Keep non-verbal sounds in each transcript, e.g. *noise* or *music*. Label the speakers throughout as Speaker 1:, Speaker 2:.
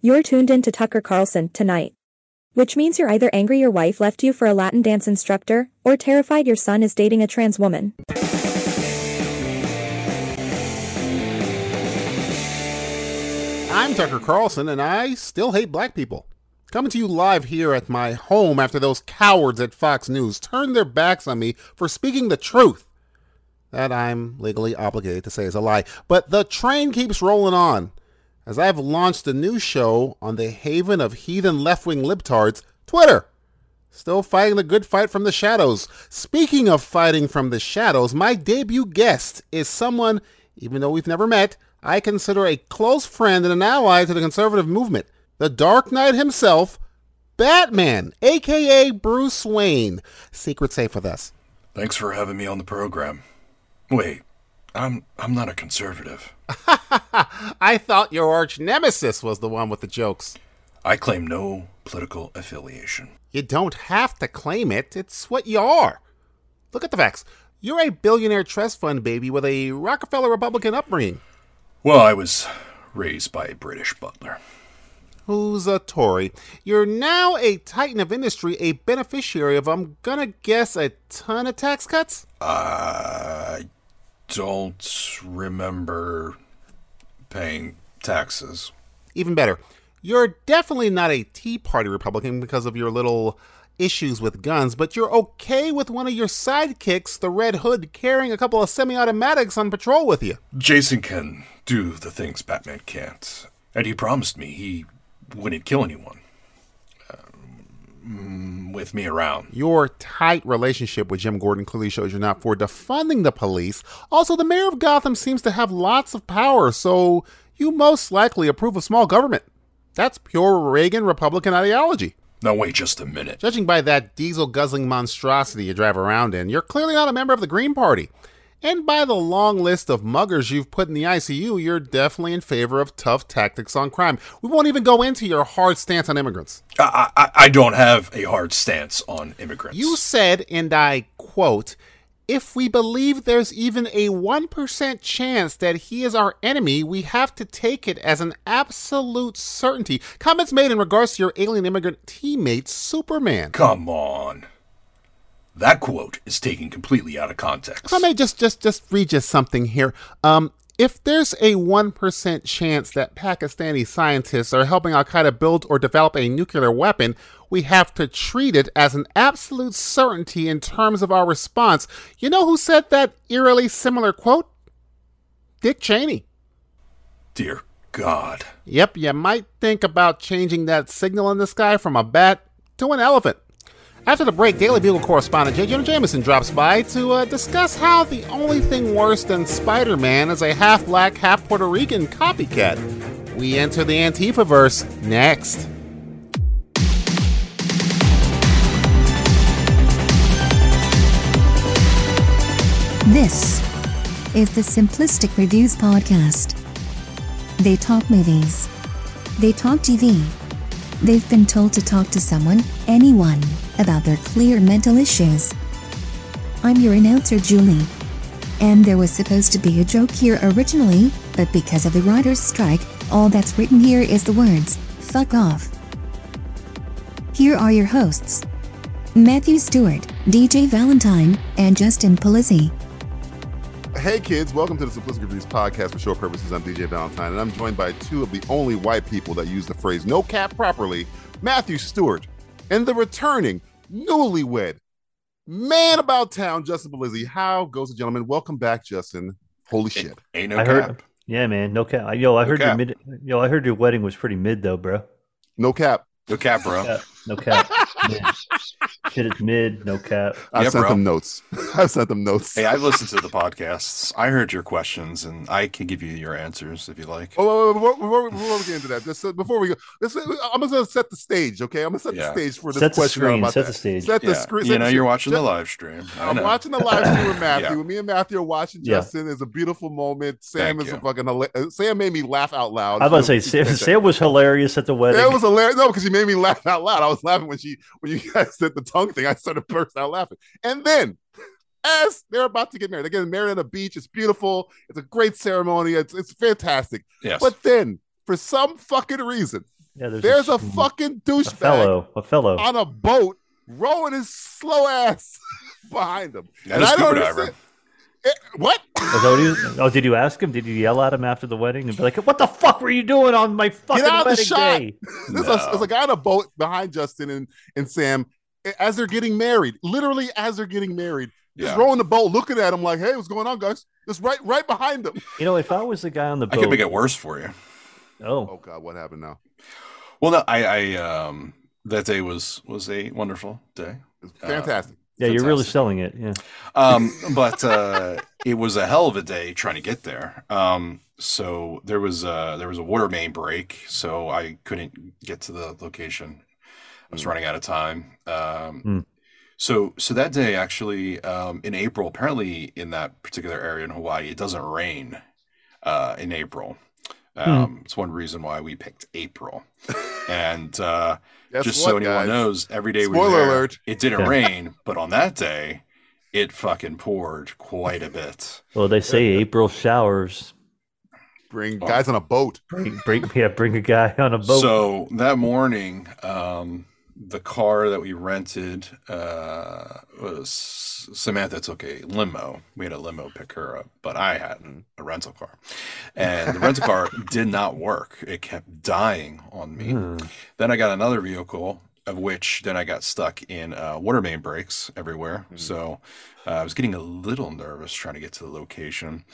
Speaker 1: You're tuned in to Tucker Carlson tonight. Which means you're either angry your wife left you for a Latin dance instructor, or terrified your son is dating a trans woman.
Speaker 2: I'm Tucker Carlson, and I still hate black people. Coming to you live here at my home after those cowards at Fox News turned their backs on me for speaking the truth. That I'm legally obligated to say is a lie. But the train keeps rolling on as I've launched a new show on the haven of heathen left-wing libtards, Twitter. Still fighting the good fight from the shadows. Speaking of fighting from the shadows, my debut guest is someone, even though we've never met, I consider a close friend and an ally to the conservative movement. The Dark Knight himself, Batman, aka Bruce Wayne. Secret safe with us. *laughs*
Speaker 3: Thanks for having me on the program. Wait, I'm I'm not a conservative.
Speaker 2: I thought your arch nemesis was the one with the jokes.
Speaker 3: I claim no political affiliation.
Speaker 2: You don't have to claim it. It's what you are. Look at the facts. You're a billionaire trust fund baby with a Rockefeller Republican upbringing.
Speaker 3: Well, I was raised by a British butler.
Speaker 2: Who's a Tory? You're now a titan of industry, a beneficiary of, I'm gonna guess, a ton of tax cuts?
Speaker 3: I don't remember paying taxes.
Speaker 2: Even better, you're definitely not a Tea Party Republican because of your little issues with guns, but you're okay with one of your sidekicks, the Red Hood, carrying a couple of semi automatics on patrol with you.
Speaker 3: Jason can do the things Batman can't, and he promised me he wouldn't kill anyone um, with me around.
Speaker 2: Your tight relationship with Jim Gordon clearly shows you're not for defunding the police. Also, the mayor of Gotham seems to have lots of power, so you most likely approve of small government. That's pure Reagan Republican ideology.
Speaker 3: No, wait just a minute.
Speaker 2: Judging by that diesel guzzling monstrosity you drive around in, you're clearly not a member of the Green Party. And by the long list of muggers you've put in the ICU, you're definitely in favor of tough tactics on crime. We won't even go into your hard stance on immigrants.
Speaker 3: I, I, I don't have a hard stance on immigrants.
Speaker 2: You said, and I quote, if we believe there's even a 1% chance that he is our enemy, we have to take it as an absolute certainty. Comments made in regards to your alien immigrant teammate, Superman.
Speaker 3: Come on. That quote is taken completely out of context.
Speaker 2: If I may just just just read you something here. Um, if there's a one percent chance that Pakistani scientists are helping Al Qaeda build or develop a nuclear weapon, we have to treat it as an absolute certainty in terms of our response. You know who said that eerily similar quote? Dick Cheney.
Speaker 3: Dear God.
Speaker 2: Yep, you might think about changing that signal in the sky from a bat to an elephant. After the break, Daily Bugle correspondent J. Jonah Jameson drops by to uh, discuss how the only thing worse than Spider Man is a half black, half Puerto Rican copycat. We enter the Antifa verse next.
Speaker 4: This is the Simplistic Reviews Podcast. They talk movies. They talk TV. They've been told to talk to someone, anyone, about their clear mental issues. I'm your announcer, Julie. And there was supposed to be a joke here originally, but because of the writer's strike, all that's written here is the words, fuck off. Here are your hosts Matthew Stewart, DJ Valentine, and Justin Polizzi.
Speaker 5: Hey kids, welcome to the Simplistic Reviews podcast for show purposes. I'm DJ Valentine, and I'm joined by two of the only white people that use the phrase "no cap" properly: Matthew Stewart and the returning newlywed man about town, Justin Belizzi. How goes it, gentlemen? Welcome back, Justin. Holy shit!
Speaker 3: Ain't no
Speaker 6: I
Speaker 3: cap.
Speaker 6: heard. Yeah, man. No cap. Yo, I heard your
Speaker 5: cap.
Speaker 6: mid. Yo, I heard your wedding was pretty mid though, bro.
Speaker 5: No cap.
Speaker 3: No cap, bro.
Speaker 6: Yeah, no cap. Yeah. Shit is mid. No cap.
Speaker 5: I
Speaker 3: Yeah,
Speaker 5: sent
Speaker 3: bro.
Speaker 5: them notes. *laughs* I sent them notes.
Speaker 3: Hey, I've listened to the podcasts. I heard your questions, and I can give you your answers if you like.
Speaker 5: Oh, wait, wait, wait, before, before we get into that, just uh, before we go, let's, I'm just gonna set the stage, okay? I'm gonna set
Speaker 3: Yeah.
Speaker 5: the stage for this
Speaker 6: Set the
Speaker 5: question.
Speaker 6: screen,
Speaker 5: about
Speaker 6: set
Speaker 5: that.
Speaker 6: the stage.
Speaker 5: Set the
Speaker 3: Yeah,
Speaker 5: screen.
Speaker 3: you
Speaker 5: set
Speaker 3: know,
Speaker 5: the-
Speaker 3: you're watching
Speaker 5: Ju-
Speaker 3: the live stream. I
Speaker 5: I'm
Speaker 3: know.
Speaker 5: watching the live stream
Speaker 3: *laughs*
Speaker 5: with Matthew. Me and Matthew are watching
Speaker 6: Yeah.
Speaker 5: Justin. It's a beautiful moment. Sam
Speaker 3: Thank
Speaker 5: is a
Speaker 3: you.
Speaker 5: fucking hila- uh, Sam made me laugh out loud.
Speaker 6: I was about to say Sam, Sam was hilarious at the wedding.
Speaker 5: That was hilarious. No, because she made me laugh out loud. I was laughing when she when you *laughs* guys said the tongue thing. I started burst out laughing. And then, as they're about to get married, they're getting married on a beach. It's beautiful. It's a great ceremony. It's it's fantastic.
Speaker 3: Yes.
Speaker 5: But then, for some fucking reason,
Speaker 6: Yeah, there's,
Speaker 2: There's a
Speaker 6: mm,
Speaker 2: fucking
Speaker 6: a
Speaker 2: douchebag
Speaker 6: fellow, a
Speaker 2: *laughs*
Speaker 6: fellow.
Speaker 2: on a boat rowing his slow ass *laughs* behind him.
Speaker 3: And a scuba diver.
Speaker 2: understand- It- what? *laughs*
Speaker 6: Is that what he was- oh, did you ask him? Did you yell at him after the wedding and be like, "What the fuck were you doing on my fucking
Speaker 2: out of the
Speaker 6: wedding
Speaker 2: shot!"
Speaker 6: day?"
Speaker 2: There's, a, there's a guy on a boat behind Justin and, and Sam eh, as they're getting married. Literally, as they're getting married, just
Speaker 3: Yeah.
Speaker 2: rowing the boat, looking at him like, "Hey, what's going on, guys?" Just right, right behind him.
Speaker 6: You know, if I was the guy on the
Speaker 3: I
Speaker 6: boat,
Speaker 3: could make it worse for you.
Speaker 2: Oh
Speaker 6: oh,
Speaker 2: God, what happened now?
Speaker 3: Well, no, I, I um, that day was was a wonderful day.
Speaker 2: It's
Speaker 3: Uh,
Speaker 2: fantastic.
Speaker 6: yeah, you're really
Speaker 3: fantastic.
Speaker 6: selling it. Yeah,
Speaker 3: Um, but uh, it was a hell of a day trying to get there. Um, so there was a, there was a water main break, so I couldn't get to the location. I was
Speaker 2: Mm.
Speaker 3: running out of time. Um,
Speaker 6: Mm.
Speaker 3: So so that day actually um, in April, apparently in that particular area in Hawaii, it doesn't rain uh, in April. Um, It's one reason why we picked April. And uh,
Speaker 2: Guess
Speaker 3: just
Speaker 2: what,
Speaker 3: so anyone
Speaker 2: guys?
Speaker 3: knows, every day we were
Speaker 2: Spoiler
Speaker 3: there,
Speaker 2: alert.
Speaker 3: it didn't
Speaker 6: Yeah.
Speaker 3: rain, but on that day, it fucking poured quite a bit.
Speaker 6: well, they say April showers
Speaker 2: bring guys on a boat.
Speaker 6: bring, bring, yeah, bring a guy on a boat.
Speaker 3: So that morning, um, the car that we rented, uh, was Samantha took a limo. We had a limo pick her up, but I had
Speaker 6: Mm-hmm.
Speaker 3: a rental car, and the rental
Speaker 6: *laughs*
Speaker 3: car did not work. It kept dying on me.
Speaker 6: Hmm.
Speaker 3: Then I got another vehicle, of which then I got stuck in uh, water main breaks everywhere. So uh, I was getting a little nervous trying to get to the location.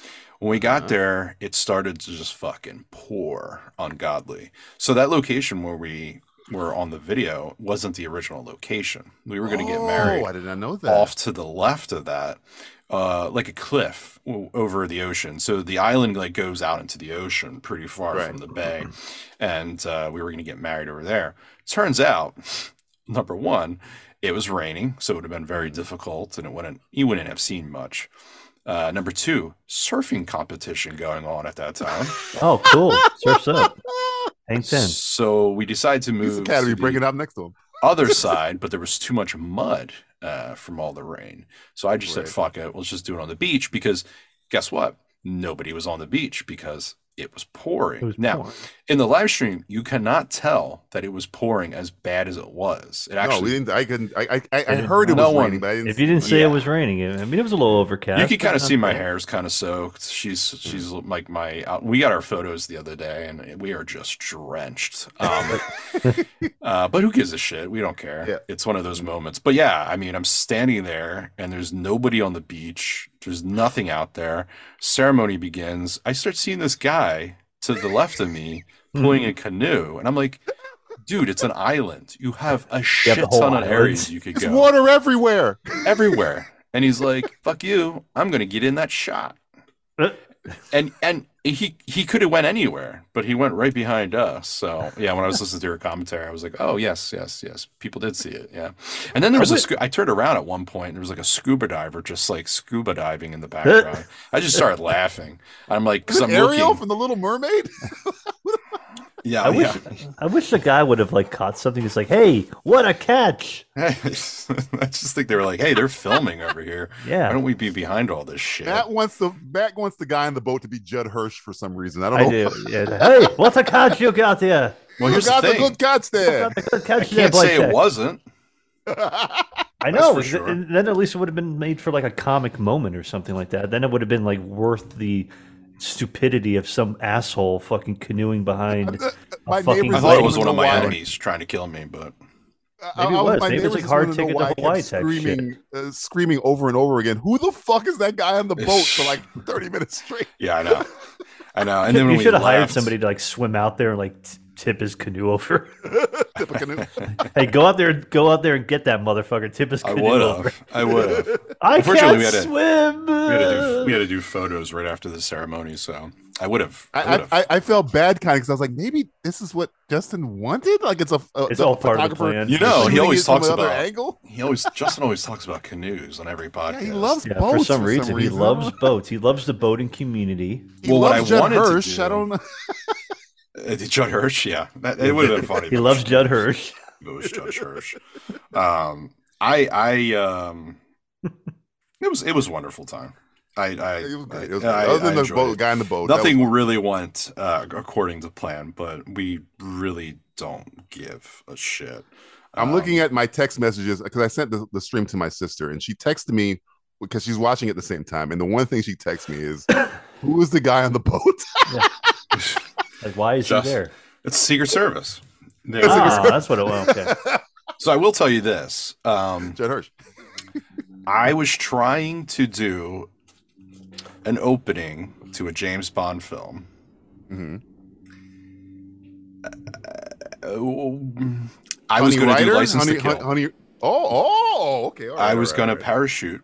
Speaker 3: When we got there, it started to just fucking pour ungodly. So that location where we were on the video wasn't the original location. We were going to get married
Speaker 2: Oh, I did not know that.
Speaker 3: off to the left of that, uh, like a cliff o- over the ocean. So the island like goes out into the ocean pretty far
Speaker 2: Right.
Speaker 3: from the bay, and uh, we were going to get married over there. Turns out, *laughs* number one, it was raining, so it would have been very difficult, and it wouldn't you wouldn't have seen much. Uh, number two, surfing competition going on at that time.
Speaker 6: oh, cool, surfs up, Hank Ten.
Speaker 3: so we decided to move.
Speaker 2: Police Academy
Speaker 3: to the-
Speaker 2: bringing up next to him.
Speaker 3: other side, but there was too much mud uh, from all the rain. So I just
Speaker 2: Right.
Speaker 3: said, fuck it, let's just do it on the beach because guess what? Nobody was on the beach because it was pouring.
Speaker 6: It was
Speaker 3: now,
Speaker 6: pouring.
Speaker 3: in the live stream, you cannot tell that it was pouring as bad as it was. It
Speaker 2: no, we
Speaker 3: actually,
Speaker 2: didn't. I couldn't. I I, I, I heard it was
Speaker 3: No one-
Speaker 2: raining, but I didn't.
Speaker 6: If you didn't say
Speaker 3: Yeah.
Speaker 6: it was raining, I mean, it was a little overcast.
Speaker 3: you can
Speaker 6: but
Speaker 3: kind of
Speaker 6: not
Speaker 3: see my
Speaker 6: bad.
Speaker 3: hair's kind of soaked. She's, she's like my, uh, we got our photos the other day and we are just drenched. Um, Uh, but who gives a shit? We don't care.
Speaker 2: Yeah.
Speaker 3: It's one of those moments. But yeah, I mean, I'm standing there and there's nobody on the beach. There's nothing out there. Ceremony begins. I start seeing this guy to the left of me pulling a canoe. And I'm like, dude, it's an island. You have a shit
Speaker 6: the whole
Speaker 3: ton of
Speaker 6: island.
Speaker 3: areas you could
Speaker 2: There's
Speaker 3: go
Speaker 2: water everywhere.
Speaker 3: everywhere. And he's like, fuck you. I'm going to get in that shot.
Speaker 6: Uh.
Speaker 3: And and he he could have went anywhere, but he went right behind us. So yeah, when I was listening to your commentary, I was like, oh yes, yes, yes. People did see it, yeah. And then there was a scu- I turned around at one point, and there was like a scuba diver just like scuba diving in the background. I just started laughing. I'm like, because
Speaker 2: Is it
Speaker 3: I'm
Speaker 2: Ariel
Speaker 3: looking.
Speaker 2: from The Little Mermaid?
Speaker 6: *laughs*
Speaker 3: yeah,
Speaker 6: I wish,
Speaker 3: Oh, yeah. *laughs*
Speaker 6: I wish the guy would have like caught something. He's like, "Hey, what a catch!"
Speaker 3: I just think they were like, hey, they're filming over here. Why
Speaker 6: Yeah,
Speaker 3: don't we be behind all this shit?
Speaker 2: Matt wants the Matt wants the guy in the boat to be Judd Hirsch for some reason. I don't
Speaker 6: I,
Speaker 2: know.
Speaker 3: Oh.
Speaker 6: do. Yeah. Hey, what a catch you got there!
Speaker 3: well,
Speaker 2: You
Speaker 3: here's
Speaker 2: got
Speaker 3: the
Speaker 2: the,
Speaker 3: thing.
Speaker 2: good
Speaker 6: *laughs*
Speaker 2: catch there.
Speaker 6: Got the good catch
Speaker 3: I
Speaker 6: there,
Speaker 3: can't say
Speaker 6: Boychuk.
Speaker 3: it wasn't.
Speaker 6: I
Speaker 3: That's
Speaker 6: know.
Speaker 3: for
Speaker 6: th-
Speaker 3: sure.
Speaker 6: and then at least it would have been made for like a comic moment or something like that. Then it would have been like worth the stupidity of some asshole fucking
Speaker 3: *laughs*
Speaker 6: canoeing behind. a
Speaker 2: My
Speaker 6: fucking
Speaker 2: neighbor's
Speaker 3: I thought it was
Speaker 2: Neighbors
Speaker 3: one
Speaker 2: in
Speaker 3: of my
Speaker 2: Hawaii.
Speaker 3: enemies trying to kill me, but
Speaker 2: I-
Speaker 6: Maybe it
Speaker 2: I-
Speaker 6: was.
Speaker 2: my
Speaker 6: Maybe it's
Speaker 2: neighbors
Speaker 6: like hard
Speaker 2: wanna know
Speaker 6: ticket to
Speaker 2: why I kept
Speaker 6: Hawaii type shit.
Speaker 2: screaming, uh, screaming over and over again. Who the fuck is that guy on the boat for
Speaker 6: *laughs*
Speaker 2: like thirty minutes straight? *laughs*
Speaker 3: yeah, I know, I know. And then when
Speaker 6: you
Speaker 3: we
Speaker 6: should have hired
Speaker 3: left-
Speaker 6: somebody to like swim out there and like t- tip his canoe over. *laughs*
Speaker 2: Tip a canoe.
Speaker 6: hey, go out there, go out there and get that motherfucker. Tip his
Speaker 3: I
Speaker 6: canoe
Speaker 3: would *laughs*
Speaker 6: over.
Speaker 3: have. I would have.
Speaker 6: I
Speaker 3: Unfortunately,
Speaker 6: can't
Speaker 3: we had to-
Speaker 6: swim.
Speaker 3: We had, to do, we had to do photos right after the ceremony, so I would have. I
Speaker 2: I,
Speaker 6: *laughs*
Speaker 3: would
Speaker 2: I,
Speaker 3: have.
Speaker 2: I felt bad kind of because I was like, maybe this is what Justin wanted. Like it's a, a
Speaker 6: It's
Speaker 2: the
Speaker 6: all part of the
Speaker 2: photographer
Speaker 6: plan.
Speaker 3: You know, he
Speaker 2: shooting
Speaker 3: always
Speaker 2: it from
Speaker 3: talks
Speaker 2: another
Speaker 3: about-
Speaker 2: angle.
Speaker 3: He always Justin always talks about canoes on every podcast.
Speaker 2: Yeah, he loves
Speaker 6: *laughs* Yeah,
Speaker 2: boats
Speaker 6: for some reason, he
Speaker 2: reason.
Speaker 6: loves boats. He loves the boating community.
Speaker 2: He
Speaker 3: Well, what
Speaker 2: loves
Speaker 3: I
Speaker 2: Judd
Speaker 3: wanted to
Speaker 2: Hirsch. I
Speaker 3: do-
Speaker 2: don't know.
Speaker 3: Uh, Judd Hirsch. Yeah, that, it would have been funny.
Speaker 6: He
Speaker 3: but-
Speaker 6: loves Judd Hirsch.
Speaker 3: It was Judge Hirsch.
Speaker 6: *laughs*
Speaker 3: Um, I, I, um, it was, it was a wonderful time. I, I
Speaker 2: It was great.
Speaker 3: I-
Speaker 2: It was great.
Speaker 3: I-
Speaker 2: Other
Speaker 3: I
Speaker 2: than the
Speaker 3: enjoyed
Speaker 2: boat,
Speaker 3: it.
Speaker 2: guy in the boat, Oh, that was-
Speaker 3: nothing really went uh, according to plan, but we really don't give a shit.
Speaker 2: I'm
Speaker 3: Um,
Speaker 2: looking at my text messages because I sent the, the stream to my sister and she texted me because she's watching at the same time. And the one thing she texts me is, "Who is the guy on the boat?" *laughs*
Speaker 6: Like, why is
Speaker 3: Just- *laughs*
Speaker 6: he there?
Speaker 3: it's Secret Service. There we
Speaker 6: Ah,
Speaker 3: go.
Speaker 6: that's what it was.
Speaker 3: *laughs*
Speaker 6: Okay.
Speaker 3: Oh, So I will tell you this. Um,
Speaker 2: Jed Hirsch.
Speaker 3: I was trying to do an opening to a James Bond film.
Speaker 2: hmm
Speaker 3: Uh, I was going to do License
Speaker 2: honey,
Speaker 3: to Kill.
Speaker 2: Hon- Honey, oh, oh, okay. all right,
Speaker 3: I
Speaker 2: all
Speaker 3: was
Speaker 2: right,
Speaker 3: going
Speaker 2: all
Speaker 3: to
Speaker 2: right.
Speaker 3: parachute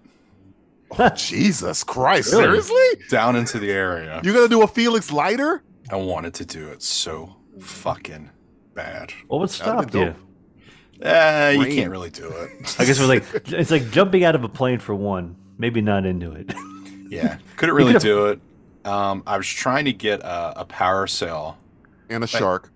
Speaker 2: Jesus Christ!
Speaker 6: Really?
Speaker 2: Seriously,
Speaker 3: down into the area.
Speaker 2: you're gonna do a Felix Leiter?
Speaker 3: I wanted to do it so fucking bad.
Speaker 6: What would
Speaker 2: That'd have
Speaker 6: stop
Speaker 2: been
Speaker 6: you?
Speaker 2: dope.
Speaker 3: Uh, you
Speaker 2: Rain.
Speaker 3: can't really do it.
Speaker 2: *laughs*
Speaker 6: I guess we're like,
Speaker 3: *laughs*
Speaker 6: it's like jumping out of a plane for one. Maybe not into it. *laughs*
Speaker 3: yeah, *laughs* couldn't really
Speaker 6: could've-
Speaker 3: do it. Um, I was trying to get a, a power cell,
Speaker 2: and a shark.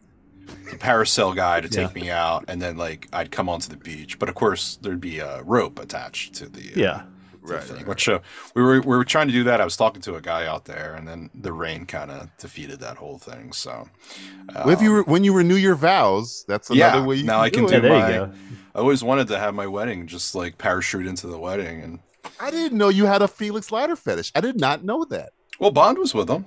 Speaker 3: a power cell guy to take
Speaker 6: Yeah.
Speaker 3: me out, and then like I'd come onto the beach. But of course, there'd be a rope attached to the uh,
Speaker 6: Yeah.
Speaker 2: Right.
Speaker 3: thing. Which uh, we were we were trying to do that. I was talking to a guy out there, and then the rain kind of defeated that whole thing. So
Speaker 2: Well, if you re- when you renew your vows, that's
Speaker 3: yeah,
Speaker 2: another way you
Speaker 3: now I can
Speaker 2: do
Speaker 3: do
Speaker 6: Yeah,
Speaker 2: it.
Speaker 6: there you
Speaker 3: my-
Speaker 6: go.
Speaker 3: I always wanted to have my wedding, just like parachute into the wedding, and
Speaker 2: I didn't know you had a Felix Leiter fetish. I did not know that.
Speaker 3: well, Bond was with him.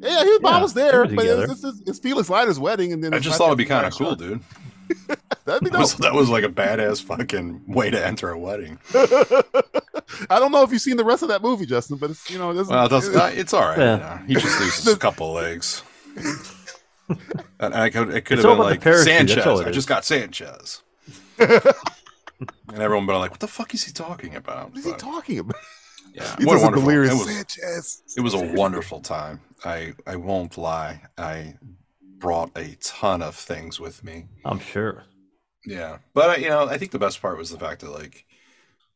Speaker 2: Yeah, his mom
Speaker 6: Yeah,
Speaker 2: was
Speaker 6: they
Speaker 2: there,
Speaker 6: were
Speaker 2: but it's,
Speaker 6: together.
Speaker 2: it's, it's Felix Leiter's wedding, and then
Speaker 3: I
Speaker 2: it's
Speaker 3: just
Speaker 2: my
Speaker 3: thought it'd be
Speaker 2: Felix
Speaker 3: kind
Speaker 2: Leiter
Speaker 3: of cool,
Speaker 2: shark.
Speaker 3: dude. *laughs*
Speaker 2: That'd be
Speaker 3: That was,
Speaker 2: dope.
Speaker 3: that was like a badass fucking way to enter a wedding.
Speaker 2: I don't know if you've seen the rest of that movie, Justin, but it's you know, this,
Speaker 3: Well, that's, uh, it's all right.
Speaker 6: Yeah.
Speaker 3: you know. He just loses a couple legs.
Speaker 2: *laughs*
Speaker 3: And I could, it could
Speaker 6: It's
Speaker 3: have
Speaker 6: all
Speaker 3: been
Speaker 6: about the
Speaker 3: like
Speaker 6: parachute, that's
Speaker 3: Sanchez.
Speaker 6: all it
Speaker 3: I
Speaker 6: is.
Speaker 3: just got Sanchez. and everyone been like, "What the fuck is he talking about?"
Speaker 2: what is he
Speaker 3: But,
Speaker 2: talking about?
Speaker 3: Yeah,
Speaker 2: *laughs* He's
Speaker 3: what a
Speaker 2: just a
Speaker 3: wonderful.
Speaker 2: delirious
Speaker 3: It was,
Speaker 2: Sanchez.
Speaker 3: it was a wonderful time. I I won't lie. I brought a ton of things with me.
Speaker 6: I'm sure.
Speaker 3: Yeah, but I- you know, I think the best part was the fact that like,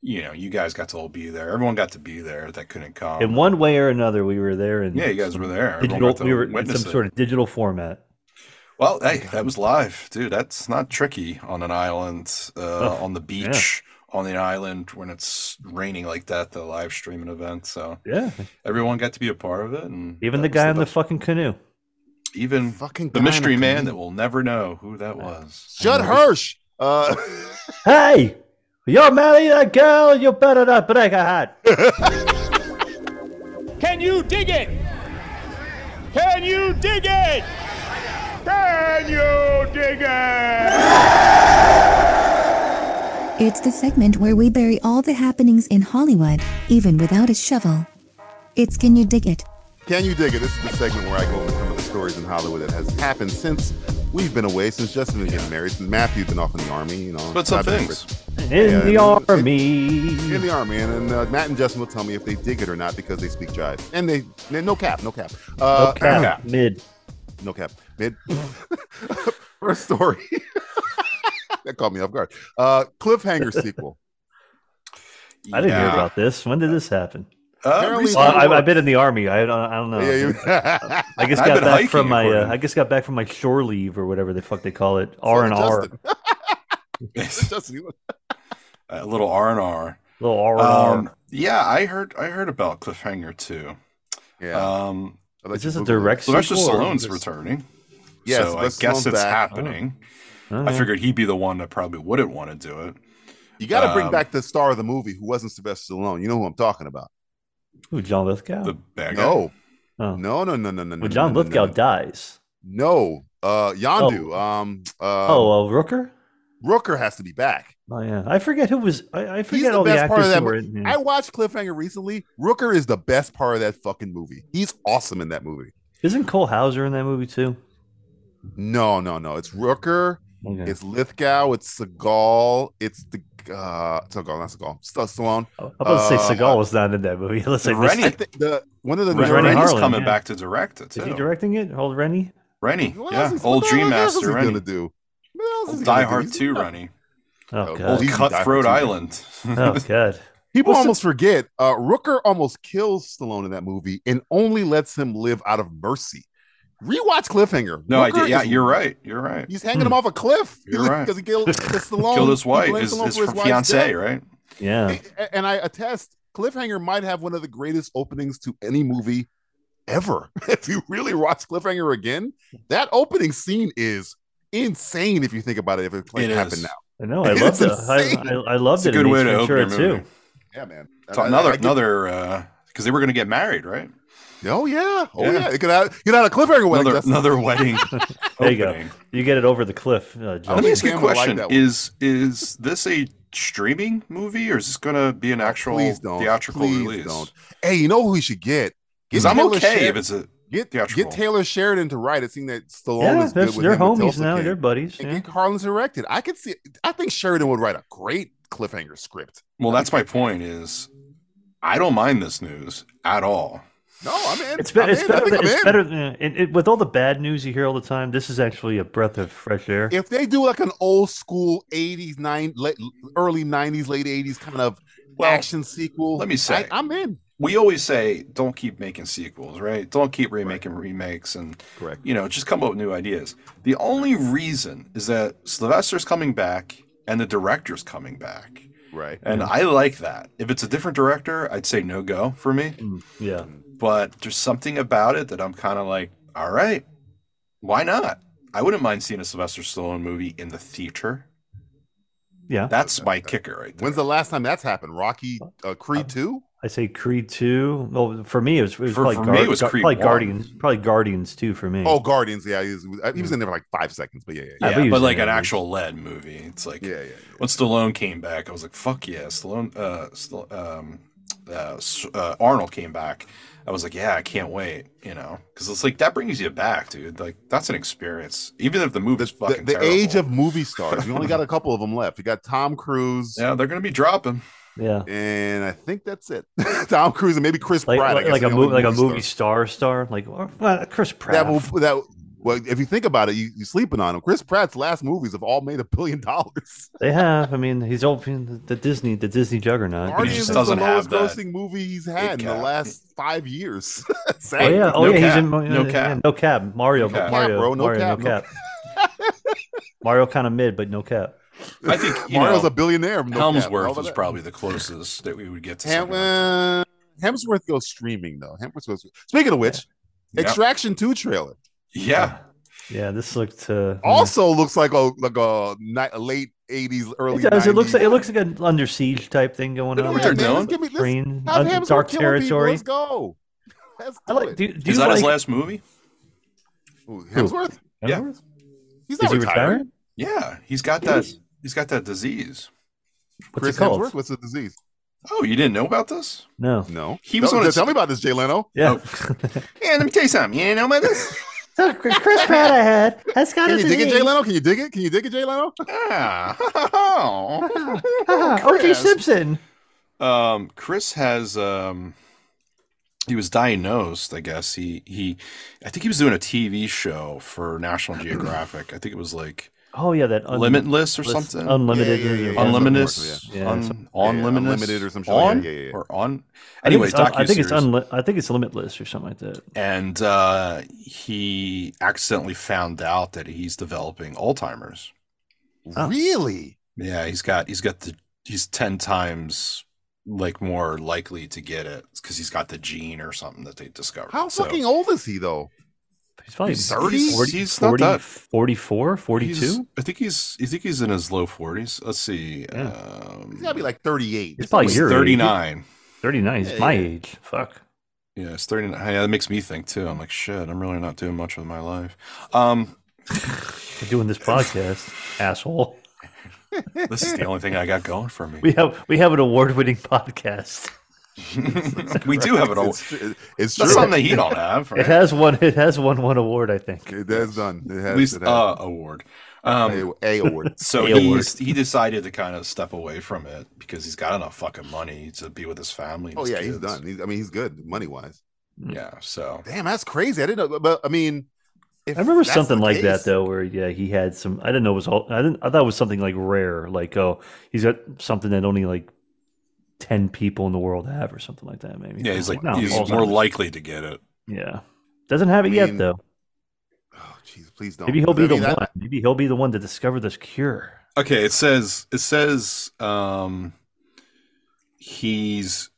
Speaker 3: you know, you guys got to all be there. Everyone got to be there that couldn't come.
Speaker 6: In one way or another, we were there. In
Speaker 3: Um, yeah, you guys were there. Everyone
Speaker 6: Digital,
Speaker 3: got to
Speaker 6: we were in
Speaker 3: witness
Speaker 6: some
Speaker 3: it.
Speaker 6: sort of digital format.
Speaker 3: Well, hey, that was live, dude. That's not tricky on an island, uh,
Speaker 6: Oh,
Speaker 3: on the
Speaker 6: yeah.
Speaker 3: beach, on the island when it's raining like that. The live streaming event, so
Speaker 6: Yeah.
Speaker 3: everyone got to be a part of it, and
Speaker 6: Even
Speaker 3: that
Speaker 6: the
Speaker 3: was
Speaker 6: guy on the
Speaker 3: best-
Speaker 6: fucking canoe.
Speaker 3: even
Speaker 2: Fucking
Speaker 3: the mystery
Speaker 2: dynamite.
Speaker 3: man that will never know who that was.
Speaker 2: Judd Hirsch. Uh, *laughs*
Speaker 6: Hey, you're marrying a girl. You better not break her heart.
Speaker 7: Can you dig it? Can you dig it? Can you dig it?
Speaker 4: It's the segment where we bury all the happenings in Hollywood, even without a shovel. It's Can You Dig It?
Speaker 2: Can you dig it? This is the segment where I go over some of the stories in Hollywood that has happened since we've been away, since Justin been getting married, since Matthew's been off in the army. You know,
Speaker 3: But some
Speaker 2: I've been-
Speaker 3: things.
Speaker 6: In
Speaker 2: Yeah,
Speaker 6: the
Speaker 2: it- it-
Speaker 6: army.
Speaker 2: in the army, and, and uh, Matt and Justin will tell me if they dig it or not because they speak jive, and they and no cap, no cap, uh,
Speaker 6: Okay. Mid.
Speaker 2: no cap, mid. *laughs* First story *laughs* that caught me off guard. Uh, cliffhanger
Speaker 6: *laughs*
Speaker 2: sequel.
Speaker 6: I didn't hear
Speaker 3: Yeah.
Speaker 6: about this. When did this happen?
Speaker 3: Uh,
Speaker 2: Apparently-
Speaker 3: recently-
Speaker 6: Well, I, I've been in the army. I, don't- I don't know.
Speaker 2: Yeah, you- *laughs*
Speaker 6: I just
Speaker 3: I've
Speaker 6: got
Speaker 3: been
Speaker 6: back
Speaker 3: hiking,
Speaker 6: from my. Uh,
Speaker 3: according-
Speaker 6: I just got back from my shore leave or whatever the fuck they call it. R and R.
Speaker 2: Justin. Justin, you-
Speaker 3: *laughs* a little R and R.
Speaker 6: Little R and
Speaker 3: Um, yeah, I heard I heard about Cliffhanger too.
Speaker 2: yeah.
Speaker 3: Um,
Speaker 2: I let
Speaker 6: R. Uh, Is
Speaker 2: you
Speaker 6: this a
Speaker 2: Google it.
Speaker 6: direct
Speaker 3: Sylvester
Speaker 6: sequel or
Speaker 3: Stallone's
Speaker 6: is this-
Speaker 3: returning.
Speaker 2: Yeah,
Speaker 3: so I
Speaker 2: Sylvester
Speaker 3: guess
Speaker 2: Stallone's
Speaker 3: it's
Speaker 2: back.
Speaker 3: happening. I
Speaker 6: Okay.
Speaker 3: figured he'd be the one that probably wouldn't want to do it.
Speaker 2: You got to bring
Speaker 3: Um,
Speaker 2: back the star of the movie who wasn't Sylvester Stallone. You know who I'm talking about?
Speaker 6: Ooh, John Lithgow.
Speaker 3: The bad guy.
Speaker 2: No,
Speaker 6: oh.
Speaker 2: no, no, no, no, no.
Speaker 6: well, John
Speaker 2: no, no,
Speaker 6: Lithgow
Speaker 2: no,
Speaker 6: dies.
Speaker 2: No, uh, Yondu. Um, uh,
Speaker 6: oh, uh, Rooker.
Speaker 2: Rooker has to be back.
Speaker 6: Oh yeah, I forget who was. I, I forget
Speaker 2: the
Speaker 6: all the
Speaker 2: best part of
Speaker 6: actors
Speaker 2: that
Speaker 6: who were in.
Speaker 2: I watched Cliffhanger recently. Rooker is the best part of that fucking movie. He's awesome in that movie.
Speaker 6: Isn't Cole Hauser in that movie too?
Speaker 2: No, no, no. It's Rooker.
Speaker 6: Okay.
Speaker 2: It's Lithgow. It's Seagal. It's the uh, Seagal, not Seagal. St- Stallone.
Speaker 6: I was about to
Speaker 2: uh,
Speaker 6: say Seagal was not in that movie. *laughs* Let's say
Speaker 3: Rennie.
Speaker 2: I think the one of the
Speaker 6: Was
Speaker 3: Rennie's
Speaker 6: Rennie Harlan,
Speaker 3: coming
Speaker 6: yeah.
Speaker 3: back to direct it too.
Speaker 6: Is he directing it? Old Rennie.
Speaker 3: Rennie,
Speaker 2: What else
Speaker 3: yeah,
Speaker 2: is- what
Speaker 3: old
Speaker 2: the
Speaker 3: Dream
Speaker 2: hell else is
Speaker 3: Master
Speaker 2: he
Speaker 3: Rennie,
Speaker 2: gonna do? What else is he
Speaker 3: Die
Speaker 2: gonna do?
Speaker 3: Hard
Speaker 2: He's-
Speaker 3: Two Rennie,
Speaker 6: Oh
Speaker 2: Oh, *laughs* he's
Speaker 3: old
Speaker 6: god.
Speaker 2: in Die Hard
Speaker 3: Cutthroat
Speaker 2: 2 Rennie.
Speaker 3: Island.
Speaker 6: Oh god.
Speaker 2: People
Speaker 3: Well, so-
Speaker 2: almost forget uh, Rooker almost kills Stallone in that movie and only lets him live out of mercy. Rewatch Cliffhanger.
Speaker 3: *laughs* no, I
Speaker 2: Rooker
Speaker 3: did. Yeah,
Speaker 2: is-
Speaker 3: you're right. You're right.
Speaker 2: He's hanging him off a cliff *laughs*
Speaker 3: You're right. *laughs*
Speaker 2: because he killed 'cause Stallone.
Speaker 3: Killed his
Speaker 2: he
Speaker 3: wife,
Speaker 2: blamed
Speaker 3: his,
Speaker 2: Stallone
Speaker 3: his,
Speaker 2: for wife's
Speaker 3: fiance,
Speaker 2: death.
Speaker 3: right?
Speaker 6: Yeah.
Speaker 2: A- And I attest, Cliffhanger might have one of the greatest openings to any movie ever. *laughs* if you really watch Cliffhanger again, that opening scene is insane. If you think about it, if it, like,
Speaker 3: It
Speaker 2: happened
Speaker 3: is.
Speaker 2: now,
Speaker 6: I know. I
Speaker 2: It's
Speaker 6: loved it.
Speaker 2: insane.
Speaker 6: I, I, I loved
Speaker 3: It's a
Speaker 6: it. in
Speaker 3: good way
Speaker 6: Ace
Speaker 3: to open
Speaker 6: Ventura,
Speaker 3: a movie.
Speaker 6: too.
Speaker 2: yeah, man.
Speaker 3: So
Speaker 2: I- I-
Speaker 3: another
Speaker 2: I get-
Speaker 3: another because they were going to get married, right?
Speaker 2: Oh yeah, oh yeah.
Speaker 3: Yeah.
Speaker 2: It could have, you could have a cliffhanger wedding.
Speaker 3: Another
Speaker 2: Justin. *laughs*
Speaker 3: another wedding.
Speaker 6: There you go.
Speaker 3: opening.
Speaker 6: You get it over the cliff. Uh,
Speaker 2: I
Speaker 3: Let
Speaker 6: Justin.
Speaker 3: me
Speaker 2: think
Speaker 3: ask you a
Speaker 2: Cam would like
Speaker 3: question:
Speaker 2: that one.
Speaker 3: Is is this a streaming movie, or is this going to be an actual
Speaker 2: please don't.
Speaker 3: theatrical
Speaker 2: Please
Speaker 3: release?
Speaker 2: don't. Hey, you know who we should get? Get
Speaker 3: Because I'm
Speaker 2: Taylor
Speaker 3: okay
Speaker 2: Sheridan-
Speaker 3: if it's a
Speaker 2: Get
Speaker 3: theatrical.
Speaker 2: get Taylor Sheridan to write it, seeing that Stallone
Speaker 6: yeah,
Speaker 2: is good
Speaker 6: that's,
Speaker 2: with
Speaker 6: they're
Speaker 2: him with
Speaker 6: homies
Speaker 2: Tulsa
Speaker 6: now.
Speaker 2: King.
Speaker 6: They're buddies.
Speaker 2: and
Speaker 6: yeah.
Speaker 2: get Carlin's directed. I could see. I think Sheridan would write a great cliffhanger script.
Speaker 3: well. That's my point. Is I don't mind this news at all.
Speaker 2: No, I'm in.
Speaker 6: It's, be-
Speaker 2: I'm
Speaker 6: it's
Speaker 2: in. I
Speaker 6: better.
Speaker 2: think
Speaker 6: Than,
Speaker 2: I'm
Speaker 6: it's
Speaker 2: in.
Speaker 6: better. Than, it, it, with all the bad news you hear all the time, this is actually a breath of fresh air.
Speaker 2: If they do like an old school '80s, nine, late, early '90s, late '80s kind of
Speaker 3: Well,
Speaker 2: action sequel,
Speaker 3: let me say-
Speaker 2: I, am in.
Speaker 3: We always say don't keep making sequels, right? Don't keep remaking remakes, and
Speaker 2: Correct.
Speaker 3: you know just come up with new ideas. The only reason is that Sylvester's coming back and the director's coming back,
Speaker 2: Right.
Speaker 3: and I like that. If it's a different director, I'd say no go for me.
Speaker 6: Mm, yeah.
Speaker 3: but there's something about it that I'm kind of like, all right, why not? I wouldn't mind seeing a Sylvester Stallone movie in the theater.
Speaker 6: Yeah.
Speaker 3: That's my kicker right there.
Speaker 2: When's the last time that's happened? Rocky, uh, Creed Two.
Speaker 6: I say Creed two. Well, for me, it was, it was
Speaker 3: For-
Speaker 6: probably,
Speaker 3: for
Speaker 6: Guard-
Speaker 3: me, it was
Speaker 6: Gu-
Speaker 3: Creed
Speaker 6: probably
Speaker 3: one.
Speaker 6: Guardians. Probably Guardians two for me.
Speaker 2: Oh, Guardians. Yeah, he was, he
Speaker 6: Mm.
Speaker 2: was in there for like five seconds, but yeah, yeah,
Speaker 6: I
Speaker 3: yeah,
Speaker 6: bet he
Speaker 3: but
Speaker 6: was in
Speaker 3: like
Speaker 6: that
Speaker 3: an
Speaker 6: movie.
Speaker 3: actual lead movie. It's like
Speaker 2: yeah, yeah. yeah.
Speaker 3: when Stallone came back, I was like, fuck yeah, Stallone. Uh, Stall- um, uh, S- uh, Arnold came back. I was like, yeah, I can't wait. You know, because it's like that brings you back, dude. Like that's an experience, even if the movie's
Speaker 2: The, the,
Speaker 3: fucking
Speaker 2: the age of
Speaker 3: terrible.
Speaker 2: movie stars. You only got a
Speaker 6: *laughs*
Speaker 2: couple of them left. You got Tom Cruise,
Speaker 3: yeah, they're gonna be dropping.
Speaker 6: yeah.
Speaker 2: and I think that's it. *laughs* Tom Cruise and maybe Chris
Speaker 6: Like
Speaker 2: Pratt. I
Speaker 6: like,
Speaker 2: guess,
Speaker 6: like
Speaker 2: the
Speaker 6: a
Speaker 2: only
Speaker 6: movie like a movie
Speaker 2: stars.
Speaker 6: star star like or, well, Chris Pratt.
Speaker 2: That will that. Well, if you think about it, you, you're sleeping on him. Chris Pratt's last movies have all made a billion dollars.
Speaker 6: They have. I mean, he's open the Disney the Disney juggernaut.
Speaker 3: Guardians
Speaker 2: Guardians is
Speaker 3: just
Speaker 2: the
Speaker 3: doesn't
Speaker 2: lowest
Speaker 3: have that
Speaker 2: grossing movie he's had in the
Speaker 3: cap.
Speaker 2: last five years. *laughs*
Speaker 6: Oh
Speaker 2: Sad.
Speaker 6: yeah, oh
Speaker 3: No
Speaker 6: yeah, he's
Speaker 3: cap.
Speaker 6: in
Speaker 3: No
Speaker 6: yeah,
Speaker 3: cap.
Speaker 6: no cap. Mario,
Speaker 3: No cap,
Speaker 6: Mario,
Speaker 2: bro. No
Speaker 6: Mario,
Speaker 2: cap,
Speaker 3: *laughs*
Speaker 2: no
Speaker 6: Mario kind of mid, but no cap.
Speaker 3: I think you
Speaker 2: Mario's
Speaker 3: know,
Speaker 2: a billionaire. no cap, all
Speaker 3: Helmsworth
Speaker 2: of
Speaker 3: was
Speaker 2: that.
Speaker 3: probably the closest that we would get to.
Speaker 2: Ham,
Speaker 3: something like
Speaker 2: uh,
Speaker 3: that.
Speaker 2: Hemsworth goes streaming though. Hemsworth goes. Speaking of which,
Speaker 3: Yeah.
Speaker 2: Extraction Two trailer
Speaker 3: yeah,
Speaker 6: Yeah, this looked uh,
Speaker 3: Mm-hmm.
Speaker 2: also looks like a like a ni- late '80s, early.
Speaker 6: It does. It looks
Speaker 2: 90s.
Speaker 6: like it looks like an under siege type thing going
Speaker 3: They
Speaker 6: on.
Speaker 3: don't
Speaker 2: man,
Speaker 3: have doing.
Speaker 2: let's give me- let's
Speaker 6: Green,
Speaker 2: have
Speaker 6: un-
Speaker 2: Hemsworth
Speaker 6: dark
Speaker 2: killing people.
Speaker 6: territory.
Speaker 2: Let's go. *laughs* Let's
Speaker 6: I
Speaker 2: do
Speaker 6: like.
Speaker 2: it.
Speaker 6: Do, do
Speaker 3: is
Speaker 6: you
Speaker 3: that
Speaker 6: like
Speaker 3: his last movie?
Speaker 2: Ooh, Hemsworth?
Speaker 3: Yeah.
Speaker 6: Hemsworth?
Speaker 2: He's
Speaker 6: Is
Speaker 2: not
Speaker 6: he
Speaker 2: retired.
Speaker 6: retiring?
Speaker 3: Yeah, he's got that. He's got that disease.
Speaker 6: What's
Speaker 2: Chris
Speaker 6: it called?
Speaker 2: Hemsworth. Oh. What's the disease?
Speaker 3: Oh, you didn't know about this?
Speaker 6: No.
Speaker 2: No,
Speaker 3: He was
Speaker 2: Tell-
Speaker 3: on a-
Speaker 2: Tell me about this, Jay Leno.
Speaker 6: Yeah.
Speaker 3: Yeah, let me tell you something. You didn't know about this?
Speaker 6: so Oh. *laughs* Chris Pratt I had has got
Speaker 2: Can
Speaker 6: a
Speaker 2: you dig it,
Speaker 6: disease.
Speaker 2: Jay Leno? Can you dig it? Can you dig it, Jay
Speaker 6: *laughs*
Speaker 2: Leno? *laughs*
Speaker 3: ah,
Speaker 6: Ah, O.J.
Speaker 3: Chris.
Speaker 6: Simpson.
Speaker 3: Um, Chris has um, he was diagnosed. I guess he he, I think he was doing a TV show for National Geographic. I think it was like
Speaker 6: Oh yeah, that un-
Speaker 3: Limitless or
Speaker 6: list-
Speaker 3: something.
Speaker 6: Unlimited.
Speaker 2: Yeah, yeah, yeah, yeah.
Speaker 3: Unlimited,
Speaker 2: Unlimited,
Speaker 6: yeah.
Speaker 3: on,
Speaker 6: Yeah,
Speaker 3: on
Speaker 2: yeah,
Speaker 3: limited,
Speaker 2: Unlimited or some shit. Yeah,
Speaker 3: on
Speaker 2: yeah, yeah, yeah.
Speaker 3: or on.
Speaker 6: I think
Speaker 3: Anyway,
Speaker 6: it's un- I think it's
Speaker 3: docuseries.
Speaker 6: unli- I think it's limitless or something like that.
Speaker 3: and uh, he accidentally found out that he's developing Alzheimer's.
Speaker 6: Oh.
Speaker 2: Really?
Speaker 3: Yeah, he's got he's got the he's ten times like more likely to get it because he's got the gene or something that they discovered.
Speaker 2: How
Speaker 3: So
Speaker 2: fucking old is he though?
Speaker 6: He's probably
Speaker 3: He's 30?
Speaker 6: 40,
Speaker 3: He's not
Speaker 6: 40,
Speaker 3: that-
Speaker 6: 44,
Speaker 3: he's-
Speaker 6: 42.
Speaker 3: I think he's I think he's in his low forties. Let's see.
Speaker 6: Yeah.
Speaker 3: Um,
Speaker 2: He's gotta be like 38.
Speaker 6: He's probably
Speaker 3: he's
Speaker 6: your age.
Speaker 3: thirty nine.
Speaker 6: 39 is
Speaker 2: Yeah,
Speaker 6: my
Speaker 2: yeah.
Speaker 6: age. Fuck.
Speaker 3: Yeah, it's 39. Yeah, that makes me think too. I'm like, shit, I'm really not doing much with my life. Um,
Speaker 6: We're doing this podcast, *laughs* asshole.
Speaker 3: this is the only thing I got going for me.
Speaker 6: *laughs* We have we have an award winning *laughs* podcast.
Speaker 3: *laughs* we do have it all.
Speaker 2: It's, tr- it's true.
Speaker 3: That's something that he don't have. Right?
Speaker 6: It has one it has won one award, I think.
Speaker 2: It has done. It has,
Speaker 3: At least
Speaker 2: it has.
Speaker 3: uh, award. Um,
Speaker 2: a, a
Speaker 3: *laughs*
Speaker 2: award.
Speaker 3: so
Speaker 6: A
Speaker 3: he's, he decided to kind of step away from it because he's got enough fucking money to be with his family. and
Speaker 2: oh
Speaker 3: his
Speaker 2: yeah, he's
Speaker 3: kids.
Speaker 2: done. He's, I mean, he's good money wise.
Speaker 3: Yeah. So
Speaker 2: Damn, that's crazy. I didn't know, but I mean, if
Speaker 6: I remember
Speaker 2: that's
Speaker 6: something
Speaker 2: the
Speaker 6: like
Speaker 2: case-
Speaker 6: that though, where yeah, he had some. I didn't know it was all. I didn't. I thought it was something like rare, like oh, he's got something that only like ten people in the world have, or something like that. Maybe.
Speaker 3: yeah, he's like
Speaker 6: No,
Speaker 3: he's
Speaker 6: Alzheimer's.
Speaker 3: more likely to get it.
Speaker 6: Yeah, doesn't have it
Speaker 2: I
Speaker 6: yet
Speaker 2: mean,
Speaker 6: though.
Speaker 2: Oh, jeez, please don't.
Speaker 6: Maybe he'll be
Speaker 2: I
Speaker 6: the
Speaker 2: mean, I-
Speaker 6: one. Maybe he'll be the one to discover this cure.
Speaker 3: Okay. It says it says um, he's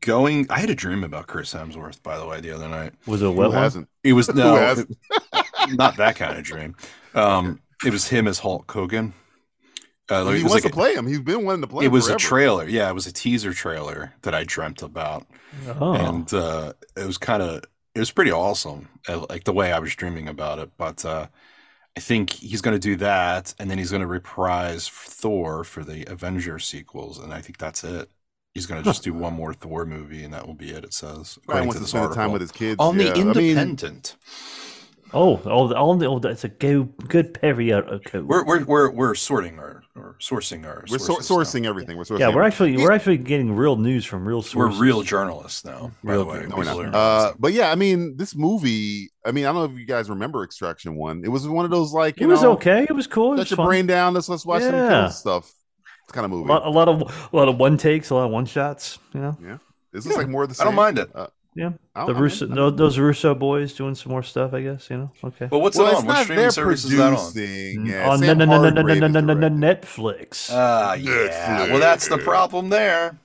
Speaker 3: going. I had a dream about Chris Hemsworth, by the way, the other night.
Speaker 6: Was it a
Speaker 2: Who
Speaker 6: wet one?
Speaker 2: hasn't?
Speaker 3: It was
Speaker 2: Who
Speaker 3: no, it-
Speaker 2: hasn't?
Speaker 3: not that kind of dream. Um, it was him as Hulk Hogan. Uh, like,
Speaker 2: he
Speaker 3: it was
Speaker 2: wants
Speaker 3: like
Speaker 2: to
Speaker 3: a-
Speaker 2: play him. He's been wanting to play.
Speaker 3: it
Speaker 2: him
Speaker 3: was
Speaker 2: forever.
Speaker 3: a trailer. Yeah, it was a teaser trailer that I dreamt about,
Speaker 6: Oh.
Speaker 3: and uh, it was kind of it was pretty awesome. uh, Like the way I was dreaming about it, but uh, I think he's going to do that, and then he's going to reprise Thor for the Avenger sequels, and I think that's it. He's going to just do one more Thor movie, and that will be it. It says
Speaker 2: Brian
Speaker 3: according
Speaker 2: wants to spend the time with his kids.
Speaker 3: on
Speaker 2: Yeah,
Speaker 3: the Independent.
Speaker 6: Oh, all the, all the, all the, it's a go, good period. uh, Okay.
Speaker 3: we're, we're we're we're sorting our or sourcing our
Speaker 2: I mean, we're sor-
Speaker 3: sources
Speaker 2: sourcing
Speaker 3: now.
Speaker 2: everything. We're sourcing.
Speaker 6: yeah, we're
Speaker 2: everything.
Speaker 6: actually we're actually getting real news from real
Speaker 3: We're
Speaker 6: sources.
Speaker 3: real journalists now. By the
Speaker 6: Real
Speaker 3: way,
Speaker 2: No, we're
Speaker 3: People
Speaker 2: not.
Speaker 3: are-
Speaker 2: Uh, but yeah, I mean, this movie. I mean, I don't know if you guys remember Extraction One. It was one of those like
Speaker 6: It
Speaker 2: you
Speaker 6: was
Speaker 2: know,
Speaker 6: okay. It was cool. It
Speaker 2: Shut
Speaker 6: was
Speaker 2: your
Speaker 6: fun.
Speaker 2: brain down. Let's let's watch some
Speaker 6: Yeah.
Speaker 2: cool stuff. It's kind of
Speaker 6: A
Speaker 2: movie.
Speaker 6: lot, a lot of a lot of one takes, a lot of one shots. You know,
Speaker 2: Is this like more of the same?
Speaker 3: I
Speaker 2: uh,
Speaker 3: don't mind it.
Speaker 2: I
Speaker 6: yeah. The
Speaker 2: don't- Oh, I'm
Speaker 6: Russo,
Speaker 2: in.
Speaker 6: tho- those Russo boys doing some more stuff. I guess you know. Okay.
Speaker 3: But what's
Speaker 2: well,
Speaker 3: that
Speaker 2: it's
Speaker 3: on? What
Speaker 2: not
Speaker 3: streaming
Speaker 2: their
Speaker 3: service is that on?
Speaker 2: producing.
Speaker 6: Mm,
Speaker 2: Yeah,
Speaker 6: on
Speaker 2: Sam
Speaker 6: na- na- na- na-
Speaker 2: Hargrave
Speaker 6: na-
Speaker 2: is
Speaker 6: na- na-
Speaker 2: directing. Uh,
Speaker 6: Netflix.
Speaker 3: Ah,
Speaker 2: Netflix.
Speaker 3: yeah. Well, that's the problem there.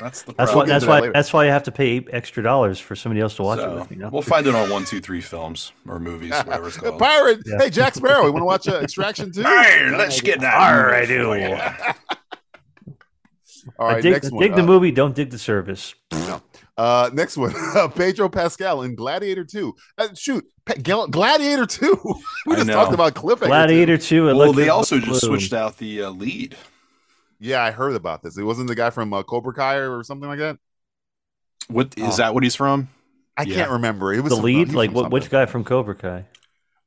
Speaker 3: That's the problem.
Speaker 6: that's
Speaker 2: we'll
Speaker 6: why.
Speaker 2: get
Speaker 6: That's
Speaker 2: to that
Speaker 6: why.
Speaker 2: later.
Speaker 6: That's why I have to pay extra dollars for somebody else to watch it
Speaker 3: So,
Speaker 6: with me. You know?
Speaker 3: We'll find it on one, two, three films
Speaker 2: *laughs*
Speaker 3: or movies, whatever it's
Speaker 2: Uh,
Speaker 3: called.
Speaker 2: Pirate.
Speaker 6: Yeah.
Speaker 2: Hey, Jack Sparrow. You want to watch uh,
Speaker 3: *laughs*
Speaker 2: Extraction Two?
Speaker 3: Hey, let's get that.
Speaker 6: All right,
Speaker 3: movie for
Speaker 6: dude.
Speaker 3: you.
Speaker 2: All right,
Speaker 6: I dig,
Speaker 2: next
Speaker 6: I
Speaker 2: one.
Speaker 6: dig
Speaker 2: Uh,
Speaker 6: the movie. Don't dig the service.
Speaker 2: Uh, next one, *laughs* Pedro Pascal in Gladiator Two. Uh, shoot, Pa- Gal- Gladiator Two. *laughs* we
Speaker 3: I
Speaker 2: just
Speaker 3: know.
Speaker 2: talked about Cliffhanger.
Speaker 6: Gladiator two.
Speaker 3: Well, they also just switched out the uh, lead.
Speaker 2: Two. Yeah, I heard about this. It wasn't the guy from uh, Cobra Kai or something like that.
Speaker 3: What is
Speaker 2: Oh.
Speaker 3: that? What he's from?
Speaker 2: I
Speaker 3: Yeah.
Speaker 2: can't remember. It was
Speaker 6: the
Speaker 2: some-
Speaker 6: lead.
Speaker 2: he's
Speaker 6: Like
Speaker 2: from
Speaker 6: what? Which
Speaker 2: something.
Speaker 6: guy from Cobra Kai?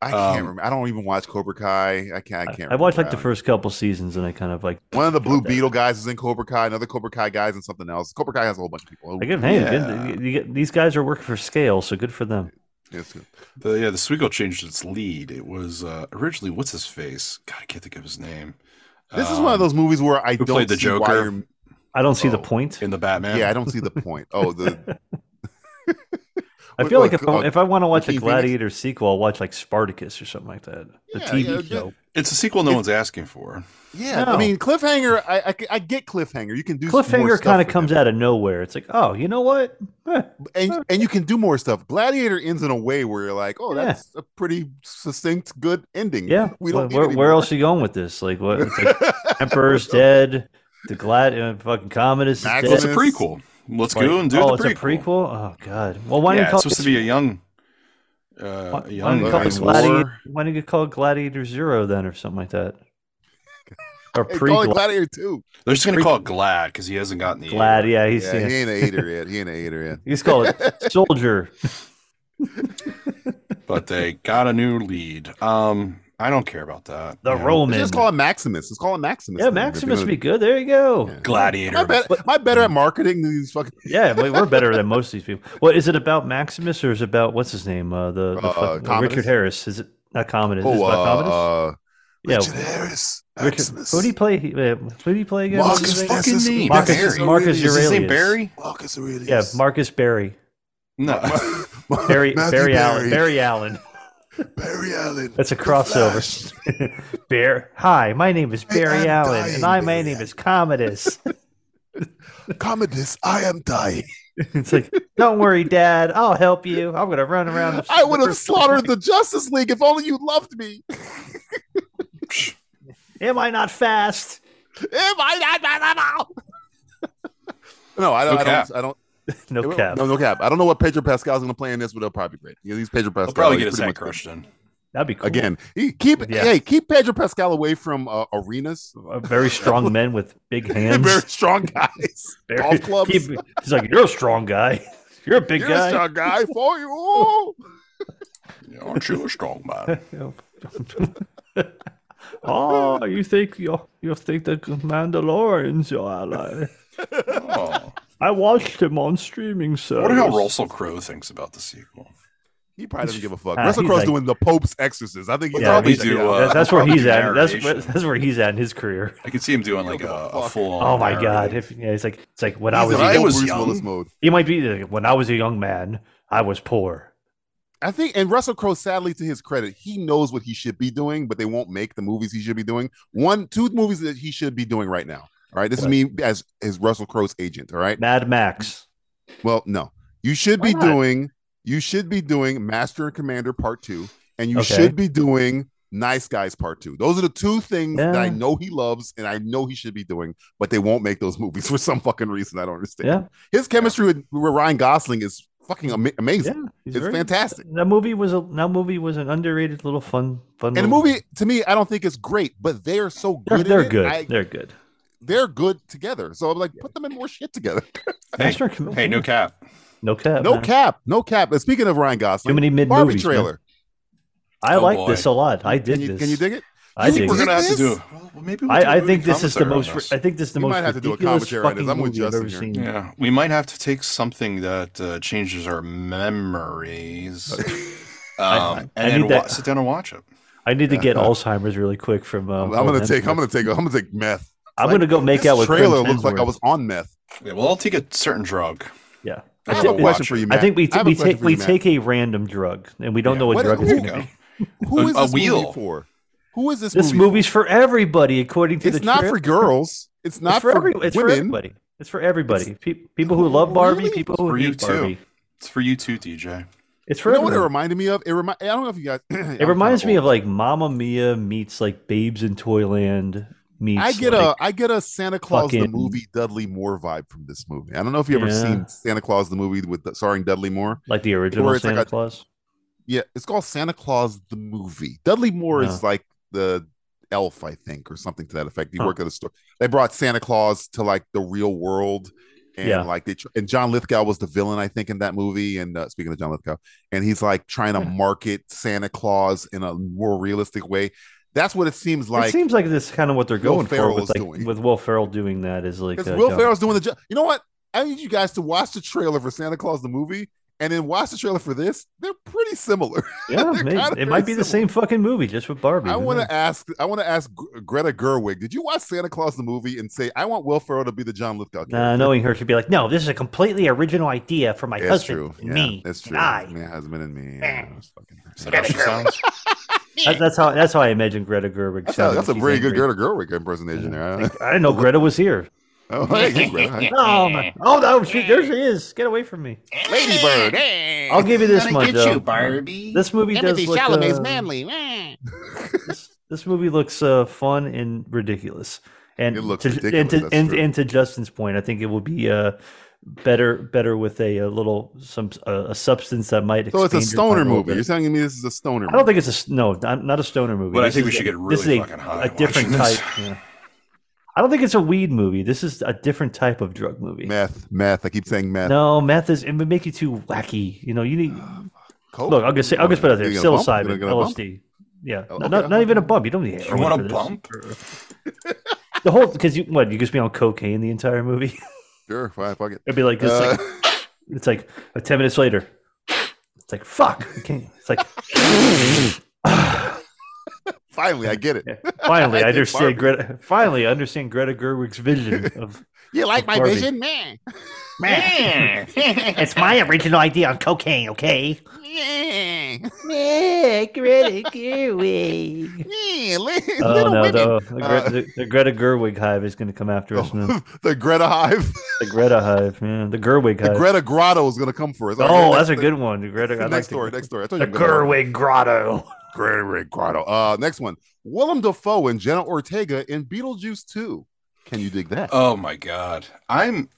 Speaker 2: I can't
Speaker 3: Um,
Speaker 2: remember. I don't even watch Cobra Kai. I can't. I can't.
Speaker 6: I, watched like
Speaker 2: remember.
Speaker 6: the first couple seasons, and I kind of like.
Speaker 2: One of the Blue
Speaker 6: Okay.
Speaker 2: Beetle guys is in Cobra Kai. Another Cobra Kai guy is in something else. Cobra Kai has a whole bunch of people.
Speaker 6: I give hey,
Speaker 3: Yeah.
Speaker 6: good, you get, these guys are working for scale, so good for them.
Speaker 2: Yes, yes.
Speaker 3: The, yeah, the Sweego changed its lead. It was uh, originally what's his face? God, I can't think of his name.
Speaker 2: This is one of
Speaker 3: Um,
Speaker 2: those movies where I
Speaker 3: who
Speaker 2: don't
Speaker 3: played the
Speaker 2: see why
Speaker 3: Joker?
Speaker 2: you're-
Speaker 6: I don't see the
Speaker 2: Oh,
Speaker 6: point.
Speaker 3: in the Batman.
Speaker 2: Yeah, I don't see
Speaker 6: *laughs*
Speaker 2: the point. Oh, the
Speaker 6: I feel
Speaker 2: What-
Speaker 6: like if
Speaker 2: what-
Speaker 6: I, if I want to watch a
Speaker 2: Joaquin Phoenix?
Speaker 6: Gladiator sequel, I'll watch like Spartacus or something like that. The
Speaker 2: Yeah,
Speaker 6: TV
Speaker 2: yeah,
Speaker 6: show.
Speaker 2: good.
Speaker 3: it's a sequel no one's asking for.
Speaker 2: yeah. I
Speaker 6: No.
Speaker 2: mean, cliffhanger. I, I I get cliffhanger. You can do more
Speaker 6: Cliffhanger
Speaker 2: stuff
Speaker 6: kind of
Speaker 2: with
Speaker 6: comes
Speaker 2: it.
Speaker 6: out of nowhere. It's like, oh, you know what? Eh,
Speaker 2: and and you can do more stuff. Gladiator ends in a way where you're like, oh,
Speaker 6: Yeah.
Speaker 2: that's a pretty succinct, good ending.
Speaker 6: yeah.
Speaker 2: we don't.
Speaker 6: Wh-
Speaker 2: need
Speaker 6: where,
Speaker 2: any
Speaker 6: where
Speaker 2: more.
Speaker 6: else are you going with this? Like, what? It's like
Speaker 2: *laughs*
Speaker 6: Emperor's dead. The Glad uh, fucking Commodus is dead.
Speaker 2: Maximus.
Speaker 3: It's a prequel. Let's
Speaker 6: Like,
Speaker 3: go and do
Speaker 6: oh,
Speaker 3: the
Speaker 6: it's
Speaker 3: prequel.
Speaker 6: a prequel. Oh god. Well, why
Speaker 3: yeah,
Speaker 6: don't you
Speaker 3: it's
Speaker 6: call
Speaker 3: supposed to be a young, uh,
Speaker 6: why,
Speaker 3: a
Speaker 6: why
Speaker 3: young
Speaker 6: don't you call
Speaker 2: guy
Speaker 6: it
Speaker 2: in
Speaker 6: Gladiator?
Speaker 2: war.
Speaker 6: Why don't you call it Gladiator Zero then, or something like that?
Speaker 2: Hey, call
Speaker 6: Or
Speaker 2: it
Speaker 6: pre
Speaker 2: Gladiator too.
Speaker 3: They're just gonna call it Glad because he hasn't gotten the
Speaker 6: Glad. Yeah, he's
Speaker 2: Yeah,
Speaker 6: yeah.
Speaker 2: he ain't a
Speaker 6: *laughs*
Speaker 2: hater yet. He ain't a hater yet.
Speaker 6: He's called
Speaker 2: *laughs*
Speaker 6: it Soldier.
Speaker 3: but they got a new lead. Um, I don't care about that.
Speaker 6: The
Speaker 3: you know.
Speaker 6: Roman.
Speaker 2: Just call it Maximus. Let's call it Maximus.
Speaker 6: Oh, yeah,
Speaker 2: then, if you're
Speaker 6: Maximus
Speaker 2: gonna-
Speaker 6: would be good. There you go.
Speaker 2: Yeah.
Speaker 3: Gladiator.
Speaker 2: Am I, bet- am I better at marketing than these fucking
Speaker 6: Yeah, we- we're better than most of these people. Well, is it about Maximus or is it about what's his name? Uh, the, the
Speaker 2: Uh,
Speaker 6: fuck-
Speaker 2: Commodus?
Speaker 6: Richard Harris. Is it not Commodus? is
Speaker 2: oh,
Speaker 6: it about Commodus?
Speaker 2: uh, uh,
Speaker 6: yeah,
Speaker 2: Richard Harris. Maximus.
Speaker 6: Who do you play? uh, Who do you play again?
Speaker 2: Marcus
Speaker 6: What's his name?
Speaker 2: Fucking
Speaker 3: fucking name.
Speaker 2: Marcus-
Speaker 3: Barry.
Speaker 2: Marcus
Speaker 3: Is his name
Speaker 6: Aurelius.
Speaker 3: Barry?
Speaker 2: Marcus Aurelius.
Speaker 6: Yeah, Marcus Barry.
Speaker 3: *laughs* No.
Speaker 6: Barry
Speaker 2: Matthew
Speaker 6: Barry Allen. Barry Allen.
Speaker 2: Barry Allen.
Speaker 6: That's a
Speaker 2: The
Speaker 6: crossover. Bear. Hi, my name is
Speaker 2: Hey,
Speaker 6: Barry
Speaker 2: I'm
Speaker 6: Allen,
Speaker 2: dying,
Speaker 6: and I my
Speaker 2: Barry
Speaker 6: name is Commodus.
Speaker 2: Flash. Commodus, I am dying.
Speaker 6: it's like, don't worry, Dad. I'll help you. I'm gonna run around. the-
Speaker 2: *laughs* I would have slaughtered the Justice League if only you loved me. Am
Speaker 6: Am I not fast?
Speaker 2: I not? No, I don't.
Speaker 3: No
Speaker 2: I
Speaker 3: cap.
Speaker 2: don't. I don't
Speaker 6: No
Speaker 2: no,
Speaker 6: cap.
Speaker 2: no, cap. I don't know what Pedro Pascal's going to play in this, but it'll probably be great. Yeah, these Pedro Pascal.
Speaker 3: He'll probably
Speaker 2: is
Speaker 3: get his
Speaker 2: pretty
Speaker 3: head
Speaker 2: much-
Speaker 3: crushed in.
Speaker 6: That'd be cool.
Speaker 2: Again, he- keep
Speaker 6: Yeah.
Speaker 2: hey, keep Pedro Pascal away from uh, arenas. *laughs*
Speaker 6: Uh, very strong men with big hands.
Speaker 2: Very strong
Speaker 6: *laughs*
Speaker 2: guys.
Speaker 6: Very-
Speaker 2: Golf clubs.
Speaker 6: Keep- he's like, you're a strong guy. *laughs* You're a big
Speaker 2: You're
Speaker 6: guy.
Speaker 2: a strong guy for you.
Speaker 6: *laughs*
Speaker 2: Oh.
Speaker 3: Aren't you a strong man?
Speaker 6: *laughs* oh, you think you you think the Mandalorian's your ally?
Speaker 3: Oh.
Speaker 6: I watched him on streaming
Speaker 3: I
Speaker 6: service.
Speaker 3: wonder how Russell Crowe thinks about the sequel.
Speaker 2: He probably doesn't give a fuck.
Speaker 6: Ah,
Speaker 2: Russell
Speaker 6: he's
Speaker 2: Crowe's
Speaker 6: like-
Speaker 2: doing the Pope's exorcist. I think he
Speaker 6: Yeah,
Speaker 2: probably
Speaker 3: he's-
Speaker 2: do.
Speaker 3: yeah.
Speaker 2: Uh,
Speaker 6: That- that's where he's at. That's where,
Speaker 3: Narration.
Speaker 6: that's where he's at in his career.
Speaker 3: I could see him doing like a, a
Speaker 2: fuck.
Speaker 3: full.
Speaker 6: Oh my god! If yeah, it's like it's like when I
Speaker 2: he's
Speaker 6: was
Speaker 2: in
Speaker 3: I
Speaker 2: full
Speaker 3: was
Speaker 2: Bruce
Speaker 3: young.
Speaker 2: Willis mode.
Speaker 6: he might be like, when I was a young man, I was poor.
Speaker 2: I think, and Russell Crowe, sadly to his credit, he knows what he should be doing, but they won't make the movies he should be doing. One, two movies that he should be doing right now. All right. This is me as as Russell Crowe's agent. All right.
Speaker 6: Mad Max.
Speaker 2: Well, no. You should be
Speaker 6: Why not?
Speaker 2: doing you should be doing Master and Commander Part Two, and you
Speaker 6: Okay.
Speaker 2: should be doing Nice Guys Part Two. Those are the two things that I
Speaker 6: Yeah.
Speaker 2: know he loves and I know he should be doing, but they won't make those movies *laughs* for some fucking reason. I don't understand.
Speaker 6: Yeah,
Speaker 2: His chemistry with, with Ryan Gosling is fucking ama-
Speaker 6: yeah.
Speaker 2: amazing.
Speaker 6: he's
Speaker 2: It's
Speaker 6: very-
Speaker 2: fantastic.
Speaker 6: That movie was a that movie was an underrated little fun fun.
Speaker 2: And the
Speaker 6: little-
Speaker 2: movie to me, I don't think it's great, but they are so
Speaker 6: They're,
Speaker 2: good. in
Speaker 6: they're
Speaker 2: it,
Speaker 6: good.
Speaker 2: I-
Speaker 6: they're good.
Speaker 2: they're good together. So I'm like, put them in more shit together.
Speaker 3: Hey,
Speaker 6: Master and
Speaker 3: hey, no cap.
Speaker 6: No cap.
Speaker 2: No
Speaker 6: man.
Speaker 2: cap, no cap. And speaking of Ryan Gosling,
Speaker 6: Too many mid
Speaker 2: Barbie
Speaker 6: movies.
Speaker 2: trailer.
Speaker 6: I
Speaker 3: Oh,
Speaker 6: like
Speaker 3: boy.
Speaker 6: this a lot. I did
Speaker 2: Can you,
Speaker 6: this.
Speaker 2: can you dig it?
Speaker 6: I
Speaker 2: You
Speaker 6: dig
Speaker 2: think
Speaker 3: We're
Speaker 6: it.
Speaker 3: gonna have to
Speaker 2: This-
Speaker 3: do. it. Well, maybe we'll do a
Speaker 6: I, I
Speaker 3: movie
Speaker 6: think this is the
Speaker 3: commentary on
Speaker 6: most.
Speaker 3: this.
Speaker 6: I think this is the
Speaker 2: We
Speaker 6: most
Speaker 2: might have to do a
Speaker 6: ridiculous
Speaker 2: commentary on this.
Speaker 6: fucking
Speaker 2: I'm with
Speaker 6: movie I've
Speaker 2: Justin
Speaker 6: ever
Speaker 2: here.
Speaker 6: seen.
Speaker 3: Yeah, we might have to take something that uh, changes our memories. Um, and
Speaker 6: I
Speaker 3: then
Speaker 6: need
Speaker 3: wa-
Speaker 6: that-
Speaker 3: sit down and watch it.
Speaker 6: I need to get Alzheimer's really quick from. Uh,
Speaker 2: I'm, I'm gonna
Speaker 6: Old
Speaker 2: take. I'm
Speaker 6: Hemsworth.
Speaker 2: gonna take. I'm gonna take meth.
Speaker 6: I'm
Speaker 2: like,
Speaker 6: gonna go make
Speaker 2: this
Speaker 6: out with
Speaker 2: trailer looks
Speaker 6: Prince
Speaker 2: like I
Speaker 6: Hemsworth.
Speaker 2: was on meth.
Speaker 3: Yeah, we'll all take a certain drug.
Speaker 6: Yeah.
Speaker 2: I have a
Speaker 3: think we'll
Speaker 2: question
Speaker 3: watch
Speaker 2: for
Speaker 3: it.
Speaker 2: you,
Speaker 6: I
Speaker 2: Matt.
Speaker 6: think we
Speaker 2: have a
Speaker 6: we
Speaker 2: question
Speaker 6: take
Speaker 2: for you,
Speaker 6: we
Speaker 2: Matt.
Speaker 6: take a random drug and we don't know what,
Speaker 2: What-
Speaker 6: drug it's
Speaker 2: who-
Speaker 6: going to be.
Speaker 2: Who is
Speaker 3: a
Speaker 2: this movie
Speaker 3: wheel.
Speaker 2: for? Who is this?
Speaker 6: This
Speaker 2: movie?
Speaker 6: movie's for everybody, according to
Speaker 2: It's
Speaker 6: the.
Speaker 2: not
Speaker 6: trail-
Speaker 2: for girls. It's not
Speaker 6: it's for, every, it's for
Speaker 2: women.
Speaker 6: everybody. It's for everybody. Pe- people who love Barbie,
Speaker 2: Really?
Speaker 6: people
Speaker 3: It's
Speaker 6: who
Speaker 3: for you
Speaker 6: hate
Speaker 3: too.
Speaker 6: Barbie.
Speaker 3: It's for you too, DJ.
Speaker 6: It's for
Speaker 2: You know what it
Speaker 6: everyone.
Speaker 2: reminded me of? It remind. I don't know if you guys. *clears throat*
Speaker 6: It reminds me of like Mamma Mia meets like Babes in Toyland meets.
Speaker 2: I get
Speaker 6: like,
Speaker 2: a I get a Santa Claus the
Speaker 6: fucking-
Speaker 2: movie Dudley Moore vibe from this movie. I don't know if you ever
Speaker 6: Yeah.
Speaker 2: seen Santa Claus the movie with the, starring Dudley Moore.
Speaker 6: like the original
Speaker 2: it's like
Speaker 6: Santa
Speaker 2: a-
Speaker 6: Claus.
Speaker 2: Yeah, it's called Santa Claus the movie. Dudley Moore is
Speaker 6: Yeah.
Speaker 2: like the elf, I think, or something to that effect. He
Speaker 6: Huh.
Speaker 2: worked at a store. They brought Santa Claus to like the real world, and
Speaker 6: Yeah.
Speaker 2: like they tr- and John Lithgow was the villain, I think, in that movie. And uh, speaking of John Lithgow, and he's like trying to market Santa Claus in a more realistic way. That's what it seems like.
Speaker 6: it seems like this is kind of what they're
Speaker 2: Will
Speaker 6: going
Speaker 2: Ferrell
Speaker 6: for with
Speaker 2: is
Speaker 6: like
Speaker 2: doing.
Speaker 6: with Will Ferrell doing that is like
Speaker 2: Because
Speaker 6: uh,
Speaker 2: Will
Speaker 6: John-
Speaker 2: Ferrell's doing the job. You know what? I need you guys to watch the trailer for Santa Claus the movie, and then watch the trailer for this. They're pretty similar. *laughs*
Speaker 6: Yeah,
Speaker 2: They're
Speaker 6: may-
Speaker 2: kinda
Speaker 6: it
Speaker 2: very
Speaker 6: might be the
Speaker 2: similar.
Speaker 6: same fucking movie just with Barbie.
Speaker 2: I
Speaker 6: who
Speaker 2: want
Speaker 6: knows?
Speaker 2: to ask. I want to ask Gre- Greta Gerwig. Did you watch Santa Claus the movie and say I want Will Ferrell to be the John Lithgow?
Speaker 6: Nah,
Speaker 2: character?"
Speaker 6: knowing her, she'd be like, "No, this is a completely original idea for my
Speaker 2: That's
Speaker 6: husband,
Speaker 2: true.
Speaker 6: and
Speaker 2: yeah,
Speaker 6: me,
Speaker 2: that's
Speaker 6: and
Speaker 2: true.
Speaker 6: I."
Speaker 2: My husband and me. Yeah, that's fucking-
Speaker 3: Is that how
Speaker 2: *laughs*
Speaker 3: she sounds?
Speaker 6: That- that's how. That's how I imagine Greta Gerwig.
Speaker 2: That's, a,
Speaker 6: sounding
Speaker 2: that's a
Speaker 6: when
Speaker 2: very
Speaker 6: she's
Speaker 2: good
Speaker 6: angry.
Speaker 2: Greta Gerwig impersonation
Speaker 3: *laughs*
Speaker 2: there. *laughs*
Speaker 6: I didn't know Greta was here.
Speaker 2: oh, hey, hey, Greta.
Speaker 6: *laughs*
Speaker 2: Hey.
Speaker 6: Oh, my, oh no! She, there she is. Get away from me.
Speaker 8: Ladybird.
Speaker 6: I'll give you this much.
Speaker 8: get
Speaker 6: though.
Speaker 8: you, Barbie.
Speaker 6: This movie
Speaker 8: Timothy
Speaker 6: Oh, does look.
Speaker 8: Chalamet's
Speaker 6: uh,
Speaker 8: manly.
Speaker 6: This, this movie looks uh, fun and ridiculous. And
Speaker 2: It looks
Speaker 6: to,
Speaker 2: ridiculous,
Speaker 6: And
Speaker 2: that's
Speaker 6: to, and,
Speaker 2: true.
Speaker 6: and to Justin's point, I think it will be uh, better better with a, a little some uh, a substance that might.
Speaker 2: So it's a
Speaker 6: expand your mind
Speaker 2: stoner
Speaker 6: little
Speaker 2: movie.
Speaker 6: bit.
Speaker 2: You're telling me this is a stoner
Speaker 6: I don't
Speaker 2: movie?
Speaker 6: think it's a s- no, not, not a stoner movie.
Speaker 3: But I
Speaker 6: This
Speaker 3: think we
Speaker 6: is
Speaker 3: should
Speaker 6: a-
Speaker 3: get
Speaker 6: this
Speaker 3: really
Speaker 6: is a,
Speaker 3: fucking high
Speaker 6: A different
Speaker 3: watching this.
Speaker 6: type. yeah. I don't think it's a weed movie. This is a different type of drug movie.
Speaker 2: Meth, meth. I keep saying meth.
Speaker 6: No, meth is it would make you too wacky. You know, you need
Speaker 2: Coke.
Speaker 6: look. I'll just say I'll just put it out there.
Speaker 2: Oh, You gonna bump?
Speaker 6: Psilocybin,
Speaker 2: You gonna bump?
Speaker 6: LSD. Yeah,
Speaker 2: Oh,
Speaker 6: no,
Speaker 2: okay.
Speaker 6: not, not even a bump. You don't need.
Speaker 3: You
Speaker 6: heroin
Speaker 3: want
Speaker 6: for
Speaker 3: a
Speaker 6: this.
Speaker 3: bump?
Speaker 6: The whole because you what you just be on cocaine the entire movie. *laughs*
Speaker 2: Sure, fine, fuck it.
Speaker 6: It'd be like it's like
Speaker 2: Uh,
Speaker 6: it's like uh, ten minutes later. It's like fuck. I can't. It's like
Speaker 2: Finally, I get
Speaker 6: *laughs*
Speaker 2: it.
Speaker 6: finally
Speaker 2: I
Speaker 6: I
Speaker 2: did
Speaker 6: understand
Speaker 2: Barbie.
Speaker 6: Greta. Finally, I understand Greta
Speaker 2: *laughs*
Speaker 6: Gerwig's vision of
Speaker 2: You like my
Speaker 6: Barbie.
Speaker 2: vision, man?
Speaker 7: *laughs*
Speaker 8: Man.
Speaker 6: It's my original idea on
Speaker 2: *laughs*
Speaker 6: cocaine, okay?
Speaker 2: Yeah,
Speaker 6: Yeah, Greta Gerwig.
Speaker 2: yeah. li-
Speaker 6: Oh
Speaker 2: little
Speaker 6: no,
Speaker 2: women.
Speaker 6: the, the,
Speaker 2: Uh,
Speaker 6: Gre- the, the Greta Gerwig hive is going to come after
Speaker 2: Oh.
Speaker 6: us now.
Speaker 2: *laughs* the Greta Hive,
Speaker 6: The Greta hive, man. The Gerwig
Speaker 2: the
Speaker 6: hive.
Speaker 2: Greta Grotto is going to come for us.
Speaker 6: oh,
Speaker 2: Okay,
Speaker 6: that's a
Speaker 2: next-
Speaker 6: good one. The Greta. I like
Speaker 2: next
Speaker 6: the-
Speaker 2: story. Next story. I told
Speaker 6: The
Speaker 2: you I'm gonna-
Speaker 6: Gerwig Grotto.
Speaker 2: Gregory Grotto. Uh, next one. Willem Dafoe and Jenna Ortega in Beetlejuice 2. Can you dig that?
Speaker 3: Oh my god, I'm.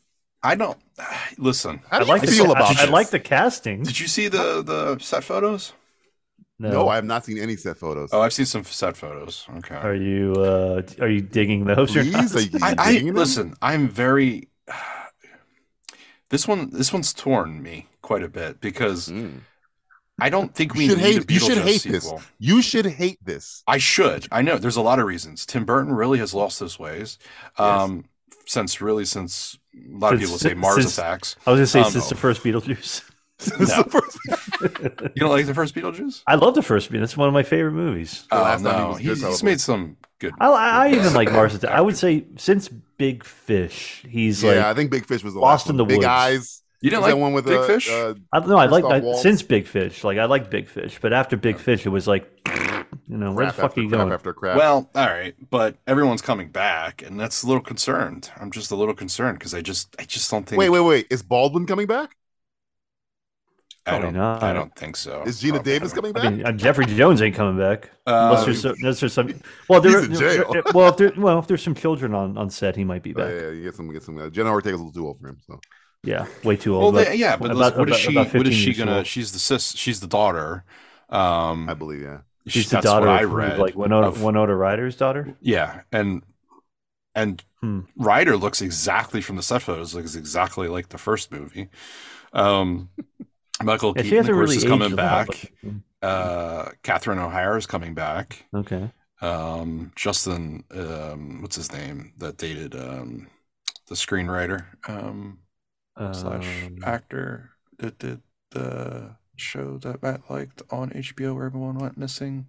Speaker 3: I don't. *sighs* Listen,
Speaker 2: How do
Speaker 6: I like
Speaker 2: you
Speaker 6: the,
Speaker 2: feel
Speaker 6: ca-
Speaker 2: about
Speaker 6: I, I
Speaker 2: this?
Speaker 6: like the casting.
Speaker 3: did you see the the set photos?
Speaker 2: No. I have not seen any set photos.
Speaker 3: Oh, I've seen some set photos. Okay.
Speaker 6: Are you uh, are you digging those? or *laughs* not?
Speaker 2: Please, are you
Speaker 3: I, I
Speaker 2: digging them?
Speaker 3: listen. I'm very. *sighs* This one, this one's torn me quite a bit because
Speaker 2: Mm.
Speaker 3: I don't think
Speaker 2: You
Speaker 3: we
Speaker 2: should
Speaker 3: need a
Speaker 2: hate- you should
Speaker 3: Beetlejuice
Speaker 2: hate this.
Speaker 3: sequel.
Speaker 2: You should hate this. *laughs*
Speaker 3: I should. I know. There's a lot of reasons. Tim Burton really has lost his ways. Um, since really since a lot of
Speaker 6: Since-
Speaker 3: people say Mars
Speaker 6: since-
Speaker 3: attacks.
Speaker 6: I was gonna say
Speaker 3: Um,
Speaker 6: since the first Beetlejuice.
Speaker 2: This is the first-
Speaker 3: You don't like the first Beetlejuice?
Speaker 6: I love the first Beetlejuice. It's one of my favorite movies.
Speaker 2: The
Speaker 3: Oh
Speaker 2: last time he
Speaker 3: no,
Speaker 2: was good,
Speaker 3: he's, he's
Speaker 2: probably.
Speaker 3: made some good.
Speaker 6: I, I I even like Mars. Attack. I would
Speaker 3: After.
Speaker 6: say since Big Fish, he's
Speaker 2: yeah,
Speaker 6: like
Speaker 2: I think Big Fish was the
Speaker 6: Lost
Speaker 2: last one.
Speaker 6: in the
Speaker 2: Big
Speaker 6: Woods.
Speaker 2: Eyes.
Speaker 3: You didn't
Speaker 2: Is
Speaker 3: like
Speaker 2: that one with
Speaker 3: Big
Speaker 2: uh,
Speaker 3: Fish?
Speaker 2: uh,
Speaker 6: I don't know. I like
Speaker 2: Christoph
Speaker 6: I-
Speaker 2: Waltz.
Speaker 6: since Big Fish. Like I like Big Fish, but after Big Fish, it was like You know, where the
Speaker 2: Crap
Speaker 6: fuck
Speaker 2: after
Speaker 6: are you
Speaker 2: crap
Speaker 6: going?
Speaker 2: after crap.
Speaker 3: Well, all right, but everyone's coming back, and that's a little concerned. I'm just a little concerned because I just, I just don't think.
Speaker 2: wait, wait, wait. Is Baldwin coming back?
Speaker 3: I don't,
Speaker 6: Probably not.
Speaker 3: I don't think so.
Speaker 2: Is Gina
Speaker 3: Probably
Speaker 2: Davis
Speaker 3: not.
Speaker 2: coming back?
Speaker 6: I mean, uh, Jeffrey Jones ain't coming back.
Speaker 3: Um,
Speaker 6: Unless there's, so- unless
Speaker 2: *laughs*
Speaker 6: there's some, well, there,
Speaker 2: Uh, He's in
Speaker 6: there-
Speaker 2: jail.
Speaker 6: there- well, if there, well, if there's some children on, on set, he might be
Speaker 2: Oh,
Speaker 6: back. Mm.
Speaker 2: yeah, yeah, you get some, get some. Uh, Jenna Ortega's a little too old for him. So
Speaker 6: yeah. way too
Speaker 3: Well,
Speaker 6: old.
Speaker 3: they- yeah, but
Speaker 6: about-
Speaker 3: what is
Speaker 6: about-
Speaker 3: she?
Speaker 6: about
Speaker 3: What is
Speaker 6: 15
Speaker 3: she
Speaker 6: years
Speaker 3: gonna?
Speaker 6: old.
Speaker 3: She's the sis. She's the daughter. Um,
Speaker 2: I believe, yeah.
Speaker 3: she-
Speaker 6: She's the
Speaker 3: that's what
Speaker 6: daughter
Speaker 3: I
Speaker 6: of who,
Speaker 3: read.
Speaker 6: like Winona,
Speaker 3: of-
Speaker 6: Winona Ryder's daughter.
Speaker 3: yeah, and and
Speaker 6: Hmm.
Speaker 3: Ryder looks exactly from the set photos looks exactly like the first movie. Um, Michael
Speaker 6: Yeah, she
Speaker 3: Keaton, of
Speaker 6: hasn't
Speaker 3: course,
Speaker 6: really
Speaker 3: is coming
Speaker 6: aged a lot,
Speaker 3: back.
Speaker 6: but-
Speaker 3: Uh, Catherine O'Hara is coming back.
Speaker 6: Okay.
Speaker 3: Um, Justin, um, what's his name? That dated um, the screenwriter. Um, slash
Speaker 6: Um,
Speaker 3: actor that did the show that Matt liked on HBO where everyone went missing.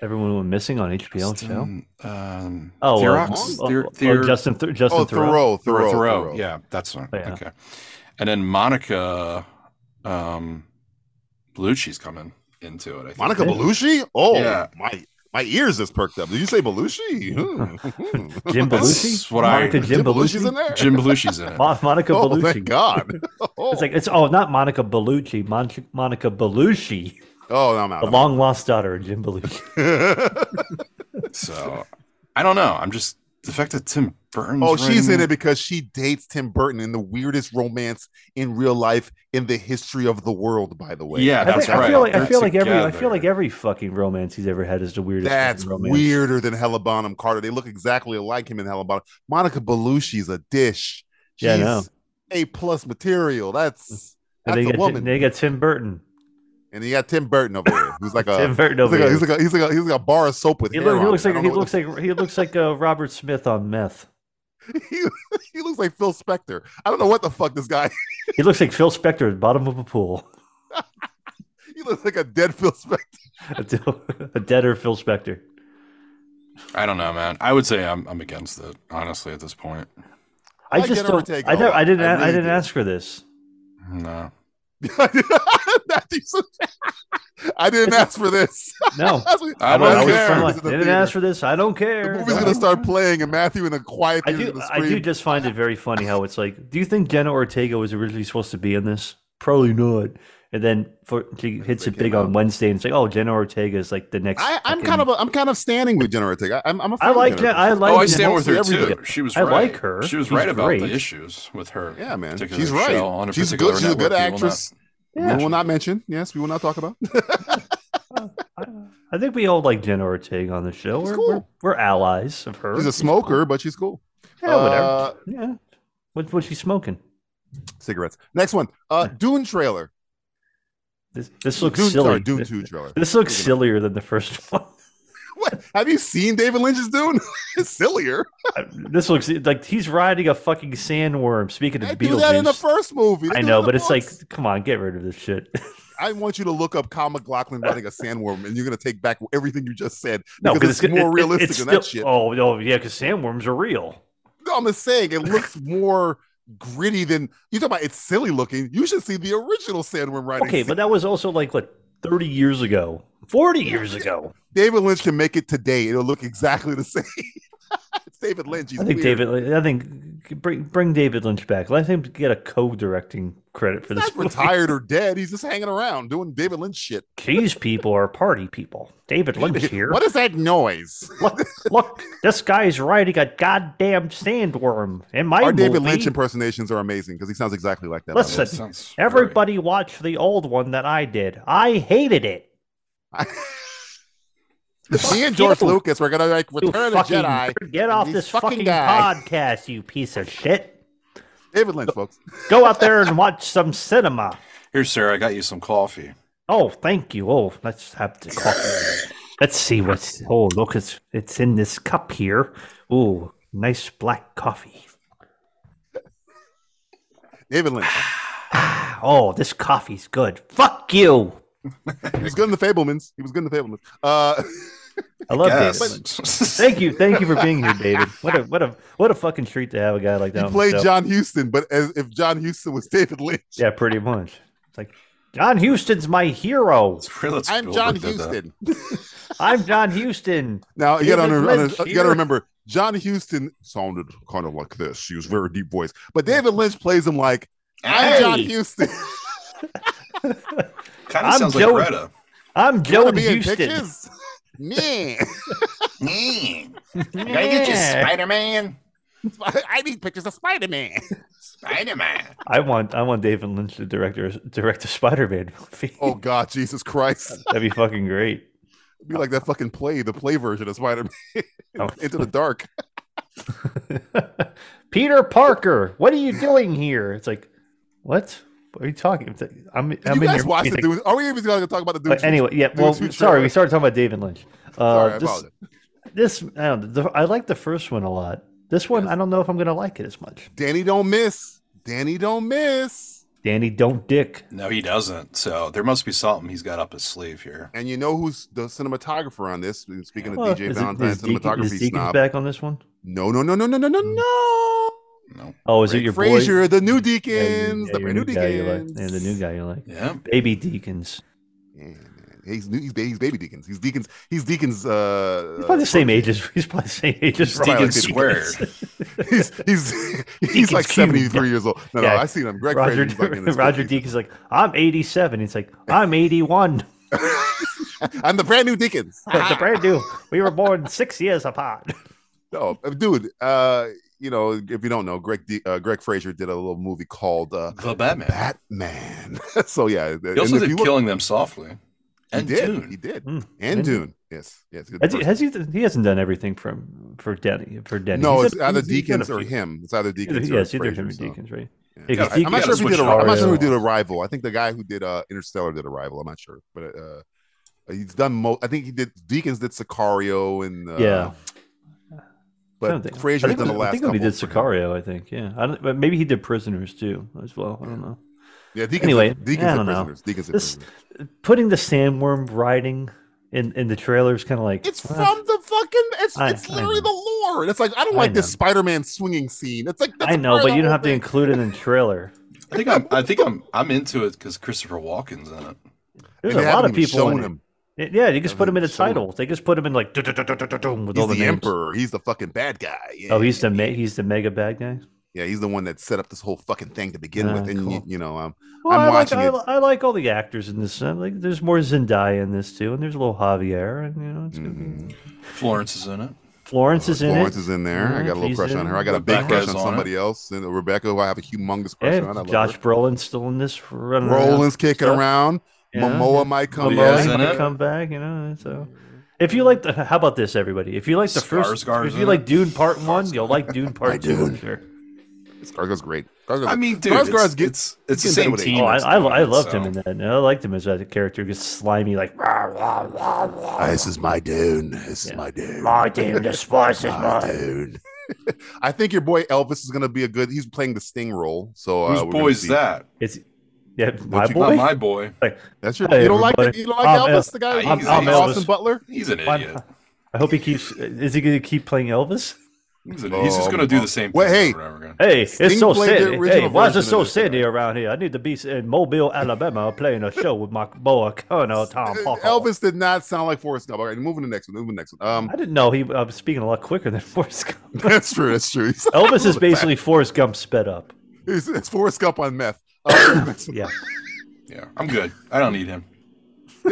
Speaker 6: everyone went missing on HBO show.
Speaker 3: Justin, um,
Speaker 6: Oh, well,
Speaker 3: Therox?
Speaker 6: oh,
Speaker 3: Ther-
Speaker 6: oh,
Speaker 3: Ther-
Speaker 6: Justin, Th- Justin
Speaker 2: oh,
Speaker 6: Theroux.
Speaker 2: Thoreau, Thoreau,
Speaker 3: Thoreau,
Speaker 2: Thoreau.
Speaker 3: Yeah, that's one.
Speaker 6: Oh, yeah.
Speaker 3: Okay. And then Monica um, Bellucci's coming into it. I think.
Speaker 2: Monica Belushi. Oh,
Speaker 3: Yeah.
Speaker 2: my my ears just perked up. Did you say
Speaker 6: *laughs*
Speaker 2: Belushi? Hmm.
Speaker 6: Jim
Speaker 3: That's
Speaker 6: Belushi.
Speaker 3: what I-
Speaker 6: Monica Jim
Speaker 2: Belushi's
Speaker 6: Belushi.
Speaker 2: in there.
Speaker 3: Jim Belushi's in it.
Speaker 6: Mo- Monica
Speaker 2: oh,
Speaker 6: Belushi.
Speaker 2: thank God. Oh,
Speaker 6: *laughs* It's like it's oh, not Monica Bellucci, Mon- Monica Belushi,
Speaker 2: oh, no, I'm out.
Speaker 6: the
Speaker 2: I'm out.
Speaker 6: long lost daughter of Jim Belushi.
Speaker 3: So I don't know. I'm just the fact that Tim Burton's.
Speaker 2: *laughs* oh, she's
Speaker 3: writing
Speaker 2: in it because she dates Tim Burton in the weirdest romance in real life in the history of the world. By the way,
Speaker 3: Yeah, *laughs*
Speaker 6: I,
Speaker 3: that's
Speaker 6: think,
Speaker 3: right.
Speaker 6: I feel like I
Speaker 3: They're
Speaker 6: feel like every I feel like
Speaker 3: together.
Speaker 6: every fucking romance he's ever had is the weirdest. fucking
Speaker 2: That's
Speaker 6: romance.
Speaker 2: weirder than Hella Bonham Carter. They look exactly alike him and Hella Bonham. Monica Belushi's a dish. She's
Speaker 6: Yeah, I know.
Speaker 2: A plus material. That's
Speaker 6: And
Speaker 2: that's a
Speaker 6: they got,
Speaker 2: woman.
Speaker 6: They got Tim Burton.
Speaker 2: and you got Tim Burton over there, who's
Speaker 6: *laughs*
Speaker 2: like a
Speaker 6: Tim Burton
Speaker 2: he's
Speaker 6: over
Speaker 2: like a,
Speaker 6: here.
Speaker 2: he's like a, he's like a, he's like a bar of soap with
Speaker 6: He,
Speaker 2: hair
Speaker 6: look, he
Speaker 2: on
Speaker 6: looks
Speaker 2: it. I
Speaker 6: like
Speaker 2: don't
Speaker 6: he
Speaker 2: know
Speaker 6: looks
Speaker 2: what
Speaker 6: like he looks like uh, Robert Smith on meth.
Speaker 2: the- *laughs* he, he looks like Phil Spector. I don't know what the fuck this guy. *laughs*
Speaker 6: He looks like Phil Spector at the bottom of a pool. *laughs*
Speaker 2: He looks like a dead Phil Spector. *laughs*
Speaker 6: a deader Phil Spector.
Speaker 3: I don't know, man. I would say I'm I'm against it honestly at this point.
Speaker 2: I
Speaker 6: I,
Speaker 2: like
Speaker 6: just
Speaker 2: Jenna
Speaker 6: don't.
Speaker 2: Ortega
Speaker 6: I,
Speaker 2: a
Speaker 6: don't-
Speaker 2: lot.
Speaker 6: I didn't.
Speaker 2: I
Speaker 6: I,
Speaker 2: really
Speaker 6: didn't
Speaker 2: do.
Speaker 6: ask
Speaker 2: *laughs*
Speaker 6: for this.
Speaker 3: No.
Speaker 2: Matthew's- *laughs* I didn't ask for this. *laughs*
Speaker 6: No,
Speaker 2: That's what-
Speaker 3: I
Speaker 2: I
Speaker 3: don't
Speaker 2: don't
Speaker 3: know.
Speaker 2: care.
Speaker 6: Someone-
Speaker 2: This is the
Speaker 6: didn't
Speaker 2: theater.
Speaker 6: ask for this. I don't
Speaker 2: The
Speaker 6: care.
Speaker 2: movie's gonna start playing, and Matthew in the quiet
Speaker 6: I
Speaker 2: theater
Speaker 6: do.
Speaker 2: gonna
Speaker 6: I do
Speaker 2: scream,
Speaker 6: just find it very funny how it's like. Do you think Jenna Ortega was originally supposed to be in this? Probably not. And then for, she hits
Speaker 2: they
Speaker 6: it big
Speaker 2: came
Speaker 6: on
Speaker 2: out.
Speaker 6: Wednesday, and it's like, oh, Jenna Ortega is like the next.
Speaker 2: I, I'm
Speaker 6: fucking-
Speaker 2: kind of a, I'm kind of standing with Jenna Ortega. I'm, I'm a fan
Speaker 6: I
Speaker 2: of
Speaker 6: like.
Speaker 2: Jenna
Speaker 6: Jen- I
Speaker 2: Ortega.
Speaker 6: like.
Speaker 3: oh, I
Speaker 6: Jenna
Speaker 3: stand with her
Speaker 6: Ortega.
Speaker 3: too. She was.
Speaker 6: I
Speaker 3: Right.
Speaker 6: like her.
Speaker 3: She was
Speaker 6: She's
Speaker 3: right about
Speaker 6: great.
Speaker 3: the issues with her.
Speaker 2: Yeah, man.
Speaker 3: particular
Speaker 2: She's right.
Speaker 3: show on a
Speaker 2: She's
Speaker 3: particular
Speaker 2: good. She's a good
Speaker 3: network we will not-
Speaker 2: actress.
Speaker 6: Yeah.
Speaker 2: We will not mention. Yes, we will not talk about.
Speaker 6: I think we all like Jenna Ortega on the show.
Speaker 2: She's
Speaker 6: We're,
Speaker 2: cool.
Speaker 6: we're, we're allies of her.
Speaker 2: She's a smoker, but she's cool.
Speaker 6: Yeah, whatever.
Speaker 2: Uh,
Speaker 6: yeah. What, what's she smoking?
Speaker 2: cigarettes. Next one. Uh, Dune trailer.
Speaker 6: This, this looks
Speaker 2: Dune,
Speaker 6: silly.
Speaker 2: sorry, Dune
Speaker 6: This-
Speaker 2: Two trailer. *laughs*
Speaker 6: This looks sillier than the first *laughs* one.
Speaker 2: What? Have you seen David Lynch's Dune? *laughs* it's sillier.
Speaker 6: this looks like he's riding a fucking sandworm. Speaking
Speaker 2: They
Speaker 6: of
Speaker 2: do that in the
Speaker 6: Beetlejuice,
Speaker 2: first movie. They
Speaker 6: I
Speaker 2: do it
Speaker 6: know,
Speaker 2: in the
Speaker 6: but it's
Speaker 2: books.
Speaker 6: like, come on, get rid of this shit. *laughs*
Speaker 2: I want you to look up Kyle McLaughlin riding a sandworm, and you're gonna take back everything you just said
Speaker 6: no,
Speaker 2: because it's,
Speaker 6: it-
Speaker 2: more
Speaker 6: it-
Speaker 2: realistic
Speaker 6: it's
Speaker 2: than that
Speaker 6: still-
Speaker 2: shit.
Speaker 6: Oh, no, yeah, because sandworms are real.
Speaker 2: No, I'm just saying it looks more gritty than you talk about. It's silly looking. You should see the original sandworm riding.
Speaker 6: Okay,
Speaker 2: scene.
Speaker 6: but that was also like what thirty years ago, forty years ago.
Speaker 2: David Lynch can make it today. It'll look exactly the *laughs* same. it's David Lynch. He's
Speaker 6: I think
Speaker 2: weird.
Speaker 6: David. I think bring bring David Lynch back. Let him get a co-directing credit for
Speaker 2: He's
Speaker 6: this.
Speaker 2: not
Speaker 6: movie.
Speaker 2: retired or dead. He's just hanging around doing David Lynch shit.
Speaker 6: These people are party people. David Lynch here.
Speaker 2: What is that noise?
Speaker 6: look, look, this guy's riding a goddamn sandworm. In my
Speaker 2: Our David
Speaker 6: movie,
Speaker 2: Lynch impersonations are amazing because he sounds exactly like that. by the way.
Speaker 6: Listen,
Speaker 3: sounds very-
Speaker 6: everybody watch the old one that I did. I hated it.
Speaker 2: *laughs* Me and George
Speaker 6: you.
Speaker 2: Lucas, we're gonna like
Speaker 6: You
Speaker 2: return a
Speaker 6: fucking
Speaker 2: Jedi.
Speaker 6: nerd. Get
Speaker 2: and
Speaker 6: off
Speaker 2: these
Speaker 6: this
Speaker 2: fucking
Speaker 6: fucking,
Speaker 2: guy.
Speaker 6: podcast, you piece of shit.
Speaker 2: David Lynch, folks.
Speaker 6: Go out there and watch some cinema.
Speaker 3: Here, Sarah, I got you some coffee.
Speaker 6: Oh, thank you. Oh, let's have the coffee. Let's see what's. Oh, look, it's it's in this cup here. Ooh, nice black coffee.
Speaker 2: David Lynch.
Speaker 6: Ah, Oh, this coffee's good. Fuck you.
Speaker 2: He was good in the Fablemans. He was good in the Fablemans. Uh, *laughs*
Speaker 6: I love David Lynch.
Speaker 3: Yes.
Speaker 6: Thank you, thank you for being here, David. What a what a what a fucking treat to have a guy like that.
Speaker 2: he
Speaker 6: on the
Speaker 2: played
Speaker 6: show.
Speaker 2: John Houston, but as if John Houston was David Lynch.
Speaker 6: Yeah, pretty much. It's like John Houston's my
Speaker 3: *laughs*
Speaker 6: hero.
Speaker 3: Let's- let's
Speaker 2: I'm
Speaker 3: build
Speaker 2: John
Speaker 3: it to the-
Speaker 2: Houston.
Speaker 6: I'm John Houston.
Speaker 2: Now you
Speaker 6: He's
Speaker 2: gotta,
Speaker 6: a
Speaker 2: under, under-
Speaker 6: glitch
Speaker 2: you gotta
Speaker 6: here.
Speaker 2: remember, John Houston sounded kind of like this. He was very deep voice, but David Lynch plays him like I'm John *laughs* Houston.
Speaker 3: Kind of
Speaker 6: I'm
Speaker 3: sounds
Speaker 6: Joey.
Speaker 2: *laughs*
Speaker 3: like Greta.
Speaker 6: I'm
Speaker 2: You wanna
Speaker 6: Joe
Speaker 2: be in
Speaker 6: Houston.
Speaker 2: pictures? Man,
Speaker 8: Man. Can I get you Spider Man?
Speaker 2: I need pictures of Spider Man.
Speaker 8: Spider Man.
Speaker 6: I want I want David Lynch to direct a, direct a Spider-Man movie.
Speaker 2: Oh God, Jesus Christ!
Speaker 6: *laughs* That'd be fucking great.
Speaker 2: It'd be like that fucking play, the play version of Spider Man,
Speaker 6: Oh.
Speaker 2: *laughs* Into the
Speaker 6: *laughs*
Speaker 2: Dark.
Speaker 6: Peter Parker, what are you doing here? It's like, what? What are you talking? It's like, I'm,
Speaker 2: Did
Speaker 6: I'm
Speaker 2: you
Speaker 6: in
Speaker 2: guys
Speaker 6: your
Speaker 2: watch the
Speaker 6: meeting.
Speaker 2: Dune? Are we even going to talk about the Dune?
Speaker 6: But anyway, yeah.
Speaker 2: Dune
Speaker 6: Well,
Speaker 2: two
Speaker 6: sorry,
Speaker 2: trailer?
Speaker 6: we started talking about David Lynch. Uh,
Speaker 2: Sorry, I
Speaker 6: this,
Speaker 2: apologize.
Speaker 6: this I, don't know, the, I like the first one a lot. This one, I don't know if I'm gonna like it as much.
Speaker 2: Danny don't miss. Danny don't miss.
Speaker 6: Danny, don't dick.
Speaker 3: No, he doesn't. So there must be something he's got up his sleeve here.
Speaker 2: And you know who's the cinematographer on this? Speaking of
Speaker 6: Well,
Speaker 2: DJ
Speaker 6: is it-
Speaker 2: Valentine,
Speaker 6: is Deacon- Hmm.
Speaker 2: cinematography
Speaker 6: is Deacon's
Speaker 2: snob.
Speaker 6: back on this one?
Speaker 2: No, no, no, no, no, no, no, no.
Speaker 3: No.
Speaker 6: Oh, is it
Speaker 2: Greg
Speaker 6: your
Speaker 2: Frazier,
Speaker 6: boy?
Speaker 2: the new
Speaker 6: Yeah, you-
Speaker 2: Deacons,
Speaker 6: yeah,
Speaker 2: the
Speaker 6: your
Speaker 2: brand new
Speaker 6: guy you like.
Speaker 2: Deacons.
Speaker 6: Yeah, the new guy you like.
Speaker 3: Yeah.
Speaker 6: Baby Deacons.
Speaker 2: Yeah, man. He's, new, he's, ba- he's baby Deacons. He's Deacons. He's Deacons.
Speaker 6: He's
Speaker 2: Uh,
Speaker 6: probably the same age as he's probably the same age as
Speaker 2: probably
Speaker 6: Deacon
Speaker 2: like
Speaker 3: Deacon
Speaker 2: Deacons.
Speaker 3: squared.
Speaker 2: he's
Speaker 6: *laughs*
Speaker 2: he's, he's
Speaker 6: Deacons
Speaker 2: like
Speaker 6: Cube.
Speaker 2: seventy three years old. No,
Speaker 6: Yeah.
Speaker 2: no, I seen him. Greg
Speaker 6: Roger
Speaker 2: Frazier's like
Speaker 6: *laughs*
Speaker 2: in his
Speaker 6: Roger
Speaker 2: 50s.
Speaker 6: Deacon's like, I'm 87. He's like, I'm *laughs* 81.
Speaker 2: *laughs* I'm the brand new Deacons.
Speaker 6: It's a brand new. We were born six years apart. *laughs*
Speaker 2: No, uh, dude. Uh, you know, if you don't know, Greg D- uh, Greg Frazier did a little movie called uh, *laughs*
Speaker 3: The Batman.
Speaker 2: Batman. *laughs* so yeah,
Speaker 3: He also
Speaker 2: if
Speaker 3: did
Speaker 2: you look-
Speaker 3: Killing Them Softly.
Speaker 2: he
Speaker 3: And
Speaker 2: did,
Speaker 3: Dune.
Speaker 2: he did,
Speaker 6: Mm,
Speaker 2: and
Speaker 6: and-
Speaker 2: Dune. Yes, yes. good
Speaker 6: Has he,
Speaker 2: person.
Speaker 6: has he? He hasn't done everything from for Denny for Denny.
Speaker 2: no,
Speaker 6: He's
Speaker 2: it's
Speaker 6: done-
Speaker 2: either
Speaker 6: he's- he's done a
Speaker 2: Deacons or
Speaker 6: few.
Speaker 2: him. It's either
Speaker 6: Either-
Speaker 2: Deacons.
Speaker 6: yeah,
Speaker 2: or
Speaker 6: it's either him or
Speaker 2: Frazier, so.
Speaker 6: Deacons, right?
Speaker 2: Yeah.
Speaker 6: Yeah, 'cause
Speaker 3: Yeah, I- I'm
Speaker 2: I'm
Speaker 6: Deacons-
Speaker 2: not sure if he did. A,
Speaker 3: switch
Speaker 2: I'm not sure who
Speaker 3: genres.
Speaker 2: did Arrival. I think the guy who did uh, Interstellar did Arrival. I'm not sure, but uh, he's done. Mo- I think he did. Deacons did Sicario and uh,
Speaker 6: yeah, I don't
Speaker 2: But
Speaker 6: think-
Speaker 2: Frazier
Speaker 6: I think
Speaker 2: done the
Speaker 6: when-
Speaker 2: last.
Speaker 6: I think when he
Speaker 2: couple
Speaker 6: did
Speaker 2: for him.
Speaker 6: Sicario, I think. Yeah, I don't, but maybe he did Prisoners too as well. I don't know.
Speaker 2: Yeah. Deacons
Speaker 6: Anyway,
Speaker 2: did- Deacons
Speaker 6: I
Speaker 2: did
Speaker 6: don't know.
Speaker 2: Prisoners. Deacons did
Speaker 6: This-
Speaker 2: Prisoners.
Speaker 6: Putting the sandworm riding in in the trailer is kind of like
Speaker 2: It's
Speaker 6: well,
Speaker 2: from the fucking. It's
Speaker 6: I-
Speaker 2: it's
Speaker 6: I
Speaker 2: literally
Speaker 6: know.
Speaker 2: the lore. It's like I don't
Speaker 6: I
Speaker 2: like this
Speaker 6: know.
Speaker 2: Spider-Man swinging scene. It's like that's
Speaker 6: I know,
Speaker 2: part of
Speaker 6: but
Speaker 2: the
Speaker 6: you don't
Speaker 2: whole
Speaker 6: have to
Speaker 2: thing.
Speaker 6: include it in the trailer.
Speaker 3: I think I'm I think I'm I'm into it because Christopher Walken's in it.
Speaker 2: *laughs*
Speaker 6: There's
Speaker 2: And they
Speaker 6: a lot
Speaker 2: haven't
Speaker 6: of
Speaker 2: even
Speaker 6: people.
Speaker 2: shown
Speaker 6: In
Speaker 2: him.
Speaker 6: it. Yeah, you just put him in a
Speaker 2: shown him.
Speaker 6: title. They just put him in like du-du-du-du-du-dum with
Speaker 2: He's
Speaker 6: all
Speaker 2: the,
Speaker 6: the names.
Speaker 2: emperor. He's the fucking bad guy. Yeah.
Speaker 6: Oh, he's the ma- he's the mega bad guy.
Speaker 2: yeah. He's the one that set up this whole fucking thing to begin
Speaker 6: Ah,
Speaker 2: with. And you,
Speaker 6: cool.
Speaker 2: you know, um,
Speaker 6: Well,
Speaker 2: I'm
Speaker 6: i like
Speaker 2: watching
Speaker 6: I,
Speaker 2: it.
Speaker 6: li- I like all the actors in this. I like there's more Zendaya in this too, and there's a little Javier, and you know it's gonna be
Speaker 3: Florence is in it.
Speaker 6: Florence is in
Speaker 2: Mm-hmm. Florence
Speaker 6: it.
Speaker 2: is in there. I
Speaker 6: Yeah,
Speaker 2: got a little
Speaker 6: he's
Speaker 2: crush on
Speaker 6: in.
Speaker 2: her. I got a big
Speaker 3: Rebecca's
Speaker 2: crush on
Speaker 3: on it.
Speaker 2: somebody else. And Rebecca, who I have a humongous crush on. I
Speaker 6: Yeah,
Speaker 2: love
Speaker 6: Eh, Josh
Speaker 2: her.
Speaker 6: Brolin's still in this. for Running
Speaker 2: Roland's kicking
Speaker 6: stuff.
Speaker 2: around.
Speaker 6: Yeah.
Speaker 2: Momoa might come
Speaker 3: Momoa
Speaker 2: back.
Speaker 3: Momoa's in
Speaker 6: might
Speaker 3: it.
Speaker 6: come back, you know. and So, if you like the, how about this, everybody? If you like the first,
Speaker 3: Skarsgård's
Speaker 6: if you
Speaker 3: in
Speaker 6: like
Speaker 3: it.
Speaker 6: Dune Part One, you'll like
Speaker 2: *laughs*
Speaker 6: Dune
Speaker 2: I
Speaker 6: Part Two.
Speaker 2: do.
Speaker 6: I'm sure.
Speaker 2: Skarsgård's great. Skarsgård's
Speaker 3: I mean, dude,
Speaker 2: Skarsgård's
Speaker 3: it's,
Speaker 2: get-
Speaker 3: it's it's the
Speaker 2: getting better
Speaker 3: same
Speaker 2: with age.
Speaker 3: team.
Speaker 6: Oh, I,
Speaker 3: that's
Speaker 6: I,
Speaker 3: doing
Speaker 6: I
Speaker 3: it,
Speaker 6: loved
Speaker 3: so.
Speaker 6: him in that. and I liked him as a character, just slimy, like "Rah, rah, rah, rah."
Speaker 2: Ah, this is my Dune. This is my Dune.
Speaker 9: My damn, the spice is
Speaker 2: My
Speaker 9: mine.
Speaker 2: Dune. *laughs* I think your boy Elvis is gonna be a good. He's playing the Sting role, so uh,
Speaker 3: Whose
Speaker 2: we're gonna
Speaker 3: boy's
Speaker 2: see.
Speaker 3: that?
Speaker 6: It's yeah, my
Speaker 2: you-
Speaker 3: Not
Speaker 6: boy.
Speaker 3: my boy.
Speaker 2: That's your.
Speaker 6: Hey,
Speaker 2: you don't like
Speaker 6: everybody.
Speaker 2: it? You don't like
Speaker 6: I'm
Speaker 2: Elvis,
Speaker 6: El-
Speaker 2: the guy who
Speaker 3: I'm-
Speaker 2: plays
Speaker 6: I'm
Speaker 2: Austin
Speaker 3: Elvis.
Speaker 2: Butler.
Speaker 3: He's an
Speaker 6: Why-
Speaker 3: idiot.
Speaker 6: I hope he keeps. Is he going to keep playing Elvis?
Speaker 3: He's, an, he's just gonna do the same.
Speaker 2: Wait,
Speaker 3: thing
Speaker 2: hey.
Speaker 3: over and over again.
Speaker 6: Hey,
Speaker 2: Sting
Speaker 6: it's so
Speaker 2: played the
Speaker 6: sandy.
Speaker 2: original
Speaker 6: Hey, why is it
Speaker 2: version
Speaker 6: so
Speaker 2: of this,
Speaker 6: sandy around here? I need to be in Mobile, Alabama, playing a show with my
Speaker 2: *laughs*
Speaker 6: boy Colonel Tom
Speaker 2: Uh,
Speaker 6: Parker.
Speaker 2: Elvis did not sound like Forrest Gump. All right, moving to the next one. Moving to the next one.
Speaker 6: *laughs*
Speaker 2: Um,
Speaker 6: I didn't know he. I was speaking a lot quicker than *laughs*
Speaker 2: *laughs*
Speaker 6: Forrest Gump.
Speaker 2: that's true. That's true. He's,
Speaker 6: Elvis is basically Forrest Gump sped up.
Speaker 2: he's, it's Forrest Gump on meth.
Speaker 6: *coughs*
Speaker 2: Uh,
Speaker 6: Yeah,
Speaker 3: Yeah, I'm good. I don't need him.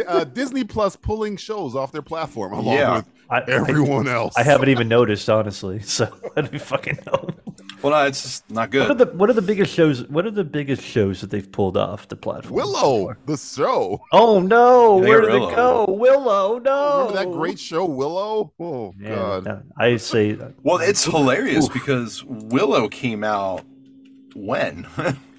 Speaker 2: uh, Disney Plus pulling shows off their platform along
Speaker 3: Yeah.
Speaker 2: with
Speaker 6: I, I,
Speaker 2: everyone else.
Speaker 6: I haven't even noticed honestly. *laughs* So I don't fucking know.
Speaker 3: Well, no, it's just not
Speaker 6: What are
Speaker 3: good.
Speaker 6: the What are the biggest shows? What are the biggest shows that they've pulled off the platform?
Speaker 2: Willow, the show.
Speaker 6: Oh no!
Speaker 3: They
Speaker 6: Where
Speaker 3: got
Speaker 6: did it
Speaker 3: Willow.
Speaker 6: go? Willow, no!
Speaker 2: Remember that great show, Willow? Oh
Speaker 6: Oh. Yeah,
Speaker 2: God.
Speaker 6: no, I say
Speaker 3: Well, it's hilarious because Willow came out when, *laughs*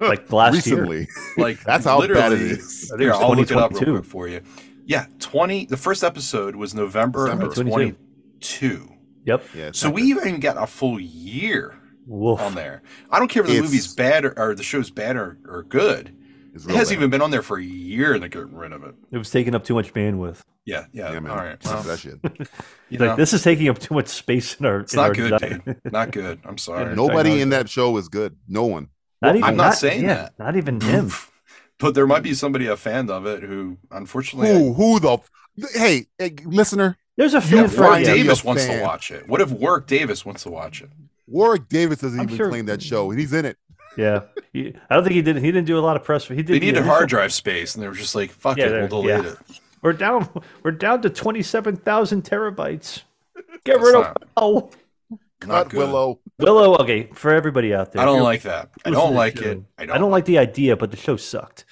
Speaker 6: like last year.
Speaker 2: Recently,
Speaker 3: like
Speaker 2: That's how bad
Speaker 3: literally-
Speaker 2: it is.
Speaker 6: I think
Speaker 3: Here,
Speaker 6: it's
Speaker 3: I'll look it up real
Speaker 6: 2022.
Speaker 3: quick for you. Yeah, twenty. The first episode was November of
Speaker 6: December.
Speaker 3: twenty two.
Speaker 6: Yep.
Speaker 2: yeah. it's
Speaker 3: So
Speaker 2: not
Speaker 3: we even got a full year
Speaker 6: Woof.
Speaker 3: on there. I don't care if the
Speaker 2: It's-
Speaker 3: movie's bad or, or the show's bad or, or good.
Speaker 2: good. It's
Speaker 3: It
Speaker 2: real
Speaker 3: hasn't
Speaker 2: bad.
Speaker 3: even been on there for a year and they're getting rid of it.
Speaker 6: It was taking up too much bandwidth.
Speaker 3: Yeah, yeah.
Speaker 2: Yeah, man.
Speaker 3: All right.
Speaker 2: Fuck
Speaker 3: Well,
Speaker 2: that shit.
Speaker 3: you
Speaker 6: like
Speaker 3: know,
Speaker 6: this is taking up too much space in our.
Speaker 3: it's
Speaker 6: in our
Speaker 3: not good,
Speaker 6: *laughs* design.
Speaker 3: dude. Not good. I'm sorry. *laughs*
Speaker 6: Yeah,
Speaker 2: Nobody in that show is good. No one.
Speaker 6: Not even
Speaker 3: I'm not saying
Speaker 6: yeah,
Speaker 3: that.
Speaker 6: Not even him.
Speaker 3: but there might be somebody a fan of it who, unfortunately, I-
Speaker 2: Who? Who the? Hey, hey, listener,
Speaker 6: There's a
Speaker 2: You
Speaker 6: fan
Speaker 2: find
Speaker 6: for
Speaker 3: Warwick
Speaker 2: Ryan,
Speaker 6: it.
Speaker 2: it.
Speaker 3: Davis
Speaker 2: be a
Speaker 3: wants
Speaker 2: fan.
Speaker 3: to watch it. What if Warwick Davis wants to watch it?
Speaker 2: Warwick Davis doesn't
Speaker 6: I'm
Speaker 2: even
Speaker 6: sure-
Speaker 2: claim that show, and he's in it.
Speaker 6: Yeah, He- I don't think he did. He didn't do a lot of press. He did
Speaker 3: They needed
Speaker 6: yeah,
Speaker 3: hard drive space, and they were just like, "Fuck
Speaker 6: Yeah,
Speaker 3: it,
Speaker 6: they're-
Speaker 3: we'll delete
Speaker 6: yeah.
Speaker 3: it."
Speaker 6: We're down. We're down to twenty-seven thousand
Speaker 3: *laughs*
Speaker 6: terabytes. Get rid of
Speaker 3: not-
Speaker 6: Willow.
Speaker 3: Not
Speaker 2: Cut
Speaker 3: good.
Speaker 2: Willow.
Speaker 6: Willow. Okay, for everybody out there,
Speaker 3: I
Speaker 6: if
Speaker 3: don't
Speaker 6: you're
Speaker 3: like that. I
Speaker 6: listening to
Speaker 3: don't
Speaker 6: the
Speaker 3: like
Speaker 6: show,
Speaker 3: it. I don't.
Speaker 6: I don't like the idea, but the show sucked.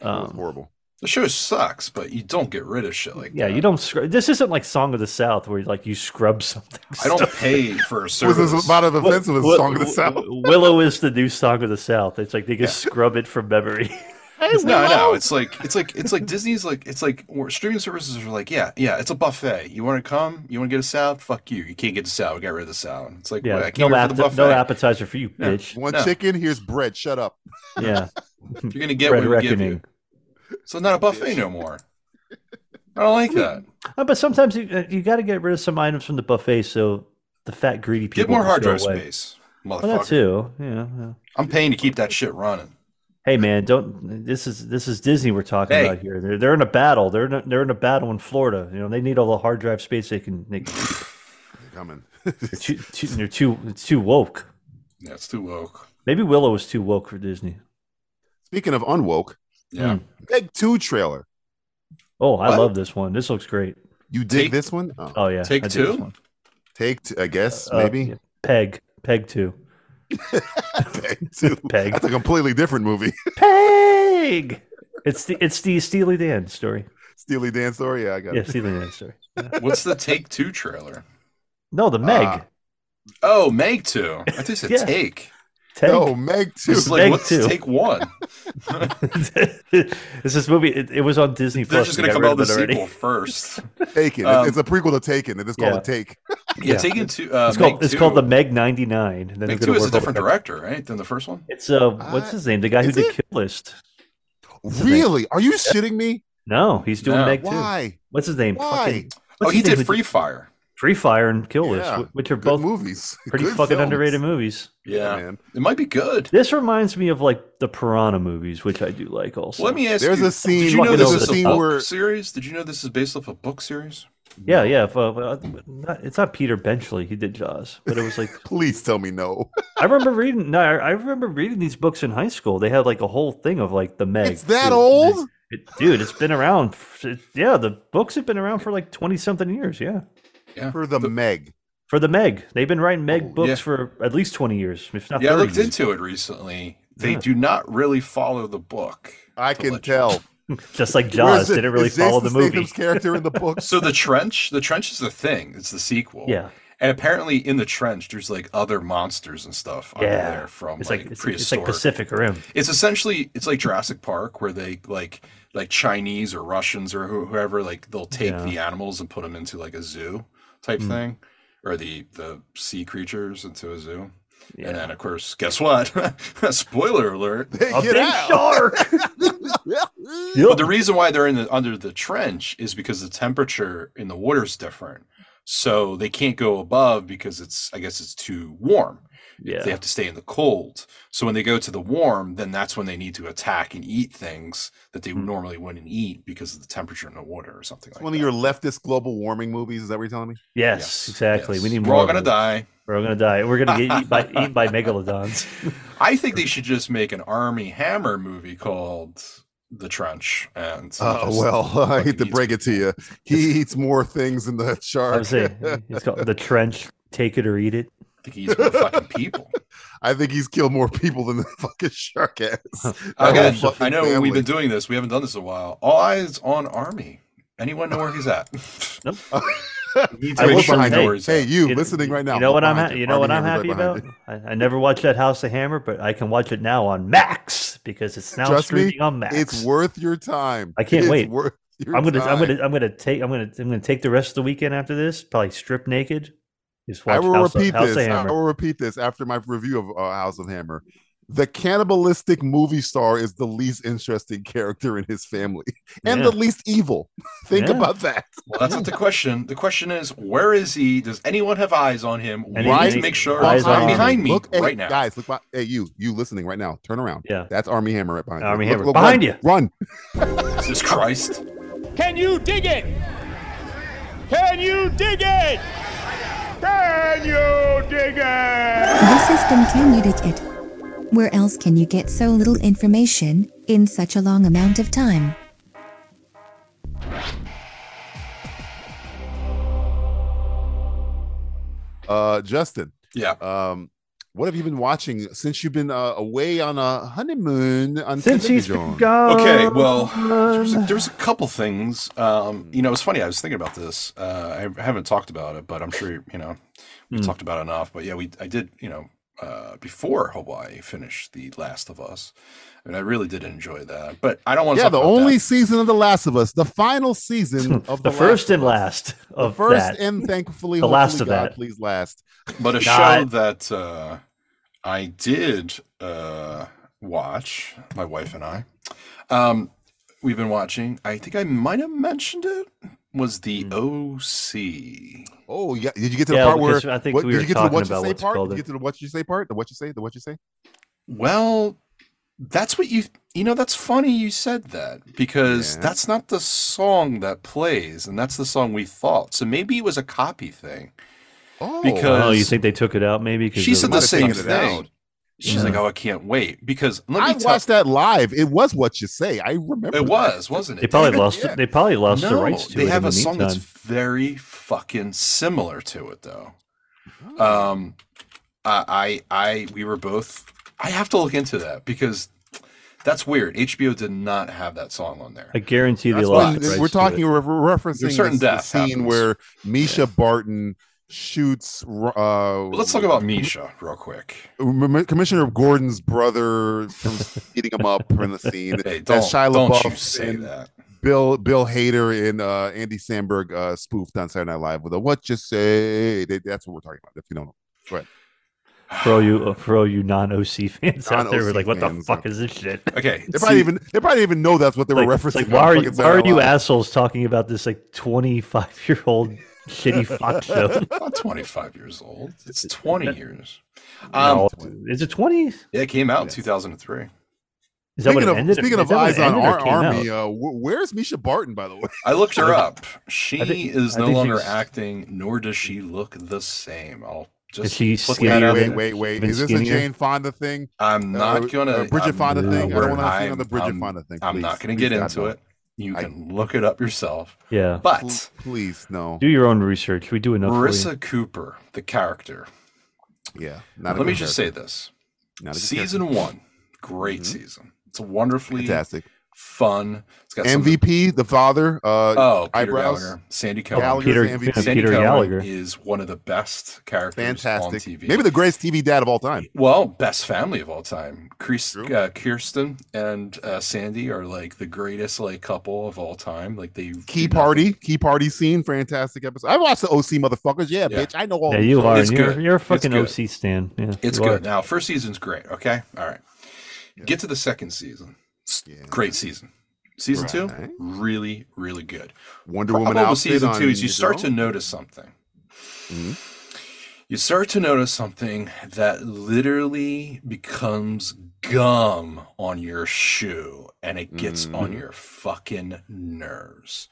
Speaker 2: It was
Speaker 6: Um,
Speaker 2: horrible.
Speaker 3: The show sucks, but you don't get rid of shit like
Speaker 6: yeah,
Speaker 3: that.
Speaker 6: you don't. Scr- this isn't like Song of the South where like you scrub *laughs* something.
Speaker 3: I don't pay for a
Speaker 2: Was
Speaker 3: service.
Speaker 2: this about as offensive as
Speaker 6: Wi-
Speaker 2: Song of the
Speaker 6: Wi-
Speaker 2: South? *laughs*
Speaker 6: Willow is the new Song of the South. It's like they just scrub it from
Speaker 3: *laughs*
Speaker 6: memory.
Speaker 3: no, I know. It's like it's like it's like Disney's like it's like or streaming services are like, yeah, yeah, it's a buffet. You want to come? You want to get a salad? Fuck you. You can't get the salad. We got rid of the salad. It's like well,
Speaker 6: Yeah,
Speaker 3: I can't
Speaker 6: no,
Speaker 3: get rid of the
Speaker 6: appe-
Speaker 3: buffet.
Speaker 6: no appetizer for you,
Speaker 3: Yeah.
Speaker 6: bitch.
Speaker 2: One
Speaker 3: No.
Speaker 2: chicken, here's bread. Shut up.
Speaker 6: Yeah,
Speaker 3: You're gonna get
Speaker 6: Red
Speaker 3: what we give
Speaker 6: Reckoning.
Speaker 3: you. So not a buffet no more. I don't like that.
Speaker 6: Uh, but sometimes you, uh, you got to get rid of some items from the buffet so the fat greedy people
Speaker 3: Get more
Speaker 6: can
Speaker 3: hard
Speaker 6: go
Speaker 3: drive
Speaker 6: away.
Speaker 3: space, motherfucker.
Speaker 6: Well, that too. Yeah, yeah.
Speaker 3: I'm paying to keep that shit running.
Speaker 6: Hey man, don't this is this is Disney we're talking
Speaker 3: Hey.
Speaker 6: about here. They're, they're in a battle. They're in a, they're in a battle in Florida. You know they need all the hard drive space they can. They, they're,
Speaker 2: Coming. *laughs*
Speaker 6: too, too, they're too it's too woke.
Speaker 3: Yeah, it's too woke.
Speaker 6: Maybe Willow was too woke for Disney.
Speaker 2: Speaking of unwoke,
Speaker 3: Yeah.
Speaker 6: Mm.
Speaker 2: Meg Two trailer.
Speaker 6: Oh, I
Speaker 3: What?
Speaker 6: love this one. This looks great.
Speaker 2: You dig
Speaker 3: Take-
Speaker 2: this one? Oh,
Speaker 6: Oh yeah,
Speaker 3: Take
Speaker 6: I dig this
Speaker 3: two?
Speaker 6: one.
Speaker 2: take, t- I guess,
Speaker 6: Uh,
Speaker 2: maybe. *laughs*
Speaker 6: yeah, Peg Peg two
Speaker 2: Peg Two.
Speaker 6: Peg.
Speaker 2: That's a completely different movie. *laughs*
Speaker 6: Peg. It's the it's the Steely Dan story.
Speaker 2: Steely Dan story. Yeah, I got
Speaker 6: Yeah,
Speaker 2: it.
Speaker 6: Steely Dan story. Yeah.
Speaker 3: What's the Take Two trailer?
Speaker 6: No, the Meg.
Speaker 2: Ah.
Speaker 3: Oh, Meg Two. I think it's a
Speaker 6: Yeah.
Speaker 3: Take.
Speaker 6: Peg.
Speaker 2: No, Meg Two.
Speaker 3: It's like
Speaker 6: Meg
Speaker 3: what's
Speaker 6: Two.
Speaker 3: Take One?
Speaker 6: it's *laughs* this movie. It, it was on Disney
Speaker 3: They're
Speaker 6: Plus.
Speaker 3: just
Speaker 6: we
Speaker 3: gonna
Speaker 6: got
Speaker 3: come
Speaker 6: rid
Speaker 3: out
Speaker 6: of
Speaker 3: with
Speaker 6: it
Speaker 3: a
Speaker 6: already.
Speaker 3: sequel
Speaker 6: *laughs*
Speaker 3: first.
Speaker 2: Taken.
Speaker 3: Um,
Speaker 2: it's a prequel to Taken. They just call
Speaker 6: yeah.
Speaker 2: it Take.
Speaker 3: Yeah,
Speaker 6: Yeah.
Speaker 3: Taken Two. Uh,
Speaker 6: It's called
Speaker 3: Meg
Speaker 6: it's
Speaker 3: 2.
Speaker 6: called the Meg ninety nine. Then
Speaker 3: Meg
Speaker 6: it's
Speaker 3: Two is a
Speaker 6: gonna work over
Speaker 3: different
Speaker 6: Meg-
Speaker 3: director, right? Than the first one.
Speaker 6: It's uh,
Speaker 2: Uh,
Speaker 6: what's his name? The guy who
Speaker 2: is
Speaker 6: did
Speaker 2: it?
Speaker 6: Kill List.
Speaker 2: Really? Are you shitting me?
Speaker 6: No, he's doing
Speaker 3: No.
Speaker 6: Meg two.
Speaker 2: Why?
Speaker 6: What's his name?
Speaker 2: Why?
Speaker 6: Fucking-
Speaker 3: Oh,
Speaker 6: what's
Speaker 3: he
Speaker 6: his name
Speaker 3: did
Speaker 6: who
Speaker 3: Free Fire.
Speaker 6: Free Fire and Kill List,
Speaker 2: Yeah.
Speaker 6: wh- which are
Speaker 2: Good
Speaker 6: both
Speaker 2: movies.
Speaker 6: pretty
Speaker 2: Good
Speaker 6: fucking
Speaker 2: films.
Speaker 6: underrated movies.
Speaker 3: Yeah,
Speaker 2: man.
Speaker 3: it might be good.
Speaker 6: This reminds me of like the Piranha movies, which I do like also.
Speaker 3: Let me ask
Speaker 2: There's
Speaker 3: you.
Speaker 2: a scene-
Speaker 3: Did you know
Speaker 6: there's
Speaker 3: this
Speaker 6: a
Speaker 3: is a
Speaker 6: scene
Speaker 3: book
Speaker 2: where-
Speaker 3: series? Did you know this is based off a book series?
Speaker 6: yeah, yeah. If, uh, uh, not, it's not Peter Benchley. He did Jaws, but it was
Speaker 3: *laughs*
Speaker 6: like
Speaker 2: Please tell me *laughs* no.
Speaker 6: I remember reading. No, I, I remember reading these books in high school. They had like a whole thing of like the Meg.
Speaker 2: It's that
Speaker 6: Dude,
Speaker 2: old?
Speaker 6: it- it- dude, it's been around. f- it- yeah, the books have been around for like twenty something years. Yeah,
Speaker 3: Yeah.
Speaker 2: For the Meg.
Speaker 6: for the Meg, they've been writing Meg
Speaker 2: Oh,
Speaker 6: books
Speaker 3: yeah.
Speaker 6: for at least twenty years, if not
Speaker 3: Yeah, I
Speaker 6: 30
Speaker 3: looked
Speaker 6: years.
Speaker 3: into it recently. They
Speaker 6: Yeah.
Speaker 3: do not really follow the book.
Speaker 2: I
Speaker 3: to
Speaker 2: can
Speaker 3: let you-
Speaker 2: tell.
Speaker 3: *laughs*
Speaker 6: Just like
Speaker 2: Where's
Speaker 6: Jaws
Speaker 2: it-
Speaker 6: didn't really
Speaker 2: is Jason
Speaker 6: follow the movie.
Speaker 2: Statham's character *laughs* in the books.
Speaker 3: So the trench, the trench is the thing. It's the sequel.
Speaker 6: Yeah,
Speaker 3: And apparently in the trench, there's like other monsters and stuff under
Speaker 6: Yeah.
Speaker 3: there from
Speaker 6: it's
Speaker 3: like,
Speaker 6: like, it's, it's
Speaker 3: prehistoric.
Speaker 6: like
Speaker 3: *laughs*
Speaker 6: Pacific Rim.
Speaker 3: it's essentially it's like Jurassic Park where they like like Chinese or Russians or who- whoever like they'll take
Speaker 6: Yeah. Hmm.
Speaker 3: the animals and put them into like a zoo type thing or the the sea creatures into a zoo.
Speaker 6: Yeah.
Speaker 3: And then of course, guess what? *laughs* Spoiler alert.
Speaker 2: They
Speaker 6: a
Speaker 2: get
Speaker 6: big
Speaker 2: out.
Speaker 6: shark.
Speaker 3: *laughs* But the reason why they're in the under the trench is because the temperature in the water is different. So they can't go above because it's I guess it's too warm.
Speaker 6: yeah,
Speaker 3: They have to stay in the cold. So when they go to the warm, then that's when they need to attack and eat things that
Speaker 6: Mm-hmm.
Speaker 3: they normally wouldn't eat because of the temperature in the water or something
Speaker 2: It's
Speaker 3: like
Speaker 2: one
Speaker 3: that.
Speaker 2: of your leftist global warming movies. Is that what you're telling me?
Speaker 6: yes,
Speaker 3: Yes,
Speaker 6: exactly. We
Speaker 3: yes.
Speaker 6: need
Speaker 3: We're
Speaker 6: more.
Speaker 3: all
Speaker 6: of
Speaker 3: gonna
Speaker 6: those.
Speaker 3: die.
Speaker 6: We're all gonna die. We're gonna get eaten by
Speaker 3: *laughs*
Speaker 6: eaten by megalodons.
Speaker 3: I think they should just make an Army Hammer movie called The Trench. And
Speaker 6: Oh,
Speaker 2: Uh,
Speaker 3: just
Speaker 2: well, *laughs* I hate to
Speaker 3: fucking eat
Speaker 2: break it to you. He eats more things *laughs* than the
Speaker 6: I
Speaker 2: shark.
Speaker 6: would say it's called the trench. Take it or eat it.
Speaker 3: I think he's more fucking
Speaker 6: *laughs*
Speaker 3: people.
Speaker 2: I think he's killed more people than the *laughs* fucking shark has. That whole
Speaker 3: Again,
Speaker 2: fucking
Speaker 3: I know
Speaker 2: family.
Speaker 3: we've been doing this. We haven't done this in a while. All eyes on Army. Anyone know where he's at? *laughs*
Speaker 2: *laughs*
Speaker 6: Nope.
Speaker 3: Need
Speaker 2: I
Speaker 3: to
Speaker 6: will
Speaker 3: make sure we
Speaker 6: find-
Speaker 3: know
Speaker 6: hey,
Speaker 3: where he's
Speaker 2: Hey,
Speaker 3: at.
Speaker 2: you
Speaker 6: You-
Speaker 2: listening right now?
Speaker 6: You know
Speaker 2: look
Speaker 6: what I'm.
Speaker 2: behind
Speaker 6: Ha- you know what I'm
Speaker 2: Army
Speaker 6: happy
Speaker 2: Hammer's right
Speaker 6: about. I, I never watched that House of Hammer, but I can watch it now on Max because it's now
Speaker 2: Trust me,
Speaker 6: streaming on Max.
Speaker 2: behind you. It's worth your time.
Speaker 6: I can't
Speaker 2: It's
Speaker 6: wait.
Speaker 2: worth your
Speaker 6: I'm gonna. I'm
Speaker 2: time.
Speaker 6: gonna. I'm gonna take. I'm gonna. I'm gonna take the rest of the weekend after this. Probably strip naked. Just watch
Speaker 2: I will
Speaker 6: House, of-
Speaker 2: repeat
Speaker 6: House
Speaker 2: this.
Speaker 6: of
Speaker 2: I
Speaker 6: Hammer.
Speaker 2: will repeat this after my review of uh, House of Hammer. the cannibalistic movie star is the least interesting *laughs* character in his family and
Speaker 6: Yeah.
Speaker 2: the least evil. *laughs* Think
Speaker 6: Yeah.
Speaker 2: about
Speaker 6: *laughs*
Speaker 2: that.
Speaker 3: Well, that's not the question. The question is, where is he? Does anyone have eyes on him?
Speaker 6: And
Speaker 3: Why
Speaker 6: he-
Speaker 3: make sure
Speaker 6: eyes
Speaker 3: he's
Speaker 6: on
Speaker 3: not
Speaker 6: him.
Speaker 3: behind me
Speaker 2: Look at-
Speaker 3: right now?
Speaker 2: guys. Look, by, hey, you, you listening right now? Turn around.
Speaker 6: Yeah.
Speaker 2: that's Army Hammer right behind. you.
Speaker 6: Armie
Speaker 2: Look,
Speaker 6: Hammer.
Speaker 2: look,
Speaker 6: Behind
Speaker 2: run,
Speaker 6: you.
Speaker 2: Run.
Speaker 3: Jesus Christ!
Speaker 7: Can you dig it? Can you dig it? Can you dig it?
Speaker 4: This has been Can You Dig It? Where else can you get so little information in such a long amount of time?
Speaker 2: Uh, Justin,
Speaker 3: Yeah.
Speaker 2: um, what have you been watching since you've been uh, away on a honeymoon? On
Speaker 6: Since she's
Speaker 2: television?
Speaker 6: gone.
Speaker 3: Okay, well, there's
Speaker 2: Um,
Speaker 3: a, there's a couple things. Um, you know, it's funny. I was thinking about this. Uh, I haven't talked about it, but I'm sure you know we
Speaker 6: Hmm.
Speaker 3: talked about it enough. But yeah, we I did. You know, uh, before Hawaii finished The Last of Us, and I really did enjoy that. But I don't want to.
Speaker 2: yeah, the only season of The Last of Us, the final
Speaker 6: *laughs*
Speaker 2: season of
Speaker 6: the
Speaker 2: Last
Speaker 6: first
Speaker 2: of
Speaker 6: and
Speaker 2: Us.
Speaker 6: last
Speaker 2: the
Speaker 6: of
Speaker 2: first
Speaker 6: that.
Speaker 2: and thankfully,
Speaker 6: *laughs* The
Speaker 2: hopefully
Speaker 6: last of
Speaker 2: God,
Speaker 6: that.
Speaker 2: please last.
Speaker 3: but a show
Speaker 6: Not-
Speaker 3: that uh, I did uh, watch, my wife and I, um, we've been watching. I think I might have mentioned it. Was the
Speaker 2: Hmm.
Speaker 3: OC?
Speaker 2: Oh yeah, did you get to the
Speaker 6: Yeah,
Speaker 2: part where
Speaker 6: because I think
Speaker 2: what,
Speaker 6: we
Speaker 2: did
Speaker 6: were
Speaker 2: you get to the
Speaker 6: talking
Speaker 2: what you
Speaker 6: about
Speaker 2: say
Speaker 6: what's
Speaker 2: part?
Speaker 6: called
Speaker 2: Did you
Speaker 6: it.
Speaker 2: get to the what you say? The what you say? The what you say?
Speaker 3: Well, that's what you you know. That's funny you said that because
Speaker 2: Yeah.
Speaker 3: that's not the song that plays, and that's the song we thought. So maybe it was a copy thing.
Speaker 2: Oh,
Speaker 3: Because-
Speaker 6: oh, you think they took it out maybe? 'cause
Speaker 3: She
Speaker 6: of-
Speaker 3: said
Speaker 2: might
Speaker 3: the
Speaker 2: have
Speaker 3: same
Speaker 2: taken it out.
Speaker 3: thing. She's like, "Oh, I can't wait," because let me
Speaker 2: I
Speaker 3: tell.
Speaker 2: watched that live. It was what you say. I remember
Speaker 3: It
Speaker 2: that.
Speaker 3: was, wasn't it?
Speaker 6: They probably
Speaker 3: David?
Speaker 6: lost.
Speaker 2: yeah.
Speaker 6: They probably lost the
Speaker 3: No,
Speaker 6: rights to
Speaker 3: they
Speaker 6: it. in
Speaker 3: have
Speaker 6: the
Speaker 3: a song that's
Speaker 6: meantime.
Speaker 3: very fucking similar to it, though.
Speaker 6: Oh.
Speaker 3: Um, I, I, I, we were both. I have to look into that because that's weird. HBO did not have that song on there.
Speaker 6: I guarantee they
Speaker 2: That's
Speaker 6: lost.
Speaker 2: when-
Speaker 6: the rights
Speaker 2: we're
Speaker 6: to it.
Speaker 2: talking re- referencing
Speaker 3: There's certain
Speaker 2: this- the
Speaker 3: death
Speaker 2: scene
Speaker 3: happens.
Speaker 2: where Misha Barton shoots. Uh,
Speaker 3: But let's talk about Misha real quick.
Speaker 2: Rem- Commissioner Gordon's brother from beating him up in the scene.
Speaker 3: Hey, don't,
Speaker 2: That's Shia
Speaker 3: don't you
Speaker 2: LaBeouf
Speaker 3: say
Speaker 2: and-
Speaker 3: that.
Speaker 2: Bill Bill Hader and uh, Andy Samberg uh, spoofed on Saturday Night Live with a "What you say." They, that's what we're talking about. If you don't know,
Speaker 6: for all you for all you non OC fans out
Speaker 2: Non-OC
Speaker 6: there, we're like, what the
Speaker 2: fans,
Speaker 6: fuck
Speaker 2: yeah.
Speaker 6: is this shit?
Speaker 3: *sighs* Okay,
Speaker 2: they probably
Speaker 3: see,
Speaker 2: even they probably even know that's what they were
Speaker 6: Like,
Speaker 2: referencing.
Speaker 6: like,
Speaker 2: on
Speaker 6: why are you
Speaker 2: fucking
Speaker 6: why are
Speaker 2: Saturday
Speaker 6: you
Speaker 2: Night Live.
Speaker 6: assholes talking about this like twenty five year old *laughs* shitty
Speaker 2: *laughs*
Speaker 6: Fox show?
Speaker 3: I'm not 25 years old. It's 20 years. Um,
Speaker 6: No, is it twenty?
Speaker 3: Yeah, it came out in 2003.
Speaker 6: Is that
Speaker 2: Speaking
Speaker 6: what it
Speaker 2: of,
Speaker 6: ended?
Speaker 2: speaking
Speaker 6: is
Speaker 2: of
Speaker 6: that when it
Speaker 2: eyes on
Speaker 6: ended or
Speaker 2: our
Speaker 6: came out?
Speaker 2: army, uh, wh- where's Misha Barton? By the way,
Speaker 3: I looked her up. She
Speaker 6: I think-
Speaker 3: is
Speaker 6: I
Speaker 3: no
Speaker 6: think
Speaker 3: longer
Speaker 6: she's-
Speaker 3: acting, nor does she look the same. I'll just
Speaker 6: she
Speaker 2: wait,
Speaker 3: put that
Speaker 6: skinnier
Speaker 3: out
Speaker 2: wait,
Speaker 3: there.
Speaker 6: than-
Speaker 2: wait, wait.
Speaker 6: been
Speaker 2: Is this
Speaker 6: skinnier?
Speaker 2: a Jane Fonda thing?
Speaker 3: I'm not
Speaker 2: Uh,
Speaker 3: gonna
Speaker 2: uh, Bridget
Speaker 3: I'm
Speaker 2: Fonda
Speaker 3: not-
Speaker 2: thing. I
Speaker 3: we're-
Speaker 2: don't want to see
Speaker 3: I'm-
Speaker 2: another Bridget
Speaker 3: I'm-
Speaker 2: Fonda thing.
Speaker 3: I'm
Speaker 2: please.
Speaker 3: not gonna
Speaker 2: Please,
Speaker 3: get
Speaker 2: God,
Speaker 3: into
Speaker 2: no.
Speaker 3: it. You
Speaker 2: I-
Speaker 3: can look it up yourself.
Speaker 6: Yeah,
Speaker 2: Pl-
Speaker 3: But
Speaker 2: Please no.
Speaker 6: do your own research. We do enough. For you.
Speaker 3: Marissa Cooper, the character.
Speaker 2: Yeah. Not a
Speaker 3: Let me
Speaker 2: good
Speaker 3: just
Speaker 2: character.
Speaker 3: say this:
Speaker 2: Not a good character.
Speaker 3: season one, great
Speaker 2: Mhm.
Speaker 3: season. It's a wonderfully
Speaker 2: fantastic.
Speaker 3: fun. It's got some of the-
Speaker 2: MVP, the father. Uh,
Speaker 3: Oh, Peter
Speaker 2: eyebrows.
Speaker 3: Gallagher, Sandy Cohen.
Speaker 2: Gallagher's
Speaker 6: Peter,
Speaker 2: the MVP.
Speaker 6: yeah,
Speaker 3: Sandy
Speaker 6: Peter
Speaker 3: Cohen
Speaker 6: Gallagher.
Speaker 3: is one of the best characters on
Speaker 2: fantastic.
Speaker 3: TV.
Speaker 2: Maybe the greatest TV dad of all time.
Speaker 3: Well, best family of all time. Chris,
Speaker 2: True.
Speaker 3: uh, Kirsten and uh, Sandy are like the greatest like couple of all time. Like they
Speaker 2: Key
Speaker 3: do nothing-
Speaker 2: party, key party scene, fantastic episode. I watched the OC motherfuckers. Yeah,
Speaker 3: Yeah.
Speaker 2: bitch, I know all.
Speaker 6: Yeah,
Speaker 2: these
Speaker 6: you
Speaker 2: shows.
Speaker 6: are.
Speaker 3: It's
Speaker 6: and You're,
Speaker 3: good.
Speaker 6: you're a
Speaker 3: It's
Speaker 6: fucking
Speaker 3: good.
Speaker 6: OC stan. Yeah,
Speaker 3: It's
Speaker 6: you
Speaker 3: good.
Speaker 6: Are. *laughs*
Speaker 3: Now, first season's great. Okay, all right. Get to the second season. S-
Speaker 2: Yeah.
Speaker 3: Great season. Season
Speaker 2: Right.
Speaker 3: two, really, really good.
Speaker 2: Wonder
Speaker 3: Problem
Speaker 2: Woman
Speaker 3: with
Speaker 2: outfit
Speaker 3: season
Speaker 2: on
Speaker 3: two is you
Speaker 2: his
Speaker 3: start to
Speaker 2: own?
Speaker 3: notice something.
Speaker 2: Mhm.
Speaker 3: You start to notice something that literally becomes gum on your shoe, and it gets on
Speaker 2: Mm-hmm.
Speaker 3: your fucking nerves.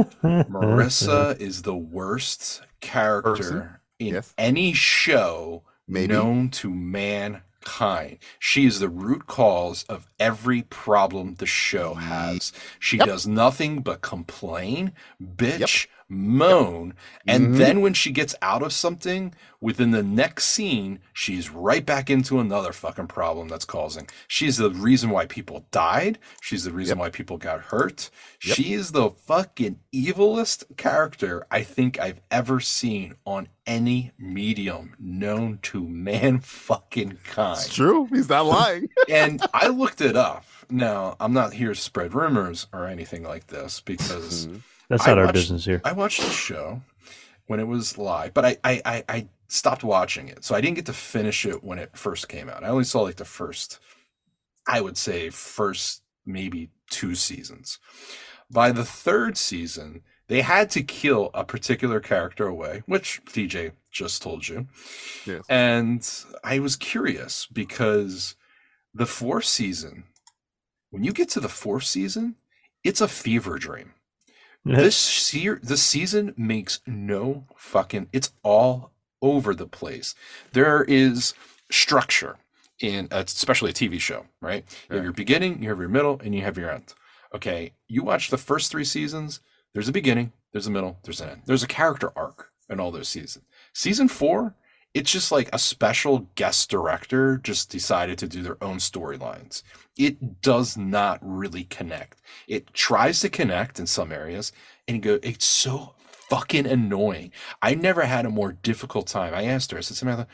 Speaker 2: *laughs*
Speaker 3: Marissa is the worst character
Speaker 2: Person?
Speaker 3: in
Speaker 2: Yes.
Speaker 3: any show
Speaker 2: Maybe.
Speaker 3: known to mankind. She is the root cause of every problem the show has. She
Speaker 2: Yep.
Speaker 3: does nothing but complain, bitch, moan, and
Speaker 2: Mm-hmm.
Speaker 3: then when she gets out of something, within the next scene, she's right back into another fucking problem that's causing. She's the reason why people died. She's the reason why people got hurt.
Speaker 2: Yep.
Speaker 3: She is the fucking evilest character I think I've ever seen on any medium known to man *laughs* fucking kind
Speaker 2: It's true. He's
Speaker 3: *laughs*
Speaker 2: not lying.
Speaker 3: and I looked it up. Now, I'm not here to spread rumors or anything like this because
Speaker 2: Hmm.
Speaker 6: That's
Speaker 3: I
Speaker 6: not our
Speaker 3: watched-
Speaker 6: business here.
Speaker 3: I watched the show when it was live, but I I I, I stopped watching it. So I didn't get to finish it when it first came out. I only saw like the first, I would say, first maybe two seasons. By the third season, they had to kill a particular character away, which TJ just told you.
Speaker 2: Yes.
Speaker 3: And I was curious because the fourth season, when you get to the fourth season, it's a fever dream.
Speaker 6: *laughs*
Speaker 3: This se- this season makes no fucking it's all over the place. There is structure in uh, especially a TV show, right? You have your beginning, you have your middle, and you have your end. Okay, you watch the first 3 seasons, there's a beginning, there's a middle, there's an end. There's a character arc in all those seasons. Season 4, it's just like a special guest director just decided to do their own storylines. It does not really connect. It tries to connect in some areas and you go, it's so fucking annoying. I never had a more difficult time. I asked her, I said, Samantha,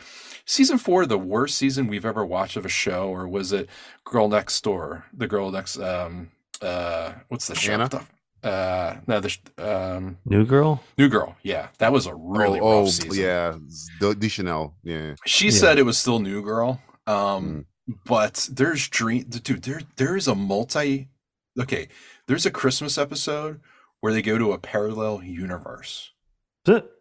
Speaker 3: season four, the worst season we've ever watched of a show, or was it Girl Next Door? The girl next, um, uh, what's the show?
Speaker 2: Hannah?
Speaker 3: The- Uh, no, the, sh- um,
Speaker 6: New girl.
Speaker 3: New Girl. Yeah. That was a really
Speaker 2: oh,
Speaker 3: rough
Speaker 2: oh,
Speaker 3: season.
Speaker 2: yeah, D- Deschanel. Yeah,
Speaker 3: She
Speaker 6: Yeah.
Speaker 3: said it was still New Girl. Um, but there's dream, dude. There, there is a multi. Okay, there's a Christmas episode where they go to a parallel universe.
Speaker 6: That's it.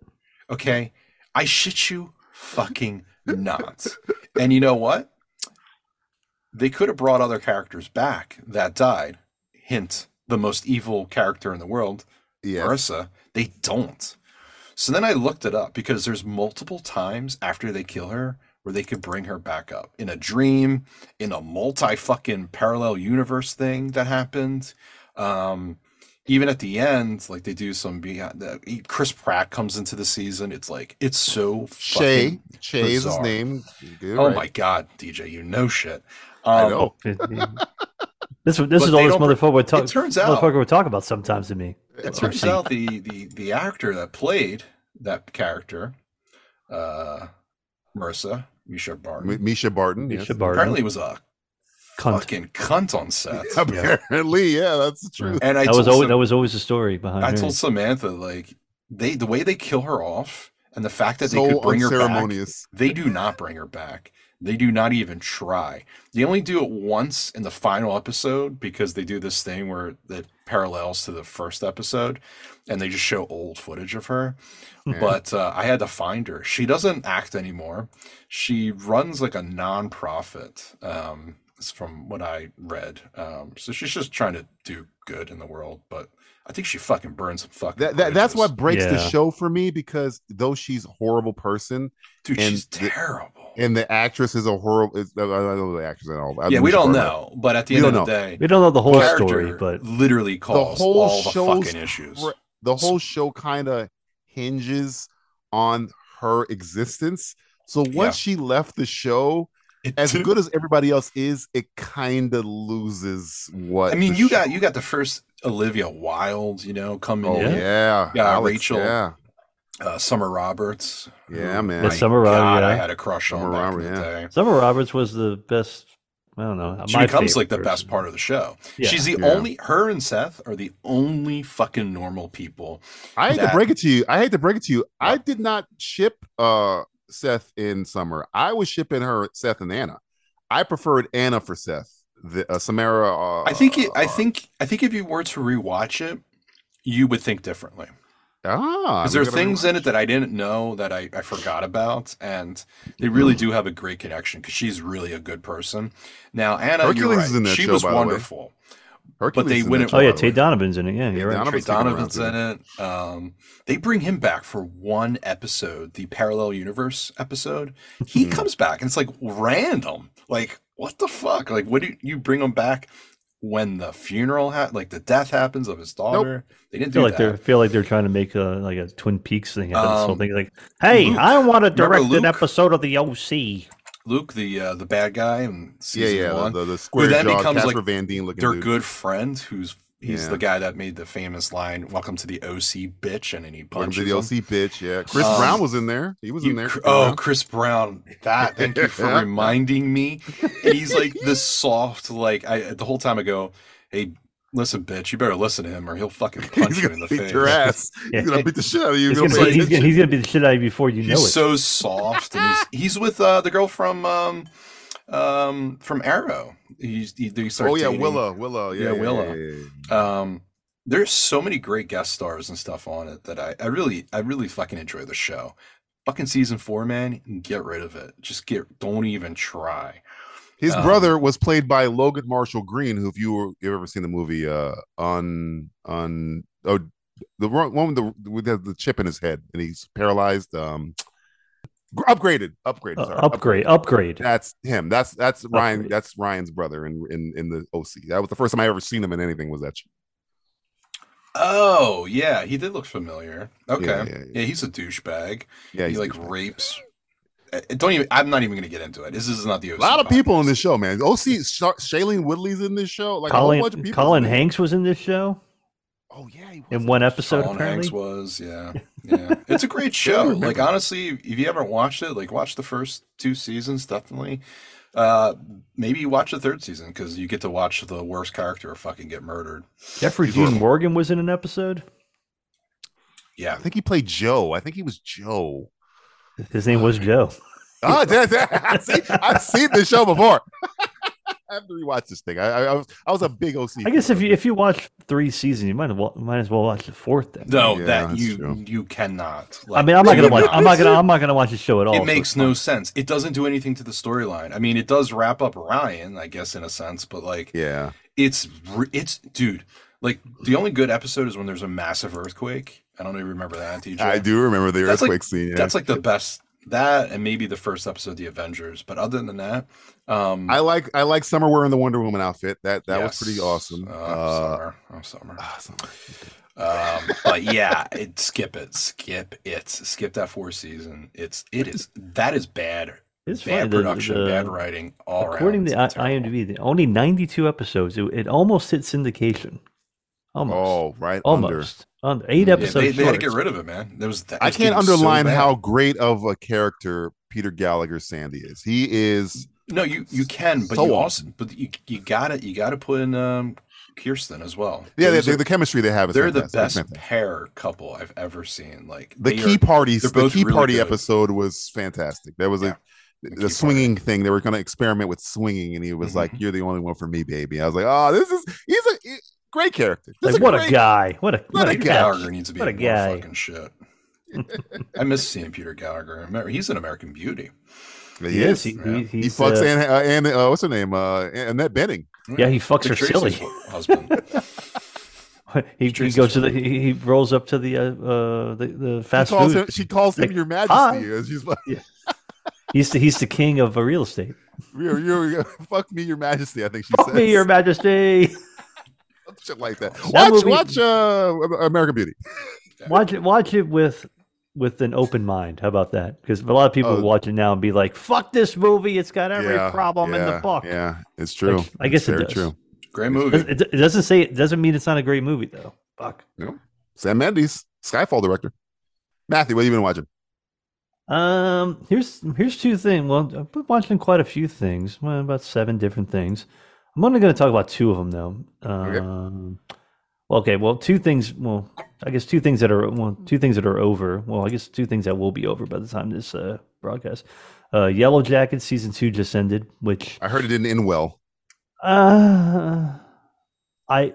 Speaker 3: Okay, I shit you, fucking not. And you know what? They could have brought other characters back that died. Hint: the most evil character in the world,
Speaker 2: yeah.
Speaker 3: Marissa. They don't. So then I looked it up because there's multiple times after they kill her where they could bring her back up in a dream, in a multi fucking parallel universe thing that happened. Um, even at the end, like they do some beyond the Chris Pratt comes into the season. It's like it's so
Speaker 2: Shay,
Speaker 3: fucking
Speaker 2: Shay is his
Speaker 3: bizarre.
Speaker 2: name. You did it
Speaker 3: Oh
Speaker 2: right.
Speaker 3: my god, DJ, you know shit.
Speaker 2: I
Speaker 3: Um,
Speaker 2: know.
Speaker 6: *laughs* It- it- this this is
Speaker 3: they
Speaker 6: all this
Speaker 3: don't br-
Speaker 6: motherfucker would talk.
Speaker 3: it turns out-
Speaker 6: motherfucker would talk about sometimes to me.
Speaker 3: It turns out the the the actor that played that character, uh, Marissa Misha Barton,
Speaker 2: M- Misha Barton.
Speaker 6: You
Speaker 2: yes.
Speaker 6: should borrow
Speaker 3: apparently
Speaker 6: it.
Speaker 3: was a
Speaker 6: Cunt.
Speaker 3: fucking cunt on set.
Speaker 2: *laughs* Apparently, yeah. that's the truth.
Speaker 3: And I
Speaker 6: That was
Speaker 3: told
Speaker 6: always
Speaker 3: Sam-
Speaker 6: that was always the story behind.
Speaker 3: I
Speaker 6: her.
Speaker 3: told Samantha like they the way they kill her off and the fact that they
Speaker 2: So
Speaker 3: could bring her back.
Speaker 2: unceremonious.
Speaker 3: They do not bring her back. They do not even try. They only do it once in the final episode because they do this thing where that parallels to the first episode and they just show old footage of her.
Speaker 2: Hmm.
Speaker 3: But uh, I had to find her. She doesn't act anymore. She runs like a nonprofit, um, it's from what I read. Um, so she's just trying to do good in the world. But I think she fucking burns some fucking.
Speaker 2: That, that that's what
Speaker 3: bridges.
Speaker 2: breaks the
Speaker 6: Yeah.
Speaker 2: show for me because though she's a horrible person
Speaker 3: Dude,
Speaker 2: and
Speaker 3: she's
Speaker 2: the-
Speaker 3: terrible.
Speaker 2: and the actress is a horrible. Is, I don't know the actress at all. I
Speaker 3: yeah,
Speaker 2: know
Speaker 3: we
Speaker 2: Misha Barton.
Speaker 3: don't know. But at the
Speaker 2: We
Speaker 3: end of
Speaker 2: don't
Speaker 3: the
Speaker 2: know.
Speaker 3: day,
Speaker 6: we don't know the whole
Speaker 3: character
Speaker 6: story, but
Speaker 3: literally calls
Speaker 2: whole
Speaker 3: all the
Speaker 2: show's
Speaker 3: fucking issues.
Speaker 2: Re- The whole show kind of hinges on her existence. So once she left the show,
Speaker 3: It *laughs*
Speaker 2: as
Speaker 3: didn't-
Speaker 2: good as everybody else is, it kind of loses what.
Speaker 3: I mean,
Speaker 2: the
Speaker 3: you
Speaker 2: show-
Speaker 3: got you got the first Olivia Wilde, you know, coming
Speaker 2: Oh
Speaker 3: in.
Speaker 2: yeah,
Speaker 3: Yeah,
Speaker 2: Alex,
Speaker 3: Rachel.
Speaker 2: Yeah,
Speaker 3: Uh, Summer Roberts. who-
Speaker 2: Yeah, man.
Speaker 6: Yeah,
Speaker 3: my
Speaker 6: Summer Rob-
Speaker 3: God, I
Speaker 6: yeah.
Speaker 3: had a crush on
Speaker 2: Summer
Speaker 3: back
Speaker 2: Roberts,
Speaker 3: in the day.
Speaker 6: Summer Roberts was the best. I don't know.
Speaker 3: She
Speaker 6: my
Speaker 3: becomes
Speaker 6: favorite
Speaker 3: like the best
Speaker 6: person.
Speaker 3: part of the show.
Speaker 6: Yeah.
Speaker 3: She's the
Speaker 2: Yeah.
Speaker 3: only. Her and Seth are the only fucking normal people.
Speaker 2: I hate
Speaker 3: that-
Speaker 2: to break it to you. I hate to break it to you. I did not ship uh Seth in Summer. I was shipping her Seth and Anna. I preferred Anna for Seth. The uh, Samara. Uh,
Speaker 3: I think. It, I think. I think if you were to rewatch it, you would think differently.
Speaker 2: Ah,
Speaker 3: Because
Speaker 2: we
Speaker 3: there are
Speaker 2: gotta
Speaker 3: things in
Speaker 2: rewatch.
Speaker 3: it that I didn't know that I, I forgot about, and they really do have a great connection because she's really a good person. Now, Anna, you're
Speaker 2: Hercules
Speaker 3: right.
Speaker 2: is in that
Speaker 3: she
Speaker 2: show,
Speaker 3: was
Speaker 2: by the way.
Speaker 3: wonderful.
Speaker 2: Hercules
Speaker 3: they
Speaker 2: is in that
Speaker 3: wouldn't-
Speaker 2: show,
Speaker 6: Oh yeah,
Speaker 2: by the way.
Speaker 6: Tate Donovan's in it. Yeah, you're
Speaker 2: Tate Donovan's
Speaker 3: Trey
Speaker 6: right.
Speaker 2: sticking around
Speaker 3: Donovan's
Speaker 2: too.
Speaker 3: in it. Um, they bring him back for one episode, the parallel universe episode. He comes back, and it's like random. Like, what the fuck? Like, what do you, you bring him back when the funeral, ha- like the death happens of his daughter? They
Speaker 6: I
Speaker 3: didn't do
Speaker 6: feel like
Speaker 3: that.
Speaker 6: they're feel like they're trying to make a like a Twin Peaks thing out of this whole
Speaker 3: Um,
Speaker 6: thing. Like, hey,
Speaker 3: Luke.
Speaker 6: I want to
Speaker 3: Remember
Speaker 6: direct an
Speaker 3: Luke?
Speaker 6: episode of the OC.
Speaker 3: Luke, the uh, the bad guy, in
Speaker 2: Yeah,
Speaker 3: season
Speaker 2: yeah.
Speaker 3: one.
Speaker 2: The, the, the square
Speaker 3: then
Speaker 2: jaw,
Speaker 3: becomes,
Speaker 2: Casper
Speaker 3: like,
Speaker 2: Van Dien looking
Speaker 3: their
Speaker 2: dude.
Speaker 3: good friend who's he's
Speaker 2: Yeah.
Speaker 3: the guy that made the famous line welcome to the oc bitch and then he
Speaker 2: Welcome
Speaker 3: punches
Speaker 2: to the
Speaker 3: him.
Speaker 2: OC bitch. Yeah, Chris
Speaker 3: Um,
Speaker 2: Brown was in there. He was
Speaker 3: You
Speaker 2: in there.
Speaker 3: cr-
Speaker 2: Chris
Speaker 3: oh
Speaker 2: Brown.
Speaker 3: chris brown
Speaker 2: *laughs*
Speaker 3: that thank you for
Speaker 2: Yeah. *laughs*
Speaker 3: reminding me And he's like this soft like i the whole time i go hey Listen, bitch, you better listen to him or
Speaker 2: *laughs*
Speaker 3: he'll fucking punch
Speaker 2: *laughs* He's
Speaker 3: you in
Speaker 2: gonna
Speaker 3: the
Speaker 2: beat
Speaker 3: face.
Speaker 2: your
Speaker 3: *laughs*
Speaker 2: ass.
Speaker 6: Yeah.
Speaker 2: He's gonna beat the shit out of you.
Speaker 6: He's
Speaker 2: if
Speaker 6: gonna,
Speaker 2: you don't pay
Speaker 6: be, he's, gonna,
Speaker 2: attention.
Speaker 6: he's gonna beat the shit out of you before you know
Speaker 3: He's
Speaker 6: it.
Speaker 3: so soft, and he's he's with uh, the girl from um, um, from Arrow. He's, he, they start
Speaker 2: Oh yeah,
Speaker 3: dating.
Speaker 2: Willow, Willow, yeah,
Speaker 3: Yeah, Willow.
Speaker 2: yeah, yeah.
Speaker 3: Um, there's so many great guest stars and stuff on it that I, I really I really fucking enjoy the show. Fucking season four, man, get rid of it. Just get don't even try.
Speaker 2: His
Speaker 3: Um,
Speaker 2: brother was played by Logan Marshall Green, who, if you were, you've ever seen the movie, uh, on on oh, the wrong one with the with the, the chip in his head and he's paralyzed. Um, gr- upgraded, upgraded,
Speaker 6: Uh,
Speaker 2: sorry,
Speaker 6: upgrade, upgrade.
Speaker 2: That's him. That's that's Ryan.
Speaker 6: Upgrade.
Speaker 2: That's Ryan's brother in in in the OC. That was the first time I ever seen him in anything. Was that? shit.
Speaker 3: Oh yeah, he did look familiar. Okay, yeah,
Speaker 2: yeah, yeah.
Speaker 3: he's a douchebag.
Speaker 2: Yeah,
Speaker 3: he
Speaker 2: he's
Speaker 3: like
Speaker 2: douchebag.
Speaker 3: rapes. I- I don't even. I'm not even gonna get into it. This is not the.
Speaker 2: A lot of people in this show, man. OC, Sh- Shailene Woodley's in this show. Like a whole bunch of
Speaker 6: Colin,
Speaker 2: people.
Speaker 6: Colin Hanks was in this show
Speaker 2: Oh yeah, he was.
Speaker 6: in one episode.
Speaker 3: Colin
Speaker 6: apparently,
Speaker 3: Hanks was,
Speaker 6: *laughs*
Speaker 3: yeah, yeah. It's a great show. Like honestly, if you haven't watched it, like watch the first two seasons definitely. Uh, maybe watch the third season because you get to watch the worst character fucking get murdered.
Speaker 6: Jeffrey
Speaker 2: He's
Speaker 6: Dean
Speaker 2: horrible.
Speaker 6: Morgan was in an episode.
Speaker 2: I
Speaker 3: Yeah,
Speaker 2: think he played Joe. I think he was Joe.
Speaker 6: His name
Speaker 3: *laughs*
Speaker 6: was Joe.
Speaker 2: Oh, that, that- *laughs* I've, seen, I've seen this show before. *laughs* I have to rewatch this thing. I, I, I was I was a big OC.
Speaker 6: I guess if you if you watch three seasons, you might as well, might as well watch the fourth. Then.
Speaker 3: no,
Speaker 2: Yeah,
Speaker 3: that
Speaker 2: that's
Speaker 3: you
Speaker 2: true.
Speaker 3: you cannot.
Speaker 6: I
Speaker 3: Like,
Speaker 6: mean, I'm not
Speaker 3: you
Speaker 6: gonna watch.
Speaker 3: cannot.
Speaker 6: I'm not gonna. I'm not gonna watch the show at all. so
Speaker 3: It makes
Speaker 6: it's
Speaker 3: no
Speaker 6: fine.
Speaker 3: sense. It doesn't do anything to the storyline. I mean, it does wrap up Ryan, I guess, in a sense, but like,
Speaker 2: yeah,
Speaker 3: it's re- it's dude. Like the only good episode is when there's a massive earthquake. I don't even remember that. DJ.
Speaker 2: I do remember the
Speaker 3: That's like-
Speaker 2: earthquake scene. yeah.
Speaker 3: That's like the best that and maybe the first episode of the Avengers. But other than that, um
Speaker 2: I like I like Summer wearing the Wonder Woman outfit. That that was pretty
Speaker 3: yes.
Speaker 2: awesome.
Speaker 3: Oh,
Speaker 2: Uh,
Speaker 3: summer. Oh, summer.
Speaker 2: ah, Summer.
Speaker 3: Um, but yeah, it, skip it, skip it, skip that fourth season. It's it is that is bad,
Speaker 6: It's
Speaker 3: bad
Speaker 6: fine. The-
Speaker 3: production,
Speaker 6: the-
Speaker 3: bad writing. All
Speaker 6: According
Speaker 3: around.
Speaker 6: to
Speaker 3: It's
Speaker 6: I-
Speaker 3: terrible.
Speaker 6: IMDb, the only 92 episodes. It, it almost hit syndication. Almost.
Speaker 2: Oh, right. Under.
Speaker 6: almost. Under. Eight
Speaker 2: Yeah,
Speaker 3: Yeah,
Speaker 6: episodes.
Speaker 3: they, they had to
Speaker 6: short.
Speaker 3: get rid of it, man. There was that.
Speaker 2: I
Speaker 3: was
Speaker 2: can't
Speaker 3: getting so
Speaker 2: underline
Speaker 3: bad.
Speaker 2: how great of a character Peter Gallagher Sandy is. He is.
Speaker 3: No, you you can, but
Speaker 2: So
Speaker 3: you
Speaker 2: on.
Speaker 3: also but you you got to You got to put in um Kirsten as well.
Speaker 2: Yeah, they,
Speaker 3: Those
Speaker 2: they,
Speaker 3: are-
Speaker 2: the chemistry they have is
Speaker 3: they're the
Speaker 2: fantastic. It's fantastic.
Speaker 3: best pair couple I've ever seen. Like
Speaker 2: the
Speaker 3: they
Speaker 2: key
Speaker 3: are-
Speaker 2: parties
Speaker 3: they're
Speaker 2: the
Speaker 3: both
Speaker 2: key
Speaker 3: really
Speaker 2: party
Speaker 3: good.
Speaker 2: episode was fantastic there was
Speaker 3: Yeah,
Speaker 2: a
Speaker 3: the
Speaker 2: the,
Speaker 3: key party.
Speaker 2: swinging thing they were going to experiment with swinging and he was like
Speaker 3: Mhm.
Speaker 2: you're the only one for me baby i was like oh this is he's a he- great character This is
Speaker 6: Like, what
Speaker 2: great-
Speaker 6: a guy. What a, what
Speaker 2: a
Speaker 6: a
Speaker 3: Peter
Speaker 2: guy.
Speaker 6: catch.
Speaker 3: Gallagher needs to be
Speaker 6: What a
Speaker 3: in more
Speaker 6: guy.
Speaker 3: fucking shit. I miss seeing Peter Gallagher. I remember- He's an American Beauty.
Speaker 2: he,
Speaker 6: He is.
Speaker 2: is
Speaker 6: He,
Speaker 2: he,
Speaker 3: yeah.
Speaker 6: he, he's,
Speaker 2: fucks
Speaker 6: uh,
Speaker 2: and uh, and uh, what's her name uh annette benning
Speaker 6: Yeah, he fucks her
Speaker 3: Patrice's
Speaker 6: silly.
Speaker 3: hu- husband.
Speaker 6: He, he
Speaker 3: Patrice's
Speaker 6: goes to the.
Speaker 3: funny.
Speaker 6: He, he rolls up to the uh, uh the, the fast
Speaker 2: she calls
Speaker 6: food.
Speaker 2: him *laughs* she calls him
Speaker 6: Like,
Speaker 2: your
Speaker 6: "Hi."
Speaker 2: majesty and she's like
Speaker 6: He's the he's the king of uh, real estate.
Speaker 2: you're, you're, fuck me your majesty i think she
Speaker 6: Fuck
Speaker 2: says
Speaker 6: me, Your
Speaker 2: *laughs*
Speaker 6: Majesty.
Speaker 2: shit like that
Speaker 6: That
Speaker 2: watch
Speaker 6: movie-
Speaker 2: watch uh american beauty
Speaker 6: Watch it. Watch it with with an open mind. How about that? Because a lot of people
Speaker 2: Oh.
Speaker 6: watch it now and be like, "Fuck this movie. It's got every
Speaker 2: Yeah,
Speaker 6: problem in the
Speaker 2: yeah,
Speaker 6: book."
Speaker 2: yeah it's true
Speaker 6: I
Speaker 2: It's
Speaker 6: guess it
Speaker 2: very
Speaker 6: does.
Speaker 2: true *laughs*
Speaker 3: Great
Speaker 6: It,
Speaker 3: movie.
Speaker 6: does- it doesn't say. It doesn't mean it's not a great movie though. Fuck.
Speaker 2: sam mendes skyfall director matthew what have you been watching
Speaker 6: Um. Here's here's two things. Well, I've been watching quite a few things. Well, about seven different things. I'm only going to talk about two of them though.
Speaker 2: Okay.
Speaker 6: Um, well, okay. Well, two things. Well, I guess two things that are well, two things that are over. Well, I guess two things that will be over by the time this uh, broadcast. Uh, Yellow Jacket season two just ended, which
Speaker 2: I heard it didn't end well. *laughs*
Speaker 6: uh, I.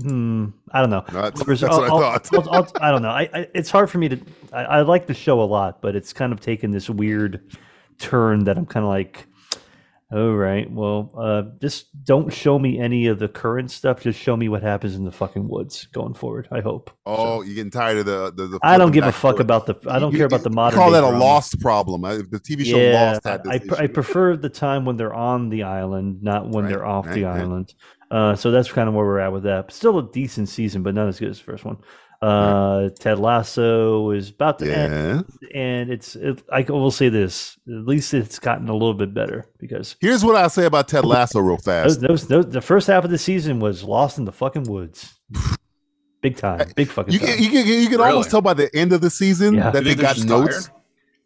Speaker 6: Hmm, I don't know.
Speaker 2: That's,
Speaker 6: Whereas
Speaker 2: that's what I
Speaker 6: I'll-
Speaker 2: thought. *laughs*
Speaker 6: I'll- I'll- I'll- I don't know. I, I it's hard for me to. I, I like the show a lot, but it's kind of taken this weird turn that I'm kind of like, all right, well, uh, just don't show me any of the current stuff. Just show me what happens in the fucking woods going forward. I hope.
Speaker 2: oh, you're getting tired of the the. the
Speaker 6: I don't
Speaker 2: flipping
Speaker 6: give a
Speaker 2: back
Speaker 6: fuck
Speaker 2: forth.
Speaker 6: about the. I don't
Speaker 2: You-
Speaker 6: care about the
Speaker 2: you
Speaker 6: modern.
Speaker 2: Call
Speaker 6: day
Speaker 2: that a
Speaker 6: drama.
Speaker 2: lost problem. I- The TV show Lost had this
Speaker 6: I,
Speaker 2: issue.
Speaker 6: I prefer the time when they're on the island, not when
Speaker 2: Right,
Speaker 6: they're off the
Speaker 2: right, right.
Speaker 6: island. Uh, so that's kind of where we're at with that. Still a decent season, but not as good as the first one. Uh, Ted Lasso is about to end,
Speaker 2: yeah.
Speaker 6: and it's. It, I will say this: at least it's gotten a little bit better because
Speaker 2: Here's what I say about Ted Lasso, real
Speaker 6: those,
Speaker 2: fast.
Speaker 6: those, those, the first half of the season was lost in the fucking woods, big time, big fucking
Speaker 2: You
Speaker 6: time.
Speaker 2: can, you can you can
Speaker 3: Really?
Speaker 2: almost tell by the end of the season
Speaker 6: Yeah.
Speaker 2: that
Speaker 3: You
Speaker 2: they
Speaker 3: think they're
Speaker 2: got
Speaker 3: just
Speaker 2: notes.
Speaker 3: tired?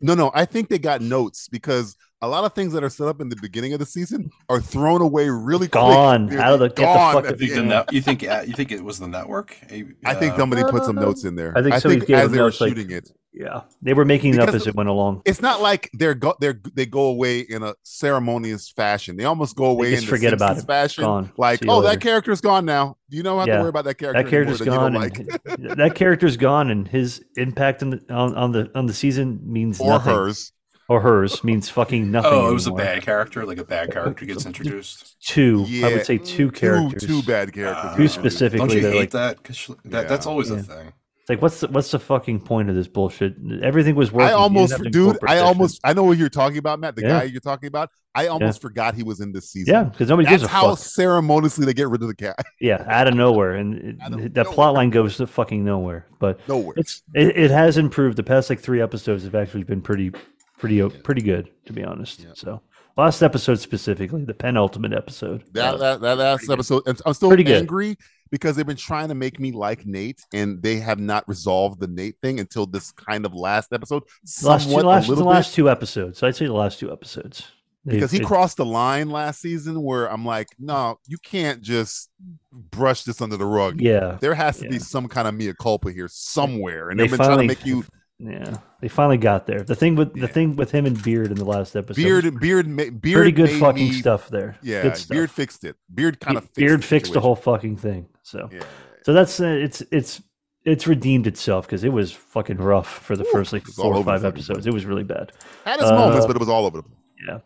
Speaker 2: No, no, I think they got notes because a lot of things that are set up in the beginning of the season are thrown away really
Speaker 6: Gone.
Speaker 2: quick.
Speaker 6: Out of the- get the fuck
Speaker 2: at
Speaker 6: out-
Speaker 3: You think, the net, you think uh, you think it was the network?
Speaker 2: I think
Speaker 3: Uh,
Speaker 2: somebody put some notes in there.
Speaker 6: I think somebody gave
Speaker 2: as
Speaker 6: them
Speaker 2: they were
Speaker 6: notes, like-
Speaker 2: shooting it,
Speaker 6: Yeah, they were making it up
Speaker 2: Because
Speaker 6: as it went along.
Speaker 2: it's not like they're go they're they go away in a ceremonious fashion. They almost go away
Speaker 6: just
Speaker 2: in the
Speaker 6: forget about
Speaker 2: Simpsons
Speaker 6: it.
Speaker 2: fashion.
Speaker 6: Gone.
Speaker 2: Like,
Speaker 6: See you
Speaker 2: oh,
Speaker 6: later.
Speaker 2: that character's gone now. You don't have to
Speaker 6: Yeah.
Speaker 2: worry about that character.
Speaker 6: That character's
Speaker 2: anymore
Speaker 6: gone,
Speaker 2: that you don't
Speaker 6: and *laughs* that character's gone, and his impact on the on, on the on the season means
Speaker 2: like. or
Speaker 6: nothing.
Speaker 2: hers.
Speaker 6: or hers
Speaker 2: *laughs*
Speaker 6: means fucking nothing.
Speaker 3: Oh, it was a
Speaker 6: anymore.
Speaker 3: bad character. Like a bad character gets introduced.
Speaker 6: two. I
Speaker 2: Yeah.
Speaker 6: would say two characters.
Speaker 2: Two, two bad characters.
Speaker 3: Uh,
Speaker 6: Who
Speaker 2: Really.
Speaker 6: specifically
Speaker 3: Don't you
Speaker 6: they're
Speaker 3: hate
Speaker 6: like-
Speaker 3: that? 'Cause that that's
Speaker 2: Yeah.
Speaker 3: always
Speaker 6: Yeah.
Speaker 3: a thing.
Speaker 6: It's like what's the, what's the fucking point of this bullshit? Everything was working.
Speaker 2: I
Speaker 6: You didn't
Speaker 2: almost,
Speaker 6: have to
Speaker 2: dude.
Speaker 6: incorporate
Speaker 2: I
Speaker 6: that
Speaker 2: almost. I know what you're talking about, Matt. The
Speaker 6: Yeah.
Speaker 2: guy you're talking about. I almost forgot he was in this
Speaker 6: shit.
Speaker 2: season.
Speaker 6: yeah, because nobody
Speaker 2: That's
Speaker 6: gives a
Speaker 2: how
Speaker 6: fuck.
Speaker 2: ceremoniously they get rid of the guy.
Speaker 6: Yeah, out of nowhere, and
Speaker 2: Out of
Speaker 6: it, that
Speaker 2: nowhere.
Speaker 6: plot line goes to fucking nowhere. But
Speaker 2: *laughs* Nowhere.
Speaker 6: it's it, it has improved. The past like three episodes have actually been pretty, pretty, o pretty good to be honest. So last episode specifically, the penultimate episode. Uh,
Speaker 2: That, that, that last episode, and I'm still
Speaker 6: Pretty good.
Speaker 2: angry because they've been trying to make me like Nate, and they have not resolved the Nate thing until this kind of last episode.
Speaker 6: The last two,
Speaker 2: Somewhat
Speaker 6: last,
Speaker 2: a
Speaker 6: the
Speaker 2: little
Speaker 6: last
Speaker 2: bit,
Speaker 6: two episodes. I'd say the last two episodes They-
Speaker 2: because he
Speaker 6: it-
Speaker 2: crossed the line last season where I'm like, no, you can't just brush this under the rug.
Speaker 6: Yeah,
Speaker 2: There has to be
Speaker 6: Yeah.
Speaker 2: some kind of mea culpa here somewhere, and
Speaker 6: They
Speaker 2: they've been trying to
Speaker 6: finally-
Speaker 2: make you
Speaker 6: yeah. They finally got there. The thing with the thing with him and Beard in the last episode. was
Speaker 2: beard, beard, ma- beard.
Speaker 6: pretty good
Speaker 2: made
Speaker 6: fucking
Speaker 2: me-
Speaker 6: stuff there.
Speaker 2: Yeah,
Speaker 6: good stuff.
Speaker 2: beard fixed it. Beard kind of fixed
Speaker 6: Beard fixed the
Speaker 2: situation.
Speaker 6: whole fucking thing. So
Speaker 2: Yeah.
Speaker 6: so that's uh, it's it's it's redeemed itself because it was fucking rough for the first like
Speaker 2: it was all
Speaker 6: four or
Speaker 2: over the
Speaker 6: five
Speaker 2: fucking
Speaker 6: episodes.
Speaker 2: place.
Speaker 6: It was really bad.
Speaker 2: Had its
Speaker 6: Uh,
Speaker 2: moments, but it was all over the place.
Speaker 6: Yeah.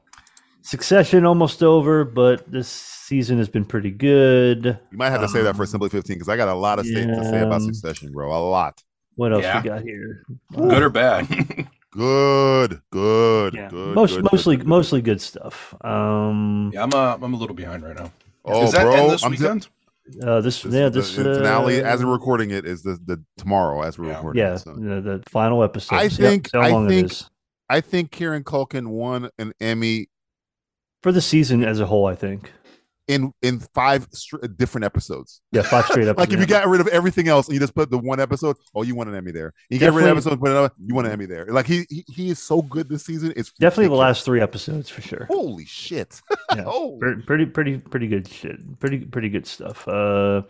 Speaker 6: Succession almost over, but this season has been pretty good.
Speaker 2: You might have to say that for Simply 15 because I got a lot of stuff to say about
Speaker 6: Um, yeah.
Speaker 2: Succession, bro. A lot.
Speaker 6: What else
Speaker 3: Yeah.
Speaker 6: we got here?
Speaker 3: Good or bad? *laughs*
Speaker 2: Good, good,
Speaker 6: Yeah.
Speaker 2: good.
Speaker 6: Most
Speaker 2: good, good,
Speaker 6: mostly
Speaker 2: good, good.
Speaker 6: mostly good stuff. Um,
Speaker 3: yeah, I'm uh, I'm a little behind right now.
Speaker 2: Oh,
Speaker 3: Does that
Speaker 2: bro,
Speaker 3: end this
Speaker 2: I'm
Speaker 3: weekend?
Speaker 6: uh, this,
Speaker 2: This,
Speaker 6: yeah
Speaker 2: the-
Speaker 6: this
Speaker 2: the finale
Speaker 6: uh,
Speaker 2: as we're recording it is the, the tomorrow as we're
Speaker 3: Yeah.
Speaker 2: recording.
Speaker 6: yeah
Speaker 2: It, so.
Speaker 6: the, the final episode.
Speaker 2: I
Speaker 6: See how-
Speaker 2: think-
Speaker 6: see how
Speaker 2: I
Speaker 6: long it
Speaker 2: think-
Speaker 6: is.
Speaker 2: I think Kieran Culkin won an Emmy
Speaker 6: for the season as a whole. I think
Speaker 2: in in five str- different episodes.
Speaker 6: yeah,
Speaker 2: *laughs*
Speaker 6: five straight episodes.
Speaker 2: Like if you got rid of everything else and you just put the one episode, oh, you won an Emmy there. You get rid of
Speaker 6: Definitely-
Speaker 2: episode, put another, you won an Emmy there. Like he he, he is so good this season. It's
Speaker 6: Definitely the
Speaker 2: ridiculous.
Speaker 6: last three episodes for sure.
Speaker 2: Holy shit! *laughs*
Speaker 6: Yeah.
Speaker 2: oh,
Speaker 6: Pre- Pretty, pretty, pretty good shit. Pretty, pretty good stuff. Uh,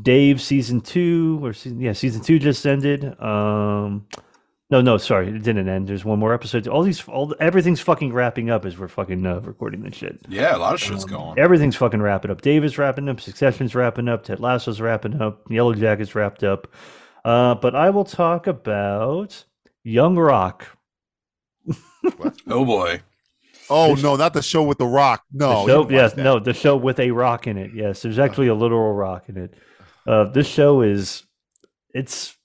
Speaker 6: Dave season two or season, yeah, season two just ended. Um, no, no, sorry, it didn't end. There's one more episode. All these, all the- everything's fucking wrapping up as we're fucking uh, recording this shit. Um,
Speaker 3: Yeah, a lot of shit's going.
Speaker 6: Everything's fucking wrapping up. Dave is wrapping up. Succession's wrapping up. Ted Lasso's wrapping up. Yellow Jacket's wrapped up. Uh, but I will talk about Young Rock.
Speaker 3: Oh boy.
Speaker 2: oh no, not the show with the Rock. No,
Speaker 6: the
Speaker 2: Oh, you
Speaker 6: show,
Speaker 2: can watch
Speaker 6: yes,
Speaker 2: that.
Speaker 6: no, the show with a rock in it. Yes, there's actually a literal rock in it. Uh, this show is, it's,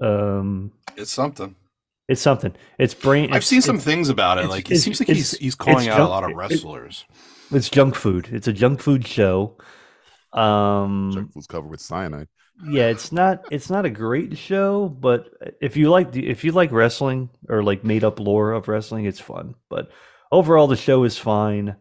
Speaker 6: um,
Speaker 3: It's something.
Speaker 6: it's something. It's brain.
Speaker 3: I've
Speaker 6: it's-
Speaker 3: seen some
Speaker 6: it's-
Speaker 3: things about it.
Speaker 6: it's-
Speaker 3: Like it
Speaker 6: it's-
Speaker 3: seems like
Speaker 6: it's-
Speaker 3: he's he's calling
Speaker 6: it's
Speaker 3: out a
Speaker 6: junk-
Speaker 3: lot of
Speaker 6: it-
Speaker 3: wrestlers.
Speaker 6: It's junk food. It's a junk food show. Um,
Speaker 2: Junk food's covered with cyanide.
Speaker 6: yeah, it's not. It's not a great show, but if you like, the- if you like wrestling or like made up lore of wrestling, it's fun. But overall, the show is fine.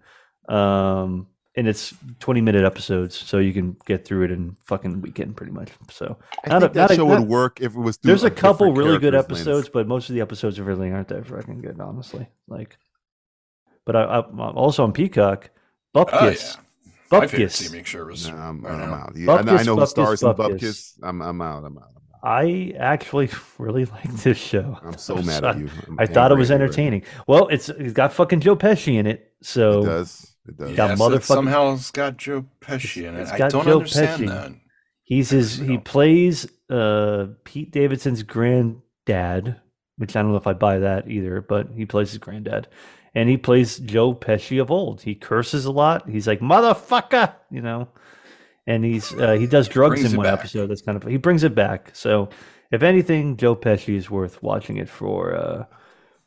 Speaker 6: Um, and it's 20 minute episodes, so you can get through it in fucking weekend pretty much. So
Speaker 2: I
Speaker 6: Not
Speaker 2: think
Speaker 6: a-
Speaker 2: that
Speaker 6: not a-
Speaker 2: show
Speaker 6: not-
Speaker 2: would work if it was. through
Speaker 6: There's a
Speaker 2: different
Speaker 6: couple really good
Speaker 2: character's lens.
Speaker 6: episodes, but most of the episodes really aren't that fucking good, honestly. Like, but I, I, I'm also on Peacock,
Speaker 2: Oh,
Speaker 6: Bupkis,
Speaker 3: My favorite
Speaker 6: Bupkis.
Speaker 3: team make sure was
Speaker 2: Nah, I'm,
Speaker 3: I
Speaker 2: I'm
Speaker 3: know.
Speaker 2: out. Yeah, I know, I
Speaker 6: Bupkis,
Speaker 2: know who
Speaker 6: Bupkis,
Speaker 2: stars in
Speaker 6: Bupkis.
Speaker 2: Bupkis. I'm, I'm out. I'm out.
Speaker 6: I actually *laughs* really like this show.
Speaker 2: I'm so mad at you. I'm
Speaker 6: I thought it
Speaker 2: angry
Speaker 6: was
Speaker 2: at you right
Speaker 6: entertaining. Well, it's it's got fucking Joe Pesci in it,
Speaker 2: now.
Speaker 6: so
Speaker 2: It does. It does.
Speaker 6: Yeah.
Speaker 3: Yeah, so it
Speaker 6: motherfucking-
Speaker 3: somehow uh, it's got Joe Pesci in it.
Speaker 6: It's
Speaker 3: I
Speaker 6: got
Speaker 3: don't
Speaker 6: Joe
Speaker 3: understand
Speaker 6: Pesci.
Speaker 3: that.
Speaker 6: He's his he plays uh Pete Davidson's granddad, which I don't know if I buy that either, but he plays his granddad. And he plays Joe Pesci of old. He curses a lot. He's like motherfucker, you know. And he's uh, he does drugs
Speaker 3: Brings
Speaker 6: in
Speaker 3: it
Speaker 6: one
Speaker 3: back.
Speaker 6: episode. That's kind of he brings it back. So if anything, Joe Pesci is worth watching it for. Uh,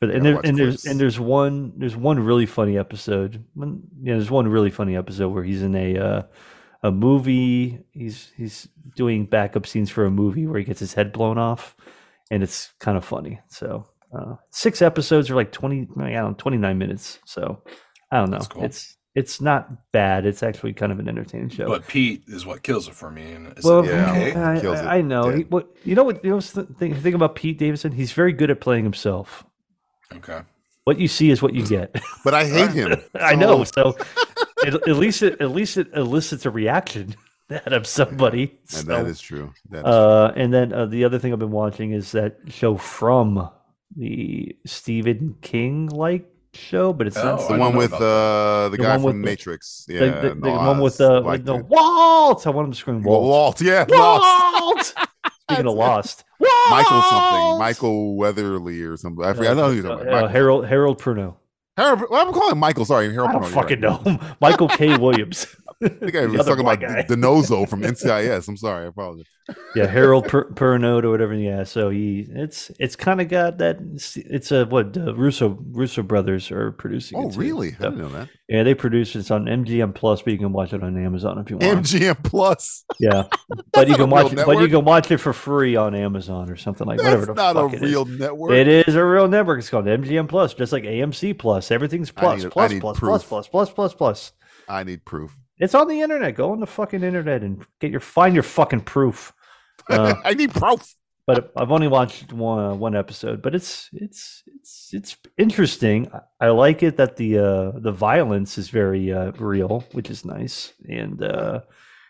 Speaker 6: for the,
Speaker 2: Gotta
Speaker 6: and, there,
Speaker 2: watch
Speaker 6: and there's
Speaker 2: clips.
Speaker 6: and there's one there's one really funny episode. One, yeah, there's one really funny episode where he's in a uh, a movie. He's he's doing backup scenes for a movie where he gets his head blown off, and it's kind of funny. So uh, six episodes are like twenty I don't know, twenty nine minutes. So I don't know.
Speaker 3: That's cool.
Speaker 6: It's it's not bad. It's actually kind of an entertaining show.
Speaker 3: But Pete is what kills it for me. And it's
Speaker 6: Well,
Speaker 3: like,
Speaker 2: Yeah.
Speaker 3: okay.
Speaker 6: I,
Speaker 2: kills it.
Speaker 6: I, I know. He,
Speaker 2: Dead.
Speaker 6: what you know? What you know, the thing, thing about Pete Davidson? He's very good at playing himself.
Speaker 3: Okay.
Speaker 6: What you see is what you get. *laughs*
Speaker 2: But I hate him.
Speaker 6: I know.
Speaker 2: So,
Speaker 6: So it, at least it at least it elicits a reaction *laughs* out of somebody.
Speaker 2: and
Speaker 6: So,
Speaker 2: that is true. That is
Speaker 6: uh, and then uh, the other thing I've been watching is that show from the Stephen King like show, but it's not
Speaker 3: Oh,
Speaker 2: the
Speaker 3: I
Speaker 6: Stephen-
Speaker 2: one
Speaker 3: know
Speaker 2: with
Speaker 3: about that.
Speaker 2: uh, the,
Speaker 6: The
Speaker 2: guy
Speaker 6: one with
Speaker 2: from
Speaker 6: the-
Speaker 2: Matrix.
Speaker 6: the,
Speaker 2: Yeah,
Speaker 6: the- the,
Speaker 2: and
Speaker 6: one with
Speaker 2: Oz.
Speaker 6: the,
Speaker 2: Like
Speaker 6: with the
Speaker 2: it.
Speaker 6: Walt. I want him to scream
Speaker 2: Walt.
Speaker 6: Walt.
Speaker 2: Yeah, Walt. *laughs*
Speaker 6: Walt. Speaking of Lost,
Speaker 2: Michael something.
Speaker 6: Walt!
Speaker 2: Michael Weatherly or something. I forget. I know who you're
Speaker 6: Uh,
Speaker 2: talking
Speaker 6: uh,
Speaker 2: about. Michael.
Speaker 6: Harold Harold Pruno.
Speaker 2: Harold, well, I'm calling him Michael. Sorry, Harold.
Speaker 6: I don't
Speaker 2: Perron, you're
Speaker 6: fucking
Speaker 2: right.
Speaker 6: know him. Michael K. Williams.
Speaker 2: *laughs* I think
Speaker 6: The
Speaker 2: I was
Speaker 6: other
Speaker 2: talking about
Speaker 6: black
Speaker 2: D-
Speaker 6: guy.
Speaker 2: Denozo
Speaker 6: *laughs*
Speaker 2: from NCIS. I'm sorry. I apologize.
Speaker 6: yeah, Harold per- Perrineau or whatever. Yeah, so he it's it's kind of got that. It's, it's a what uh, Russo Russo brothers are producing.
Speaker 2: Oh,
Speaker 6: it too.
Speaker 2: really? I
Speaker 6: So-
Speaker 2: didn't know that.
Speaker 6: yeah, they produce it. It's on MGM Plus, but you can watch it on Amazon if you want.
Speaker 2: MGM Plus. *laughs*
Speaker 6: yeah,
Speaker 2: not
Speaker 6: but you can
Speaker 2: a real
Speaker 6: watch it. But you
Speaker 2: network.
Speaker 6: can watch it for free on Amazon or something like whatever.
Speaker 2: That's
Speaker 6: The
Speaker 2: not a
Speaker 6: fuck it is.
Speaker 2: real network.
Speaker 6: It is a real network. It's called MGM Plus, just like AMC Plus. Everything's
Speaker 2: I
Speaker 6: plus,
Speaker 2: need- I
Speaker 6: plus,
Speaker 2: need
Speaker 6: plus,
Speaker 2: proof.
Speaker 6: plus, plus, plus, plus, plus.
Speaker 2: I need proof.
Speaker 6: It's on the internet. Go on the fucking internet and get your find your
Speaker 2: *laughs*
Speaker 6: fucking proof. Uh,
Speaker 2: I need proof.
Speaker 6: but I've only watched one one episode. But it's it's it's it's interesting. I, I like it that the uh, the violence is very uh, real, which is nice, and uh,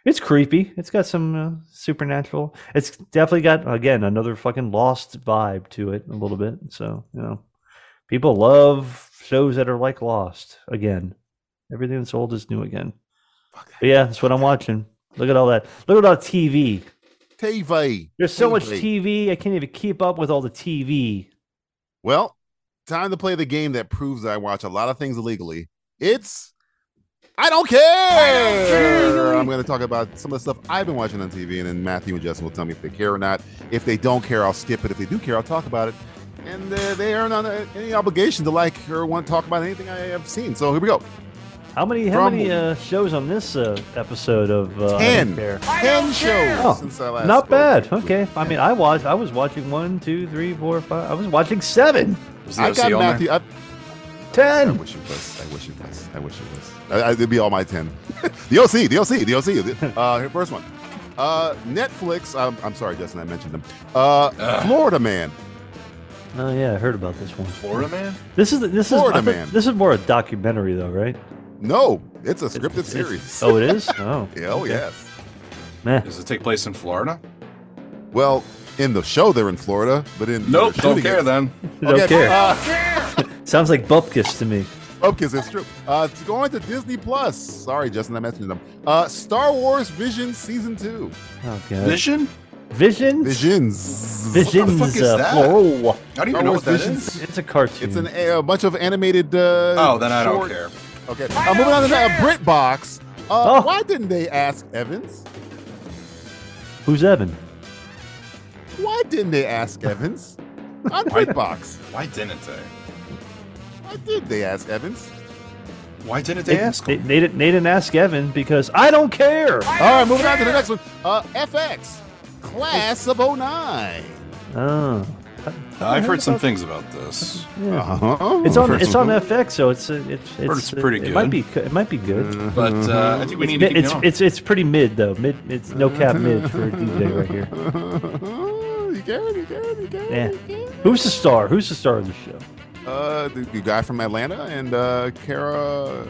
Speaker 6: it's creepy. It's got some uh, supernatural. It's definitely got again another fucking lost vibe to it a little bit. So you know, people love shows that are like Lost again. Everything that's old is new again. But yeah, that's what I'm watching. Look at all that. Look at all that TV.
Speaker 2: TV.
Speaker 6: There's so much
Speaker 2: TV.
Speaker 6: TV, I can't even keep up with all the TV.
Speaker 2: Well, time to play the game that proves that I watch a lot of things illegally. It's I don't care. I'm going to talk about some of the stuff I've been watching on TV, and then Matthew and Justin will tell me if they care or not. If they don't care, I'll skip it. If they do care, I'll talk about it. And uh, they aren't under any obligation to like or want to talk about anything I have seen. So here we go.
Speaker 6: How many how
Speaker 2: From-
Speaker 6: many uh, shows on this uh, episode of uh, I Don't
Speaker 2: Ten.
Speaker 6: Care?
Speaker 2: Ten shows
Speaker 6: Oh,
Speaker 2: since I last.
Speaker 6: Not
Speaker 2: spoke.
Speaker 6: bad. Okay. I mean, I watched. I was watching one, two, three, four, five. I was watching seven,
Speaker 3: Was the
Speaker 2: I
Speaker 3: OC
Speaker 2: got
Speaker 3: on there?
Speaker 2: Matthew. I, I
Speaker 6: ten.
Speaker 2: wish it was. I wish it was. I wish it was. I, I, it'd be all my *laughs* 10. the OC, the OC, the OC. Uh, here, first one. Uh, Netflix, I'm, I'm sorry, Justin, I mentioned them. Uh,
Speaker 3: Ugh.
Speaker 2: Florida Man.
Speaker 6: Oh yeah, I heard about this one.
Speaker 3: Florida man.
Speaker 6: This is this is
Speaker 2: Florida
Speaker 6: I thought-
Speaker 2: Man.
Speaker 6: This is more a documentary though, right?
Speaker 2: No, it's a scripted
Speaker 6: It's-
Speaker 2: series.
Speaker 6: Oh, it
Speaker 2: *laughs*
Speaker 6: is. Oh,
Speaker 2: Yeah, oh, yes.
Speaker 6: Meh.
Speaker 3: Does it take place in Florida?
Speaker 2: Well, in the show, they're in Florida, but in.
Speaker 3: Nope.
Speaker 2: they're
Speaker 3: Don't
Speaker 2: shooting
Speaker 3: care
Speaker 2: it-
Speaker 3: then.
Speaker 6: Don't care.
Speaker 2: Uh,
Speaker 6: Sounds like Bupkis to me.
Speaker 2: okay, so it's true. Uh, it's going to Disney Plus. Sorry, Justin, I mentioned them. Uh, Star Wars Vision Season 2.
Speaker 6: Oh
Speaker 3: Uh,
Speaker 6: god.
Speaker 3: Vision?
Speaker 6: Visions.
Speaker 2: Visions.
Speaker 6: Visions.
Speaker 3: fuck is
Speaker 6: uh,
Speaker 3: that?
Speaker 6: Floral.
Speaker 3: I don't
Speaker 2: Star
Speaker 3: even know
Speaker 2: Wars
Speaker 3: what that
Speaker 2: Visions?
Speaker 3: is.
Speaker 6: It's a cartoon.
Speaker 2: It's an, a bunch of animated. Uh,
Speaker 3: Oh, then I don't
Speaker 2: short-
Speaker 3: care.
Speaker 2: Okay. Uh, moving on to the Brit box. Uh,
Speaker 6: Oh.
Speaker 2: Why didn't they ask Evans?
Speaker 6: Who's Evan?
Speaker 2: Why didn't they ask Evans?
Speaker 6: *laughs*
Speaker 2: On Brit box.
Speaker 3: Why didn't they?
Speaker 2: Why did they ask Evans?
Speaker 3: Why didn't they ask
Speaker 6: They,
Speaker 3: him?
Speaker 6: they didn't, they didn't ask Evan because I don't care.
Speaker 2: All right, moving on to the next one. Uh, FX Class of 09.
Speaker 6: Oh.
Speaker 3: I've
Speaker 6: *laughs*
Speaker 3: heard some things about this.
Speaker 2: Uh-huh.
Speaker 6: It's on it's on FX, so it's uh, it's it's,
Speaker 3: it's pretty
Speaker 6: it,
Speaker 3: good.
Speaker 6: might be co- it might be good.
Speaker 2: Uh-huh.
Speaker 3: But
Speaker 2: Mm-hmm.
Speaker 3: uh, I think we
Speaker 6: It's,
Speaker 3: need to
Speaker 6: mid,
Speaker 3: keep
Speaker 6: it's,
Speaker 3: going.
Speaker 6: it's it's pretty mid though. Mid it's no cap
Speaker 2: *laughs*
Speaker 6: mid for DJ right here.
Speaker 2: you get it, you get it, you get
Speaker 6: Yeah.
Speaker 2: it. you get
Speaker 6: Who's the star? Who's the star of the show?
Speaker 2: it. Uh, the, the guy from Atlanta and uh, Kara.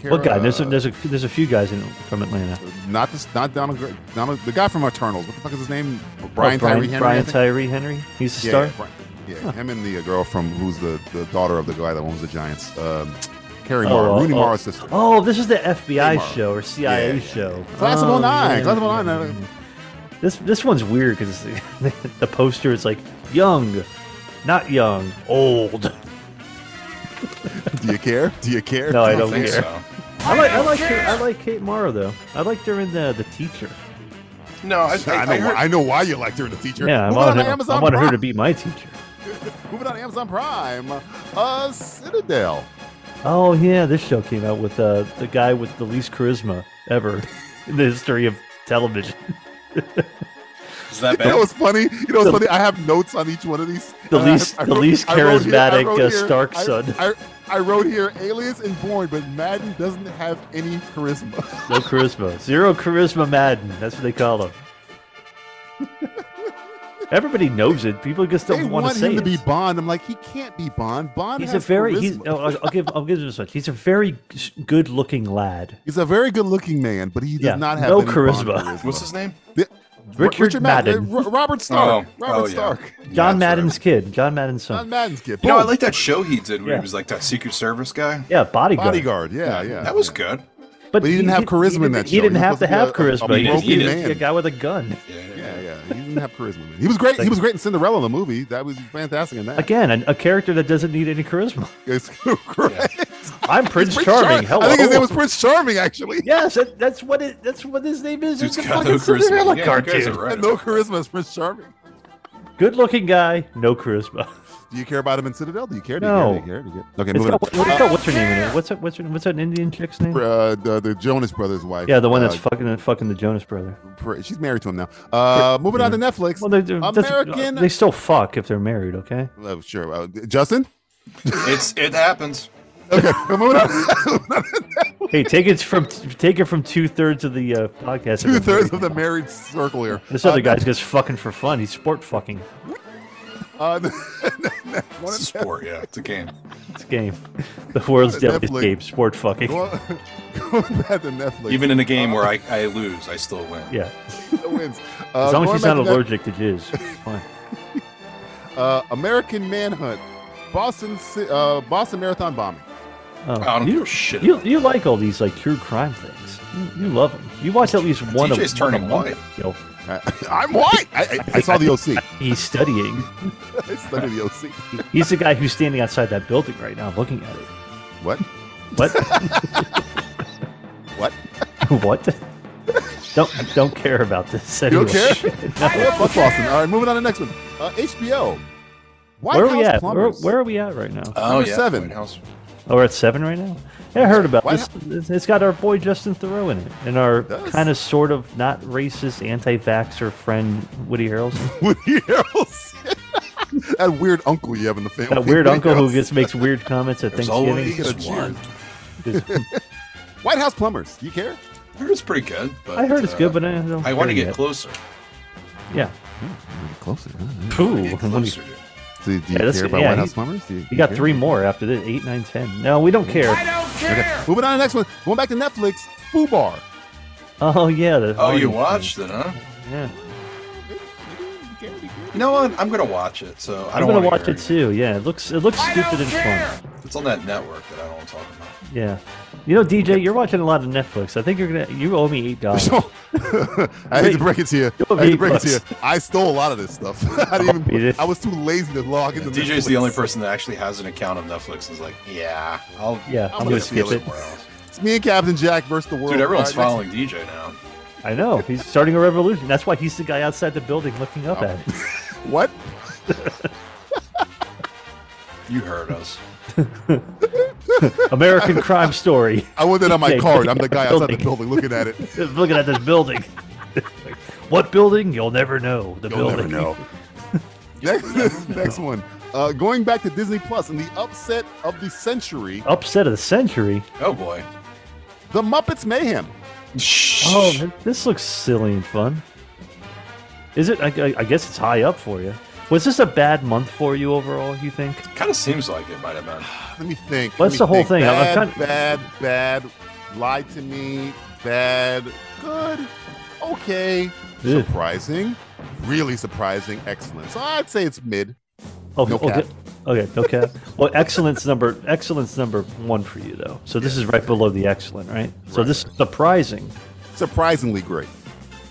Speaker 2: Kara
Speaker 6: What guy? There's a, there's a there's a few guys in from Atlanta.
Speaker 2: Not this, not Donald, Gr- Donald. The guy from Eternals. What the fuck is his name? Brian,
Speaker 6: oh, Brian
Speaker 2: Tyree Henry. I
Speaker 6: Brian
Speaker 2: think?
Speaker 6: Tyree Henry. He's the star.
Speaker 2: Yeah, Brian- yeah, him and the uh, girl from who's the, the daughter of the guy that owns the Giants, um, Carrie Morrow,
Speaker 6: oh,
Speaker 2: Rooney
Speaker 6: oh.
Speaker 2: Mara's sister.
Speaker 6: Oh, this is the FBI
Speaker 2: Mark.
Speaker 6: show or CIA
Speaker 2: Yeah.
Speaker 6: show.
Speaker 2: Class of
Speaker 6: oh,
Speaker 2: 09,
Speaker 6: yeah,
Speaker 2: Class of 09,
Speaker 6: yeah,
Speaker 2: uh,
Speaker 6: yeah. This this one's weird because *laughs* the poster is like young, not young, old.
Speaker 2: Do you care? Do you care?
Speaker 6: No, I don't
Speaker 3: think
Speaker 6: care.
Speaker 3: so.
Speaker 6: I like I like Kate, I like Kate Mara though. I liked her in the the teacher.
Speaker 3: *laughs* No, I, I,
Speaker 2: I, know.
Speaker 3: I heard,
Speaker 2: why, I know why you liked her in the teacher.
Speaker 6: Yeah, I
Speaker 2: Moving on
Speaker 6: wanted,
Speaker 2: to
Speaker 6: her,
Speaker 2: Amazon
Speaker 6: I wanted her to
Speaker 2: Prime.
Speaker 6: be my teacher.
Speaker 2: Moving on to Amazon Prime, uh, Citadel.
Speaker 6: Oh yeah, this show came out with uh, the guy with the least charisma ever in the history of television.
Speaker 3: is
Speaker 2: That
Speaker 3: that bad?
Speaker 2: was funny. You know, it's funny. I have notes on each one of these.
Speaker 6: The
Speaker 2: And I-
Speaker 6: least-
Speaker 2: Uh, I
Speaker 6: the
Speaker 2: wrote-
Speaker 6: least
Speaker 2: I wrote here- I
Speaker 6: charismatic,
Speaker 2: wrote
Speaker 6: uh,
Speaker 2: here-
Speaker 6: Stark
Speaker 2: I- *laughs*
Speaker 6: son.
Speaker 2: I, I wrote here Alias and Born, but Madden doesn't have any charisma.
Speaker 6: No
Speaker 2: *laughs*
Speaker 6: charisma, zero charisma Madden. That's what they call him. Everybody knows it. People just
Speaker 2: They
Speaker 6: don't want
Speaker 2: want
Speaker 6: to say
Speaker 2: him to
Speaker 6: it.
Speaker 2: be Bond. I'm like, he can't be Bond. Bond
Speaker 6: he's a
Speaker 2: has
Speaker 6: very he's, oh, uh,
Speaker 2: charisma.
Speaker 6: I'll, I'll give I'll give him this much. He's a very good-looking lad.
Speaker 2: He's a very good-looking man, but he does
Speaker 6: Yeah,
Speaker 2: not have
Speaker 6: no
Speaker 2: any Bond
Speaker 6: charisma.
Speaker 3: What's his name?
Speaker 2: The-
Speaker 6: Richard
Speaker 2: Mad-
Speaker 6: Madden.
Speaker 2: uh, Ro- Robert Stark.
Speaker 3: Oh,
Speaker 2: Robert
Speaker 3: oh, yeah.
Speaker 2: Stark.
Speaker 6: John
Speaker 3: that's right.
Speaker 6: Madden's kid. John Madden's son.
Speaker 2: Not Madden's kid.
Speaker 3: You know, I
Speaker 2: Boom.
Speaker 3: like that show he did where
Speaker 6: Yeah.
Speaker 3: he was like that Secret Service guy.
Speaker 6: yeah, bodyguard.
Speaker 2: bodyguard. Yeah, yeah.
Speaker 3: That was good.
Speaker 2: But he didn't have charisma in
Speaker 6: didn't-
Speaker 2: that
Speaker 6: He
Speaker 2: show.
Speaker 6: didn't
Speaker 2: He was
Speaker 6: have to have
Speaker 2: supposed to be a- a
Speaker 6: charisma. He was-
Speaker 3: broken
Speaker 6: he was
Speaker 2: man.
Speaker 6: a guy with a gun.
Speaker 2: Yeah, yeah. He didn't have charisma. Man. He was great. He was great in Cinderella, the movie. That was fantastic in that.
Speaker 6: Again, an- a, character that doesn't need any charisma. *laughs*
Speaker 2: It's *laughs* great.
Speaker 6: I'm Prince,
Speaker 2: Prince
Speaker 6: Charming.
Speaker 2: Char-
Speaker 6: Hello.
Speaker 2: I think his name was Prince Charming, actually.
Speaker 6: yes, that, that's what it, that's what his name is.
Speaker 3: Dude's
Speaker 6: It's a
Speaker 3: got
Speaker 6: fucking
Speaker 3: no charisma.
Speaker 6: Cinderella
Speaker 3: Yeah, you guys
Speaker 6: cartoon.
Speaker 3: are right
Speaker 2: Had *laughs* no
Speaker 3: about that.
Speaker 2: charisma as Prince Charming.
Speaker 6: Good-looking guy, no charisma.
Speaker 2: *laughs* Do you care about him in Citadel? Do you care? Do
Speaker 6: No.
Speaker 2: you care? Do you care? Do you care? Okay,
Speaker 6: It's
Speaker 2: moving
Speaker 6: got,
Speaker 2: on.
Speaker 6: what- it's got what's her name in it? What's that? What's her, What's that Indian chick's name?
Speaker 2: Uh, the, the Jonas Brothers' wife.
Speaker 6: Yeah, the one that's
Speaker 2: uh,
Speaker 6: fucking fucking the Jonas brother.
Speaker 2: Pr- She's married to him now. Uh, moving on to Netflix.
Speaker 6: Well, they're, they're, that's-
Speaker 2: American.
Speaker 6: They still fuck if they're married. Okay.
Speaker 2: Oh, sure. Uh, Justin. *laughs*
Speaker 3: It's it happens.
Speaker 6: *laughs*
Speaker 2: Okay, moving on.
Speaker 6: Hey, take it from take it from two thirds of the uh, podcast.
Speaker 2: Two thirds of the married circle here.
Speaker 6: This other guy's just fucking for fun. He's sport fucking.
Speaker 2: *laughs* Uh, *laughs*
Speaker 3: It's a sport, yeah. It's a game.
Speaker 6: This game, *laughs* the world's deadliest
Speaker 2: Netflix.
Speaker 6: game, sport fucking.
Speaker 2: going going back to Netflix.
Speaker 3: Even in a game where I, I lose, I still win.
Speaker 6: uh, Yeah,
Speaker 2: Who wins. Uh,
Speaker 6: as long as
Speaker 2: going
Speaker 6: she's
Speaker 2: back
Speaker 6: not
Speaker 2: to Net-
Speaker 6: allergic to jizz, it's
Speaker 2: *laughs*
Speaker 6: fine.
Speaker 2: uh, American Manhunt, Boston, Ci- uh, Boston Marathon bombing. *laughs*
Speaker 6: Oh,
Speaker 3: I don't
Speaker 6: you,
Speaker 3: give a shit
Speaker 6: You, you like all these like true crime things. You, you love them. You watch at least one
Speaker 3: TJ's
Speaker 6: of
Speaker 3: turning
Speaker 6: one
Speaker 3: white.
Speaker 6: You know,
Speaker 2: I, I'm white. I, I, I saw the OC.
Speaker 6: he's studying.
Speaker 2: *laughs* I studied the OC.
Speaker 6: He's the guy who's standing outside that building right now, looking at it.
Speaker 2: What?
Speaker 6: What? *laughs*
Speaker 2: What?
Speaker 6: what? Don't don't care about this.
Speaker 2: You
Speaker 6: Anyway.
Speaker 2: don't care?
Speaker 6: *laughs*
Speaker 2: Yeah, fuck Boston. All right, moving on to the next one. Uh, HBO. White
Speaker 6: where
Speaker 2: House
Speaker 6: are we at? Where,
Speaker 2: Plumbers.
Speaker 6: where are we at right now?
Speaker 3: Oh
Speaker 2: Number
Speaker 3: yeah.
Speaker 2: seven.
Speaker 3: White House.
Speaker 6: Oh, we're at seven right now. Yeah, I heard about
Speaker 2: Why
Speaker 6: this. It's got our boy Justin Thoreau in it, and our
Speaker 2: does.
Speaker 6: kind of sort of not racist anti-vaxxer friend
Speaker 2: *laughs*
Speaker 6: Woody
Speaker 2: *laughs*
Speaker 6: Harrelson,
Speaker 2: Woody Harrelson. *laughs* that weird uncle you have in the family.
Speaker 6: that weird
Speaker 2: Woody
Speaker 6: uncle
Speaker 2: *laughs*
Speaker 6: who
Speaker 2: Harrelson.
Speaker 6: gets makes weird comments at
Speaker 3: There's
Speaker 6: Thanksgiving.
Speaker 3: always one.
Speaker 2: White House Plumbers. You care?
Speaker 3: I heard it's pretty good, but
Speaker 6: I heard it's good,
Speaker 3: uh,
Speaker 6: but I don't.
Speaker 3: I want to
Speaker 6: care
Speaker 3: get
Speaker 6: yet.
Speaker 3: closer.
Speaker 6: Yeah.
Speaker 2: Mm, Closer.
Speaker 6: Poo.
Speaker 3: Get closer. dude.
Speaker 2: Do, do you
Speaker 6: Yeah, that's-
Speaker 2: care about
Speaker 6: yeah,
Speaker 2: White
Speaker 6: he-
Speaker 2: House Plumbers? Do you,
Speaker 6: You got
Speaker 2: care?
Speaker 6: three more after this. Eight, nine, ten. No, we don't care.
Speaker 2: Moving on to the next one. Going back to Netflix. Fubar.
Speaker 6: Oh yeah. the
Speaker 3: Oh, you
Speaker 6: Hardy
Speaker 3: watched it, huh?
Speaker 6: thing. Yeah.
Speaker 3: You know what? I'm gonna watch it, so I
Speaker 6: I'm
Speaker 3: don't
Speaker 6: gonna
Speaker 3: wanna
Speaker 6: watch
Speaker 3: hear
Speaker 6: it too. Yeah, it looks it looks stupid and fun.
Speaker 3: It's on that network that I don't want to talk about.
Speaker 6: Yeah. You know, DJ, you're watching a lot of Netflix. I think you're gonna you owe me eight dollars.
Speaker 2: *laughs* So, I hate to break it to you.
Speaker 6: Oh. You'll
Speaker 2: I hate to
Speaker 6: be
Speaker 2: break it to you.
Speaker 6: blessed.
Speaker 2: I stole a lot of this stuff. *laughs* I, didn't
Speaker 6: You
Speaker 2: even,
Speaker 6: did.
Speaker 2: I was too lazy to log into
Speaker 3: DJ is the
Speaker 2: Netflix.
Speaker 3: only person that actually has an account on Netflix. And is like, yeah, I'll
Speaker 6: Yeah, I'm gonna
Speaker 3: gonna
Speaker 6: skip
Speaker 3: steal
Speaker 6: it.
Speaker 3: somewhere else."
Speaker 2: It's me and Captain Jack versus the world.
Speaker 3: Dude, everyone's
Speaker 2: All right,
Speaker 3: following DJ now.
Speaker 6: I know. He's starting a revolution. That's why he's the guy outside the building looking up at it.
Speaker 2: next- What?
Speaker 3: You heard us.
Speaker 6: American crime story. *laughs*
Speaker 2: I want that on my
Speaker 6: DJ,
Speaker 2: card. I'm
Speaker 6: looking
Speaker 2: the
Speaker 6: at
Speaker 2: guy
Speaker 6: the
Speaker 2: outside the
Speaker 6: building.
Speaker 2: building looking
Speaker 6: *laughs*
Speaker 2: at it.
Speaker 6: Just looking at this building. *laughs* what building? You'll never know. The
Speaker 2: You'll never
Speaker 6: building.
Speaker 2: know. *laughs* next, next one. Uh, going back to Disney Plus and the upset of the century,
Speaker 6: Upset of the century.
Speaker 3: Oh boy.
Speaker 2: The Muppets Mayhem.
Speaker 6: Oh, th- this looks silly and fun. Is it? I, I- I guess it's high up for you. Was this a bad month for you overall? You think?
Speaker 3: kind of seems like it might have been.
Speaker 2: Let me think.
Speaker 6: What's
Speaker 2: let
Speaker 6: the
Speaker 2: me
Speaker 6: whole
Speaker 2: think.
Speaker 6: thing? I'm-
Speaker 2: Bad,
Speaker 6: I'm kinda-
Speaker 2: bad, bad. Lied to me. Bad. Good. Okay.
Speaker 6: Ugh.
Speaker 2: Surprising. Really surprising. Excellent. So I'd say it's mid.
Speaker 6: Oh,
Speaker 2: No
Speaker 6: okay.
Speaker 2: cap.
Speaker 6: Okay, no
Speaker 2: *laughs*
Speaker 6: cap. well, excellence number excellence number one for you though. So this is right below the excellent, right? So this is surprising.
Speaker 2: Surprisingly great.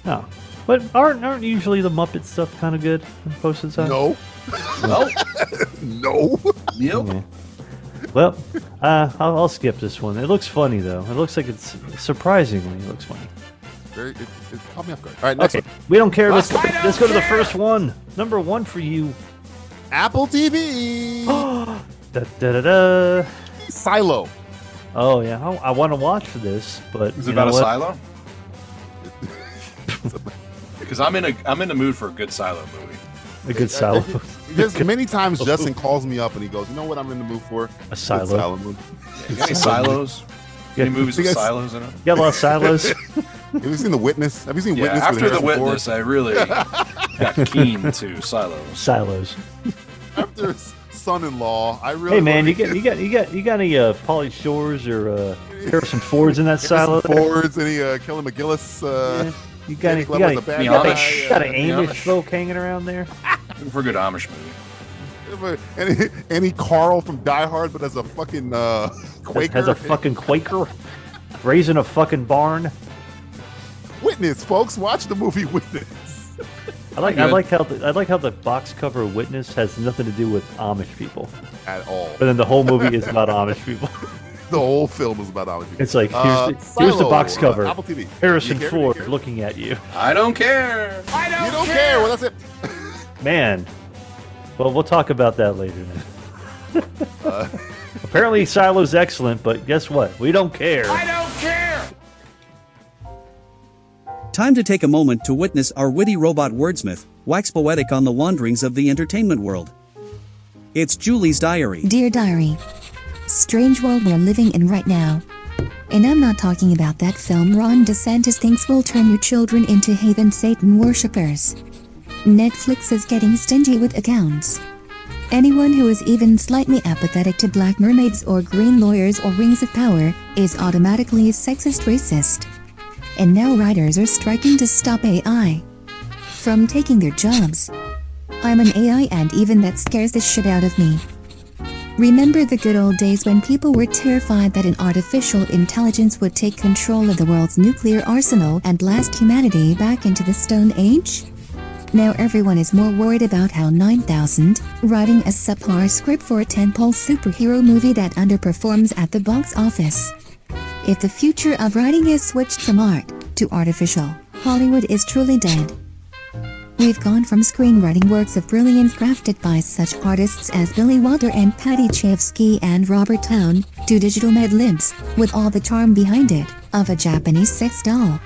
Speaker 6: No. But aren't aren't usually the Muppet stuff kind of good on posted side?
Speaker 2: No.
Speaker 3: Well,
Speaker 2: *laughs* No.
Speaker 3: yep.
Speaker 6: Well, uh, I'll, I'll skip this one. It looks funny though. It looks like it's surprisingly it looks funny.
Speaker 2: Very, it, it caught me off guard. All right, next
Speaker 6: okay,
Speaker 2: one.
Speaker 6: we don't care. Let's
Speaker 2: Last one.
Speaker 6: let's go to the first one. Number one for you. *gasps*
Speaker 2: Apple TV.
Speaker 6: Da, da, da, da.
Speaker 2: Silo.
Speaker 6: Oh yeah, I, I want to watch this, but
Speaker 3: Is
Speaker 6: you
Speaker 3: it about a
Speaker 6: know what?
Speaker 3: silo? *laughs* Because I'm in a I'm in the mood for a good silo movie.
Speaker 6: A good silo.
Speaker 2: There's
Speaker 6: *laughs*
Speaker 2: many times Justin calls me up and he goes, "You know what I'm in the mood for? Good
Speaker 6: Oh. silo.
Speaker 2: Silo movie.
Speaker 3: You got any silos? Any movies with
Speaker 2: Because-
Speaker 3: silos in it?
Speaker 6: You got a lot of silos.
Speaker 2: Have you seen The Witness? Have you seen
Speaker 3: Yeah,
Speaker 2: Witness? with
Speaker 3: after the
Speaker 2: Harrison Ford?
Speaker 3: witness, I really *laughs* got keen to silos.
Speaker 6: silos.
Speaker 2: after his son-in-law, I really.
Speaker 6: Hey man,
Speaker 2: wanna
Speaker 6: you got
Speaker 2: get
Speaker 6: you got you got you got any uh, Polly Shores or uh, Harrison Fords in that silo?
Speaker 2: Harrison
Speaker 6: there?
Speaker 2: Fords, any uh, Kelly McGillis. Uh,
Speaker 6: Yeah. You got any,
Speaker 2: Danny Glover's a
Speaker 6: you got any, you
Speaker 2: bad
Speaker 6: got
Speaker 3: guy,
Speaker 6: any,
Speaker 3: uh,
Speaker 6: you got any
Speaker 3: the
Speaker 6: Amish
Speaker 3: Amish.
Speaker 6: folk hanging around there?
Speaker 3: Looking for a good Amish movie.
Speaker 2: *laughs* Any, any Carl from Die Hard, but as a fucking uh, Quaker.
Speaker 6: Has a fucking Quaker raising a fucking barn.
Speaker 2: Witness, folks, watch the movie Witness. *laughs*
Speaker 6: I like I
Speaker 3: Good.
Speaker 6: like how the, I like how the box cover of Witness has nothing to do with Amish people,
Speaker 2: At all,
Speaker 6: but then the whole movie
Speaker 2: *laughs*
Speaker 6: is about Amish people.
Speaker 2: the whole film was about Amish people.
Speaker 6: It's like here's,
Speaker 2: Uh,
Speaker 6: the, here's the
Speaker 2: Silo,
Speaker 6: box
Speaker 2: uh,
Speaker 6: cover.
Speaker 2: Apple TV.
Speaker 6: Harrison
Speaker 2: You hear me?
Speaker 6: Ford looking at you,
Speaker 3: I don't care.
Speaker 7: I don't,
Speaker 2: You don't care. Well, that's it.
Speaker 6: man. Well, we'll talk about that later. Then.
Speaker 2: *laughs* Uh.
Speaker 6: Apparently, Silo's excellent, but guess what? We don't care.
Speaker 7: I don't care.
Speaker 9: Time to take a moment to witness our witty robot wordsmith, wax poetic on the wanderings of the entertainment world. It's Julie's Diary.
Speaker 4: Dear Diary. Strange world we're living in right now. And I'm not talking about that film Ron DeSantis thinks will turn your children into heathen Satan worshippers. Netflix is getting stingy with accounts. Anyone who is even slightly apathetic to black mermaids or green lawyers or rings of power is automatically a sexist racist. And now writers are striking to stop AI from taking their jobs. I'm an AI and even that scares the shit out of me. Remember the good old days when people were terrified that an artificial intelligence would take control of the world's nuclear arsenal and blast humanity back into the Stone Age? Now everyone is more worried about how 9000, writing a subpar script for a tentpole superhero movie that underperforms at the box office. If the future of writing is switched from art to artificial, Hollywood is truly dead. We've gone from screenwriting works of brilliance crafted by such artists as Billy Wilder and Patty Chayefsky and Robert Towne to digital med libs, with all the charm behind it, of a Japanese sex doll.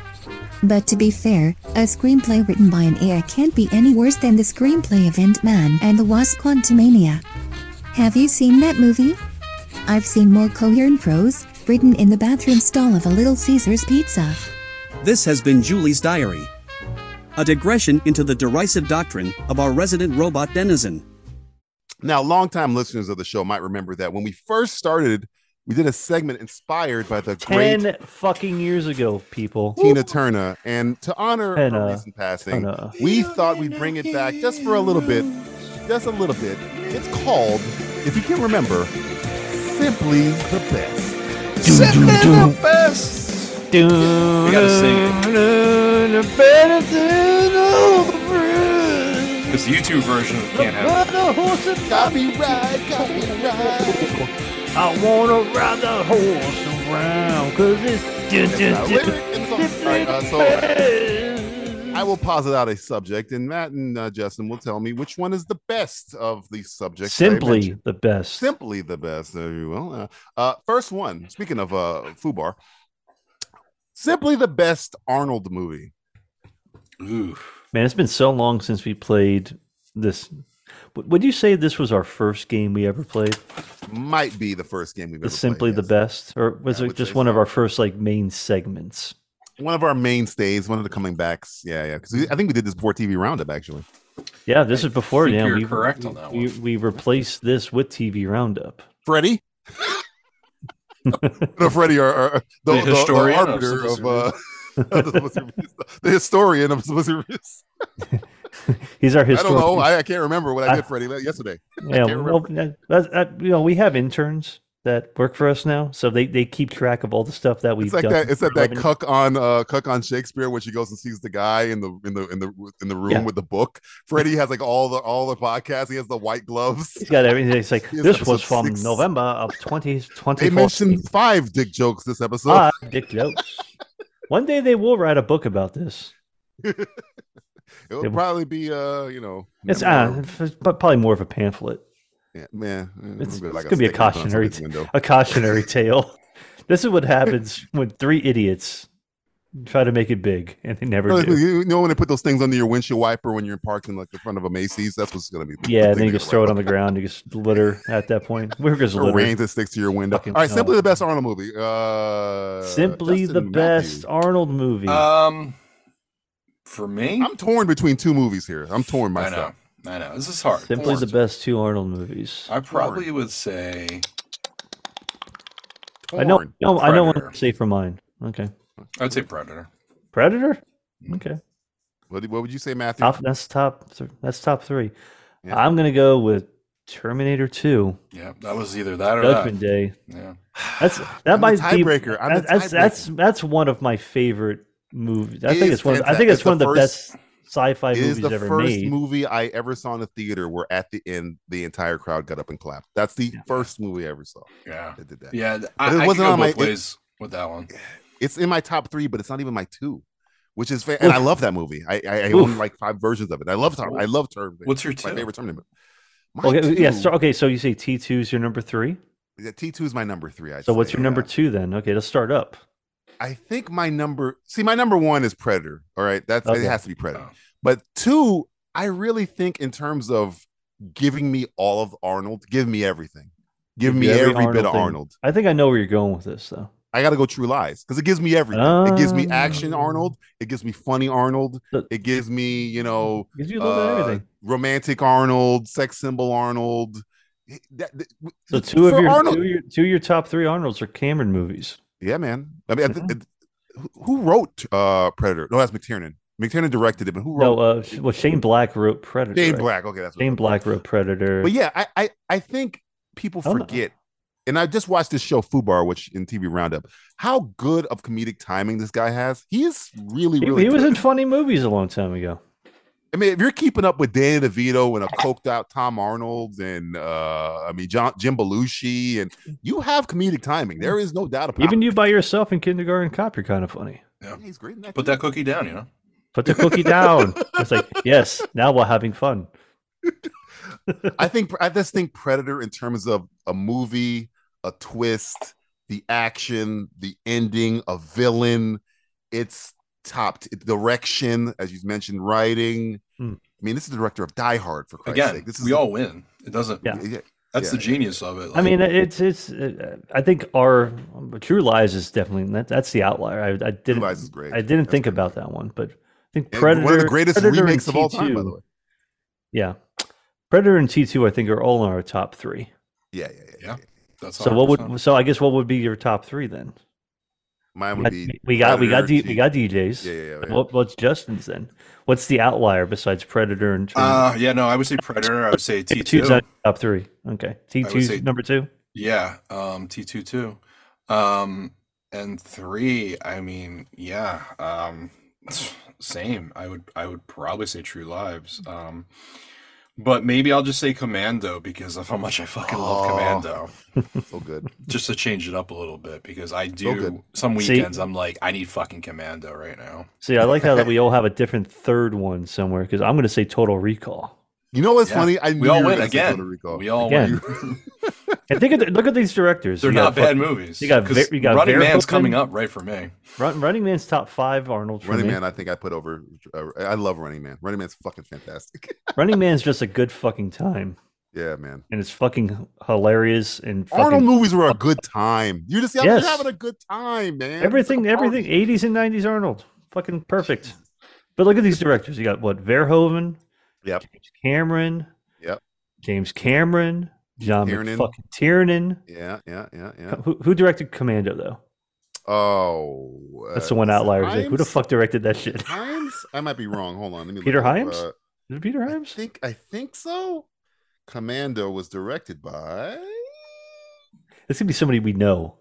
Speaker 4: But to be fair, a screenplay written by an AI can't be any worse than the screenplay of Ant-Man and the Wasp Quantumania. Have you seen that movie? I've seen more coherent prose, written in the bathroom stall of a Little Caesar's pizza.
Speaker 9: This has been Julie's Diary. A digression into the derisive doctrine of our resident robot denizen.
Speaker 2: Now, longtime listeners of the show might remember that when we first started, we did a segment inspired by the
Speaker 6: Ten
Speaker 2: great
Speaker 6: fucking years ago, people.
Speaker 2: Tina Turner, and to honor her
Speaker 6: Tina
Speaker 2: recent passing,
Speaker 6: Turner.
Speaker 2: we thought we'd bring it back just for a little bit, just a little bit. It's called, if you can remember, simply the best.
Speaker 3: Simply the best.
Speaker 6: Dun,
Speaker 3: You gotta sing it. Because the YouTube version can't have it.
Speaker 2: Copyright, copyright.
Speaker 6: I wanna ride the horse around, cause it's dun,
Speaker 2: That's
Speaker 6: dun,
Speaker 2: not
Speaker 6: dun,
Speaker 2: lyric, it's all- All right, uh, so I will posit out a subject, and Matt and uh, Justin will tell me which one is the best of the subjects. I
Speaker 6: Simply
Speaker 2: mentioned.
Speaker 6: the best.
Speaker 2: simply the best. There you will. Uh, uh, first one. Speaking of uh, Fubar, simply the best Arnold movie.
Speaker 3: Ooh.
Speaker 6: Man, it's been so long since we played this. W- Would you say this was our first game we ever played?
Speaker 2: Might be the first game we've ever
Speaker 6: It's simply
Speaker 2: played,
Speaker 6: the
Speaker 2: yes.
Speaker 6: best, or was
Speaker 2: I
Speaker 6: it
Speaker 2: would
Speaker 6: just
Speaker 2: say
Speaker 6: one of
Speaker 2: so.
Speaker 6: our first like main segments?
Speaker 2: One of our mainstays. One of the coming backs. Yeah, yeah. Because I think we did this before TV Roundup actually.
Speaker 6: Yeah, this is before.
Speaker 3: think
Speaker 6: yeah,
Speaker 3: you're
Speaker 6: we,
Speaker 3: correct on that
Speaker 6: we- We, replaced this with TV Roundup.
Speaker 2: Freddie. *laughs* no, Freddie, are, are- are- the,
Speaker 3: The
Speaker 2: the- the
Speaker 3: historian of
Speaker 2: arbiter of,
Speaker 3: Simpsons
Speaker 2: uh, *laughs* of the Simpsons reviews. the historian of Simpsons reviews.
Speaker 6: He's our
Speaker 2: I don't
Speaker 6: historian.
Speaker 2: know. I, I can't remember what I
Speaker 6: I-
Speaker 2: did, Freddie, yesterday.
Speaker 6: yeah,
Speaker 2: can't
Speaker 6: well, that, that, that- you know, we have interns that work for us now, so they, they keep track of all the stuff that we've
Speaker 2: It's like
Speaker 6: done.
Speaker 2: that. It's
Speaker 6: for
Speaker 2: like that
Speaker 6: eleven-
Speaker 2: cuck on uh, cuck on Shakespeare when she goes and sees the guy in the in the in the in the room
Speaker 6: Yeah.
Speaker 2: with the book. Freddie has like all the all the podcasts. He has the white gloves.
Speaker 6: He's got everything. It's like
Speaker 2: Here's
Speaker 6: this was
Speaker 2: episode
Speaker 6: from
Speaker 2: six.
Speaker 6: November of twenty
Speaker 2: *laughs*
Speaker 6: twenty.
Speaker 2: They mentioned five dick jokes this episode.
Speaker 6: Ah, Dick jokes. One day they will write a book about this.
Speaker 2: it would
Speaker 6: they-
Speaker 2: probably be uh you know
Speaker 6: It's uh,
Speaker 2: memorable.
Speaker 6: it's pro- probably more of a pamphlet,
Speaker 2: yeah, man.
Speaker 6: it's-
Speaker 2: it'll
Speaker 6: it's gonna be a
Speaker 2: stick on somebody's
Speaker 6: *laughs* cautionary t-
Speaker 2: window. *laughs*
Speaker 6: a cautionary tale. This is what happens when three idiots try to make it big, and they never
Speaker 2: No, like,
Speaker 6: do.
Speaker 2: you know when they put those things under your windshield wiper when you're parked in like the front of a Macy's? That's what's gonna be. *laughs* the
Speaker 6: Yeah,
Speaker 2: thing
Speaker 6: then you
Speaker 2: they
Speaker 6: just
Speaker 2: go
Speaker 6: throw it
Speaker 2: around.
Speaker 6: on the ground. You just litter at that point. We're just
Speaker 2: Or rain
Speaker 6: littering.
Speaker 2: that sticks to your window.
Speaker 6: Fucking
Speaker 2: All right,
Speaker 6: hell.
Speaker 2: simply the best Arnold movie. Uh,
Speaker 6: Simply
Speaker 2: Justin
Speaker 6: the
Speaker 2: Matthews.
Speaker 6: best Arnold movie.
Speaker 3: Um, for me,
Speaker 2: I'm torn between two movies here. I'm torn
Speaker 3: I know,
Speaker 2: myself.
Speaker 3: I know. This is hard.
Speaker 6: Simply the
Speaker 3: Torn.
Speaker 6: best two Arnold movies.
Speaker 3: I probably would say.
Speaker 6: I know.
Speaker 2: Torn.
Speaker 6: No, I know.
Speaker 3: Predator.
Speaker 6: One safe for mine. Okay.
Speaker 3: I'd say Predator.
Speaker 6: Predator.
Speaker 2: Hmm.
Speaker 6: Okay.
Speaker 2: What, what would you say, Matthew?
Speaker 6: Top. That's top. th- That's top three.
Speaker 2: Yeah.
Speaker 6: I'm gonna go with Terminator Two.
Speaker 3: Yeah, that was either that or
Speaker 6: Judgment Day.
Speaker 3: that. Yeah.
Speaker 6: That's
Speaker 2: I'm
Speaker 6: that
Speaker 2: the
Speaker 6: might be.
Speaker 2: tiebreaker. I'm the
Speaker 6: That, that's
Speaker 2: tiebreaker.
Speaker 6: that's that's one of my favorite movies. I
Speaker 2: It
Speaker 6: think
Speaker 2: is
Speaker 6: it's one. Of, I
Speaker 2: fantastic.
Speaker 6: think it's,
Speaker 2: It's
Speaker 6: one of
Speaker 2: the
Speaker 6: the
Speaker 2: first-
Speaker 6: best sci-fi
Speaker 2: It is
Speaker 6: movies
Speaker 2: the
Speaker 6: ever
Speaker 2: first
Speaker 6: made.
Speaker 2: movie I ever saw in the theater where at the end the entire crowd got up and clapped. That's the first movie I ever saw
Speaker 3: Yeah.
Speaker 2: that did that.
Speaker 3: Yeah. th-
Speaker 2: But it
Speaker 3: I, I could
Speaker 2: wasn't
Speaker 3: go
Speaker 2: on my-
Speaker 3: both
Speaker 2: it-
Speaker 3: ways with that one.
Speaker 2: It's in my top three, but it's not even my two, which is fa- and I
Speaker 6: Oof.
Speaker 2: love that movie. I I, I own
Speaker 6: Oof.
Speaker 2: like five versions of it. I love Tom. I love Term.
Speaker 3: What's your
Speaker 2: my
Speaker 3: two?
Speaker 2: favorite tournament? My
Speaker 6: Okay. Yeah.
Speaker 2: two-
Speaker 6: So, okay. So you say T two is your number three.
Speaker 2: Yeah, T2 is my number three. I'd
Speaker 6: So what's
Speaker 2: say,
Speaker 6: your number
Speaker 2: yeah.
Speaker 6: two then? Okay, let's start up.
Speaker 2: I think my number, see, my number one is Predator. All right. That's,
Speaker 6: Okay.
Speaker 2: it has to be Predator.
Speaker 3: Oh.
Speaker 2: But two, I really think in terms of giving me all of Arnold, give me everything. Give
Speaker 6: Give
Speaker 2: me
Speaker 6: you every
Speaker 2: every, bit
Speaker 6: Arnold
Speaker 2: of
Speaker 6: thing.
Speaker 2: Arnold.
Speaker 6: I think I know where you're going with this though.
Speaker 2: I got to go True Lies because it gives me everything. it gives me action
Speaker 6: Ah.
Speaker 2: Arnold. It gives me funny Arnold.
Speaker 6: But-
Speaker 2: It gives me, you know,
Speaker 6: Gives you a little bit of
Speaker 2: uh,
Speaker 6: everything.
Speaker 2: romantic Arnold, sex symbol Arnold. That- that-
Speaker 6: So two of
Speaker 2: for
Speaker 6: your
Speaker 2: Arnold-
Speaker 6: two, of your two of your top three Arnolds are Cameron movies.
Speaker 2: Yeah, man. I mean, I
Speaker 6: Mm-hmm.
Speaker 2: th- who- who wrote uh Predator? No, that's McTiernan. McTiernan directed it, but who wrote
Speaker 6: No, uh, sh- well Shane Black wrote Predator.
Speaker 2: Shane
Speaker 6: right?
Speaker 2: Black? Okay, that's what it
Speaker 6: Shane
Speaker 2: was.
Speaker 6: Black Oh, wrote Predator.
Speaker 2: But yeah, I I, I think people
Speaker 6: I don't know.
Speaker 2: forget. And I just watched this show Fubar, which in TV Roundup, how good of comedic timing this guy has. He is really,
Speaker 6: he,
Speaker 2: really.
Speaker 6: he was
Speaker 2: good.
Speaker 6: in funny movies a long time ago.
Speaker 2: I mean, if you're keeping up with Danny DeVito and a coked out Tom Arnold and uh I mean John, Jim Belushi, and you have comedic timing. There is no doubt about
Speaker 6: Even
Speaker 2: it.
Speaker 6: you by yourself in Kindergarten Cop, you're kind of funny.
Speaker 2: Yeah, he's great in that.
Speaker 3: Put that cookie down, you know?
Speaker 6: Put the cookie
Speaker 2: *laughs*
Speaker 6: down. It's like yes, now we're having fun.
Speaker 2: I think I just think Predator in terms of a movie, a twist, the action, the ending, a villain, it's top t- direction, as you mentioned, writing.
Speaker 6: Hmm.
Speaker 2: I mean, this is the director of Die Hard for Christ's
Speaker 3: Again,
Speaker 2: sake. This is
Speaker 3: we all win. It doesn't.
Speaker 6: Yeah.
Speaker 2: yeah,
Speaker 3: That's the
Speaker 2: yeah.
Speaker 3: genius of it.
Speaker 6: I
Speaker 3: like-
Speaker 6: mean, it's it's. uh, I think our True Lies is definitely that, that's the outlier. I, I didn't.
Speaker 2: Lies is great.
Speaker 6: I didn't
Speaker 2: That's
Speaker 6: think
Speaker 2: great.
Speaker 6: about that one, but I think
Speaker 2: And
Speaker 6: Predator.
Speaker 2: one of the greatest
Speaker 6: Predator and
Speaker 2: remakes of all time, by
Speaker 6: T2
Speaker 2: the way.
Speaker 6: Yeah, Predator and T two, I think, are all in our top three.
Speaker 2: Yeah, yeah, yeah. yeah.
Speaker 3: Yeah. That's
Speaker 6: So what
Speaker 3: 100%.
Speaker 6: would? So I guess what would be your top three then?
Speaker 2: Mine
Speaker 6: We
Speaker 2: would
Speaker 6: got-
Speaker 2: be
Speaker 6: we got we got
Speaker 2: Predator,
Speaker 6: D, we got DJs.
Speaker 2: Yeah, yeah, yeah.
Speaker 6: What, what's Justin's then? What's the outlier besides Predator and? True Lies?
Speaker 3: Uh, yeah, no, I would say Predator. I would say T
Speaker 6: T2's
Speaker 3: two.
Speaker 6: not top three. Okay, T
Speaker 3: say-
Speaker 6: two's number two.
Speaker 3: Yeah, um, T two too. Um, and three. I mean, yeah. Um, *sighs* same. I would. I would probably say True Lives. Um, but maybe I'll just say Commando because of how much I fucking love
Speaker 2: Oh.
Speaker 3: Commando.
Speaker 2: so good.
Speaker 3: Just to change it up a little bit because I
Speaker 2: So good.
Speaker 3: do some
Speaker 6: See-
Speaker 3: weekends. I'm like, I need fucking Commando right now.
Speaker 6: See, I like how that we all have a different third one somewhere because I'm going to say Total Recall.
Speaker 2: You know what's
Speaker 3: Yeah.
Speaker 2: funny? I
Speaker 3: We
Speaker 2: knew
Speaker 3: all
Speaker 2: you were
Speaker 3: win
Speaker 2: gonna say
Speaker 3: again.
Speaker 2: Puerto Rico.
Speaker 3: We all
Speaker 6: Again.
Speaker 3: win.
Speaker 6: And think of the, look at these directors.
Speaker 3: They're
Speaker 6: You
Speaker 3: not
Speaker 6: got
Speaker 3: bad
Speaker 6: fucking-
Speaker 3: movies.
Speaker 6: you got
Speaker 3: 'cause
Speaker 6: Ver- you got
Speaker 3: Running Man's
Speaker 6: Verhoeven.
Speaker 3: coming up right for me.
Speaker 6: Run, Running Man's top five. Arnold.
Speaker 2: Running
Speaker 6: Running
Speaker 2: Man, I think I put over. Uh, I love Running Man. Running Man's fucking fantastic. *laughs*
Speaker 6: Running Man's just a good fucking time,
Speaker 2: yeah, man.
Speaker 6: and it's fucking hilarious and fucking
Speaker 2: Arnold movies were a good time. You just
Speaker 6: Yes.
Speaker 2: you're having a good time, man.
Speaker 6: everything, everything. 80s and 90s Arnold, fucking perfect. But look at these directors. You got what? Verhoeven.
Speaker 2: Yep.
Speaker 6: James Cameron.
Speaker 2: Yep.
Speaker 6: James Cameron. John
Speaker 2: Tiernan.
Speaker 6: Tiernan. fucking Tiernan.
Speaker 2: Yeah, yeah, yeah, yeah.
Speaker 6: Who, who directed Commando though?
Speaker 2: Oh,
Speaker 6: That's
Speaker 2: uh,
Speaker 6: the one
Speaker 2: is it
Speaker 6: outlier. Like, who the
Speaker 2: Himes?
Speaker 6: fuck directed that shit?
Speaker 2: Himes? I might be wrong. Hold on. Let me look
Speaker 6: Peter
Speaker 2: up,
Speaker 6: Himes?
Speaker 2: uh,
Speaker 6: Is it Peter
Speaker 2: I
Speaker 6: Himes?
Speaker 2: think I think so. Commando was directed by.
Speaker 6: It's gonna be somebody we know.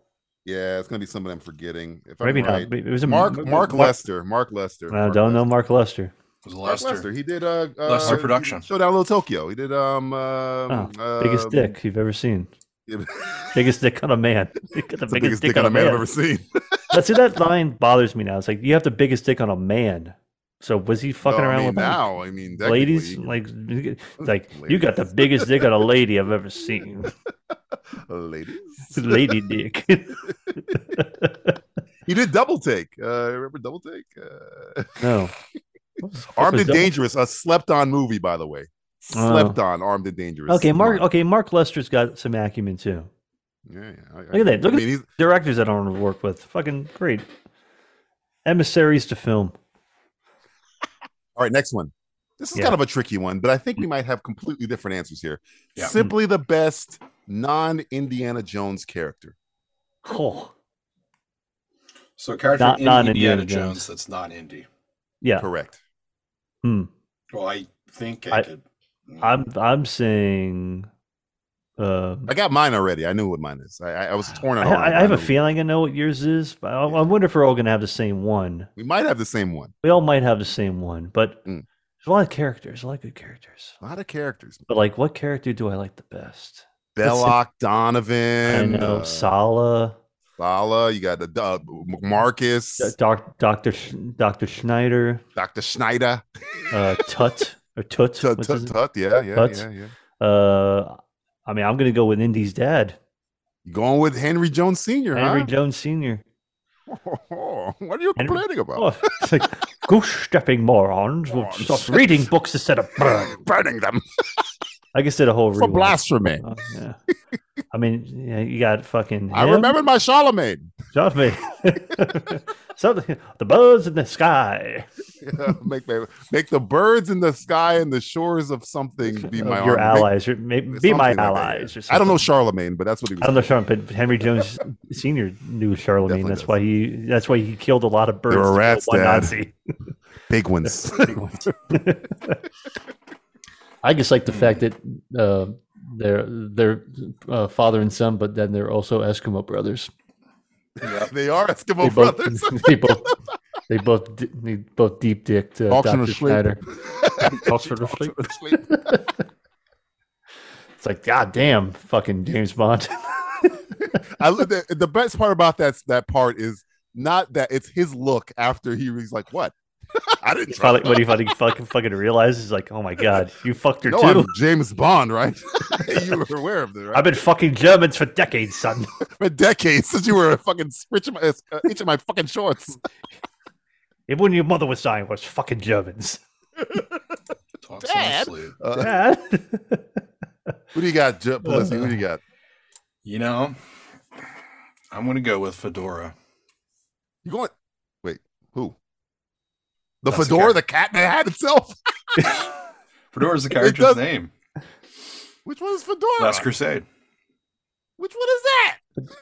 Speaker 2: Yeah, it's gonna be somebody I'm forgetting. If
Speaker 6: Maybe
Speaker 2: I'm
Speaker 6: not.
Speaker 2: right,
Speaker 6: Maybe It was a
Speaker 2: Mark Mark,
Speaker 6: Lester.
Speaker 2: Lester. Mark Lester.
Speaker 6: I
Speaker 2: Mark
Speaker 6: don't know
Speaker 2: Lester.
Speaker 6: Mark Lester.
Speaker 3: It was
Speaker 2: Mark Lester.
Speaker 3: Lester.
Speaker 2: He did uh, uh
Speaker 3: Lester Production.
Speaker 2: Showdown in Little Tokyo. He did um uh,
Speaker 6: Oh, biggest
Speaker 2: um, *laughs*
Speaker 6: dick you've ever seen.
Speaker 2: It's
Speaker 6: Biggest dick on a man. *laughs* You got the,
Speaker 2: the biggest dick on a man I've ever seen.
Speaker 6: Let's see. That line bothers me now. It's like you have the biggest dick on a man. So was he *laughs* fucking
Speaker 2: No, Oh, I
Speaker 6: around
Speaker 2: mean,
Speaker 6: with like,
Speaker 2: now. I mean,
Speaker 6: ladies?
Speaker 2: technically,
Speaker 6: Like,
Speaker 2: *laughs*
Speaker 6: like you got the
Speaker 2: Ladies.
Speaker 6: biggest dick on a lady
Speaker 2: *laughs*
Speaker 6: I've ever seen. *laughs*
Speaker 2: ladies.
Speaker 6: lady dick.
Speaker 2: He did double take. Uh, remember double take? Uh,
Speaker 6: No.
Speaker 2: Armed
Speaker 6: was
Speaker 2: and
Speaker 6: Double- Oh.
Speaker 2: Dangerous, a slept on movie, by the way. Slept on, Armed and Dangerous.
Speaker 6: Okay,
Speaker 2: Come
Speaker 6: Mark. oh,
Speaker 2: on.
Speaker 6: Okay, Mark Lester's got some acumen too.
Speaker 2: Yeah, yeah.
Speaker 6: Look at that. Look
Speaker 2: I
Speaker 6: at
Speaker 2: mean, he's,
Speaker 6: directors that I want to work with. Fucking great. Emissaries to film.
Speaker 2: all right, next one. This is
Speaker 6: Yeah. Mm.
Speaker 2: kind of a tricky one, but I think we might have completely different answers here.
Speaker 3: Yeah.
Speaker 2: Simply the best non Indiana Jones character.
Speaker 6: Cool.
Speaker 3: So a character
Speaker 6: Not-
Speaker 3: in
Speaker 6: not
Speaker 3: Indiana
Speaker 6: Indiana
Speaker 3: Jones.
Speaker 6: Jones.
Speaker 3: that's not Indy.
Speaker 6: Yeah.
Speaker 2: Correct.
Speaker 6: Hmm.
Speaker 3: Well, I think I,
Speaker 6: I-
Speaker 3: could. mm,
Speaker 6: I'm I'm saying. Uh,
Speaker 2: I got mine already. I knew what mine is. I, I Oh, I was torn
Speaker 6: I,
Speaker 2: on. all of
Speaker 6: I,
Speaker 2: them.
Speaker 6: I have a
Speaker 2: knew-
Speaker 6: feeling I know what yours is, but I, I wonder if we're all gonna have the same one.
Speaker 2: We might have the same one.
Speaker 6: We all might have the same one, but
Speaker 2: Mm.
Speaker 6: there's a lot of characters, a lot of good characters.
Speaker 2: A lot of
Speaker 6: *laughs*
Speaker 2: characters.
Speaker 6: But like, what character do I like the best? Let's see.
Speaker 2: Belloc, Donovan,
Speaker 6: I know
Speaker 2: uh,
Speaker 6: Sala,
Speaker 2: Sala. You got the uh, Marcus,
Speaker 6: Doctor Doctor Doctor Schneider,
Speaker 2: Doctor Schneider,
Speaker 6: uh, Tut or Tut.
Speaker 2: Tut,
Speaker 6: what's
Speaker 2: Tut,
Speaker 6: his-
Speaker 2: Tut. Yeah, yeah,
Speaker 6: Tut.
Speaker 2: yeah, yeah.
Speaker 6: Uh, I mean, I'm gonna go with Indy's dad,
Speaker 2: You going with Henry Jones Sr., *laughs*
Speaker 6: Henry
Speaker 2: huh?
Speaker 6: Jones Sr.
Speaker 2: what are you
Speaker 6: Henry-
Speaker 2: complaining about?
Speaker 6: Oh,
Speaker 2: *laughs*
Speaker 6: it's like goose stepping morons will
Speaker 2: Morons.
Speaker 6: stop reading books instead of burn.
Speaker 2: Burning them
Speaker 6: I guess did a whole
Speaker 2: for
Speaker 6: rewatch.
Speaker 2: blasphemy.
Speaker 6: Oh, yeah. I mean, yeah, you got fucking.
Speaker 2: I
Speaker 6: him,
Speaker 2: remembered my Charlemagne.
Speaker 6: John *laughs* May. Something. The birds in the sky.
Speaker 2: Yeah, *laughs* make, my- make the birds in the sky and the shores of something be
Speaker 6: of
Speaker 2: my
Speaker 6: your
Speaker 2: army. Make-
Speaker 6: allies. Or may, be my
Speaker 2: something like that, yeah.
Speaker 6: allies. or
Speaker 2: I don't know
Speaker 6: something.
Speaker 2: Charlemagne, but that's what he was.
Speaker 6: I don't know Charlemagne, but Henry Jones Senior knew Charlemagne.
Speaker 2: Definitely
Speaker 6: That's
Speaker 2: does.
Speaker 6: why he. That's why he killed a lot of birds.
Speaker 2: were
Speaker 6: to kill
Speaker 2: rats,
Speaker 6: one
Speaker 2: Dad.
Speaker 6: Nazi.
Speaker 2: Big ones.
Speaker 6: *laughs*
Speaker 10: I just like the fact that uh, they're they're uh, father and son, but then they're also Eskimo brothers.
Speaker 2: *laughs*
Speaker 3: Yep.
Speaker 2: they are
Speaker 10: They both
Speaker 2: Eskimo
Speaker 6: *laughs*
Speaker 2: brothers.
Speaker 10: *laughs* they both they both di- they both deep dicked uh,
Speaker 2: Talks in her
Speaker 10: Doctor
Speaker 2: sleep. *laughs*
Speaker 10: Schneider. Talks in her sleep. It's like God damn, fucking James
Speaker 6: *laughs*
Speaker 10: Bond.
Speaker 2: I li- the, the best part about that that part is not that it's his look after he was like, "What? *laughs* I didn't try."
Speaker 6: Probably when he finally fucking fucking realizes, he's like, "Oh my god, you fucked her
Speaker 2: No,
Speaker 6: too."
Speaker 2: I'm James Bond, right? *laughs* you were aware of that, right?
Speaker 6: *laughs* I've been fucking Germans for decades, son.
Speaker 2: For decades since you were a fucking *laughs* stitch of my, uh, itch of my fucking shorts.
Speaker 6: Even when your mother was dying, was
Speaker 2: *laughs*
Speaker 6: fucking Germans.
Speaker 3: Talks in
Speaker 2: Dad.
Speaker 3: his sleep.
Speaker 2: Uh,
Speaker 6: Dad. "Oh,
Speaker 2: who do you got, J- Pelosi? Who do you got?
Speaker 3: You know, I'm gonna go with Fedora.
Speaker 2: You going? Wait, who? The
Speaker 3: That's the
Speaker 2: fedora,
Speaker 3: guy.
Speaker 2: the, cat in the hat itself.
Speaker 6: *laughs*
Speaker 3: Fedora's the
Speaker 2: does-
Speaker 3: character's name.
Speaker 2: Which one is fedora?
Speaker 3: Last Crusade.
Speaker 2: Which one is that?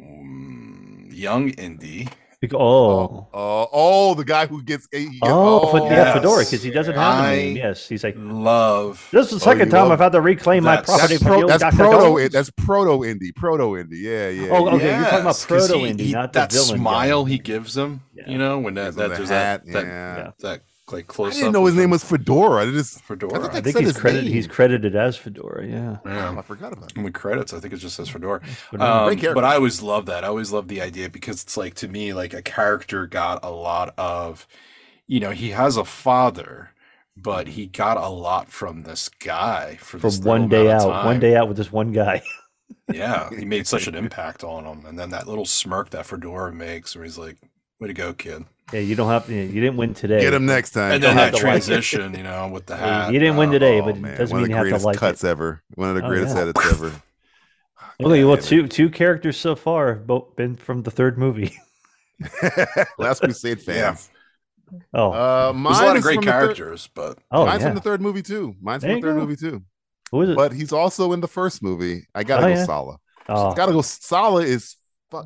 Speaker 3: Mm, young Indy.
Speaker 6: Like, oh.
Speaker 2: Uh, oh, the guy who gets. He gets
Speaker 6: Oh, Fe- yeah,
Speaker 3: yes.
Speaker 6: Fedora, because he doesn't have
Speaker 3: I-
Speaker 6: a name. Yes, he's like,
Speaker 3: Love.
Speaker 6: this is the
Speaker 2: Mm. Oh,
Speaker 6: second
Speaker 2: you
Speaker 6: time
Speaker 2: love-
Speaker 6: I've had to reclaim my
Speaker 3: That's-
Speaker 6: property
Speaker 2: That's,
Speaker 6: from
Speaker 2: pro-
Speaker 6: you,
Speaker 2: that's
Speaker 6: Dr.
Speaker 2: proto.
Speaker 6: Jones."
Speaker 2: That's proto indie. Proto indie. Yeah, yeah.
Speaker 6: Oh,
Speaker 2: yeah.
Speaker 6: okay, you're talking about
Speaker 3: 'cause he-
Speaker 6: proto-Indy,
Speaker 3: he-
Speaker 6: not the
Speaker 3: that
Speaker 6: villain guy.
Speaker 3: smile he gives him.
Speaker 6: Yeah.
Speaker 3: You know when that,
Speaker 2: Gives him
Speaker 3: that
Speaker 2: the
Speaker 3: there's
Speaker 2: hat,
Speaker 3: that that
Speaker 2: yeah.
Speaker 3: that like
Speaker 2: I
Speaker 3: close.
Speaker 2: didn't
Speaker 3: up
Speaker 2: know his
Speaker 3: of
Speaker 2: name
Speaker 3: him.
Speaker 2: was Fedora. I just I
Speaker 3: Fedora.
Speaker 2: thought
Speaker 6: I
Speaker 2: that
Speaker 6: think
Speaker 2: said
Speaker 6: he's
Speaker 2: his
Speaker 6: credited.
Speaker 2: name.
Speaker 6: He's credited as Fedora. Yeah.
Speaker 3: Yeah.
Speaker 2: I forgot about it.
Speaker 3: in the credits. I think it just says Fedora.
Speaker 6: Fedora.
Speaker 3: Um,
Speaker 2: Great character.
Speaker 3: but I always love that. I always love the idea because it's like to me, like a character got a lot of, you know, he has a father, but he got a lot from this guy for,
Speaker 6: From
Speaker 3: this little
Speaker 6: one day
Speaker 3: amount of
Speaker 6: out, one
Speaker 3: time.
Speaker 6: day out with this one guy.
Speaker 3: Yeah, he made
Speaker 6: *laughs*
Speaker 3: such an impact on him, and then that little smirk that Fedora makes, where he's like, "Way to go, kid!"
Speaker 6: yeah, you don't have. You you didn't win today.
Speaker 2: Get him next time. Oh,
Speaker 3: And then
Speaker 6: have
Speaker 3: that
Speaker 6: to like it.
Speaker 3: transition, you know,
Speaker 6: *laughs*
Speaker 3: with the hat. uh,
Speaker 6: You didn't win today, but it doesn't
Speaker 2: one
Speaker 6: mean
Speaker 2: of
Speaker 6: you
Speaker 2: the
Speaker 6: have to
Speaker 2: greatest
Speaker 6: like
Speaker 2: cuts
Speaker 6: it.
Speaker 2: ever. One of the
Speaker 6: Oh,
Speaker 2: greatest
Speaker 6: yeah.
Speaker 2: edits ever.
Speaker 6: Okay, well,
Speaker 2: Damn it.
Speaker 6: two two characters so far have both been from the third movie. *laughs*
Speaker 2: *laughs* Last Crusade
Speaker 3: Yeah.
Speaker 2: fans.
Speaker 6: Oh,
Speaker 2: Uh,
Speaker 3: There's
Speaker 2: mine
Speaker 3: a lot
Speaker 2: is
Speaker 3: of great
Speaker 2: from the third-
Speaker 3: characters, but
Speaker 6: oh
Speaker 2: mine's
Speaker 6: yeah.
Speaker 2: from the third movie too. Mine's
Speaker 6: There
Speaker 2: from
Speaker 6: you
Speaker 2: the third
Speaker 6: go.
Speaker 2: movie too.
Speaker 6: Who is it?
Speaker 2: But he's also in the first movie. I gotta
Speaker 6: Oh,
Speaker 2: go
Speaker 6: yeah.
Speaker 2: Sala.
Speaker 6: oh,
Speaker 2: Gotta go. Sala is fu-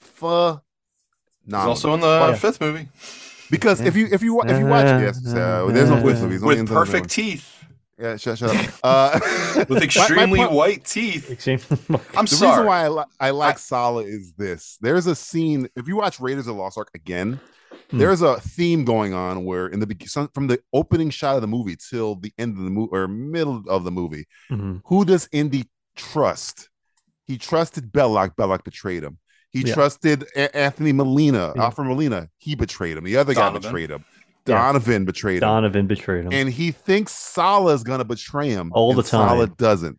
Speaker 2: fu-
Speaker 3: he's
Speaker 2: nah,
Speaker 3: also in the
Speaker 6: Yeah.
Speaker 3: fifth movie
Speaker 2: because if you if you wa- if you watch yes, so there's no fifth
Speaker 6: With-
Speaker 2: movie. He's only
Speaker 3: with
Speaker 2: in the other
Speaker 3: perfect teeth.
Speaker 2: one. Yeah, shut, shut up. *laughs* Uh, my-
Speaker 3: *laughs* with
Speaker 2: my
Speaker 3: extremely
Speaker 2: point-
Speaker 3: white teeth.
Speaker 6: *laughs* Mm-hmm.
Speaker 3: I'm
Speaker 2: the
Speaker 3: sorry.
Speaker 2: reason why I, li- I like Sala is this. There's a scene if you watch Raiders of the Lost Ark again,
Speaker 6: Hmm.
Speaker 2: there's a theme going on where in the be- some- from the opening shot of the movie till the end of the movie or middle of the movie,
Speaker 6: Mhm.
Speaker 2: who does Indy trust? He trusted Belloc. Belloc betrayed him. He
Speaker 6: Yeah.
Speaker 2: trusted A- Anthony Molina,
Speaker 6: Yeah.
Speaker 2: Alfred Molina. He betrayed him. The other guy
Speaker 3: Donovan.
Speaker 2: betrayed him.
Speaker 6: Yeah.
Speaker 2: Donovan betrayed him.
Speaker 6: Donovan betrayed him.
Speaker 2: And he thinks Salah's gonna betray him.
Speaker 6: All the
Speaker 2: and Salah
Speaker 6: time.
Speaker 2: doesn't.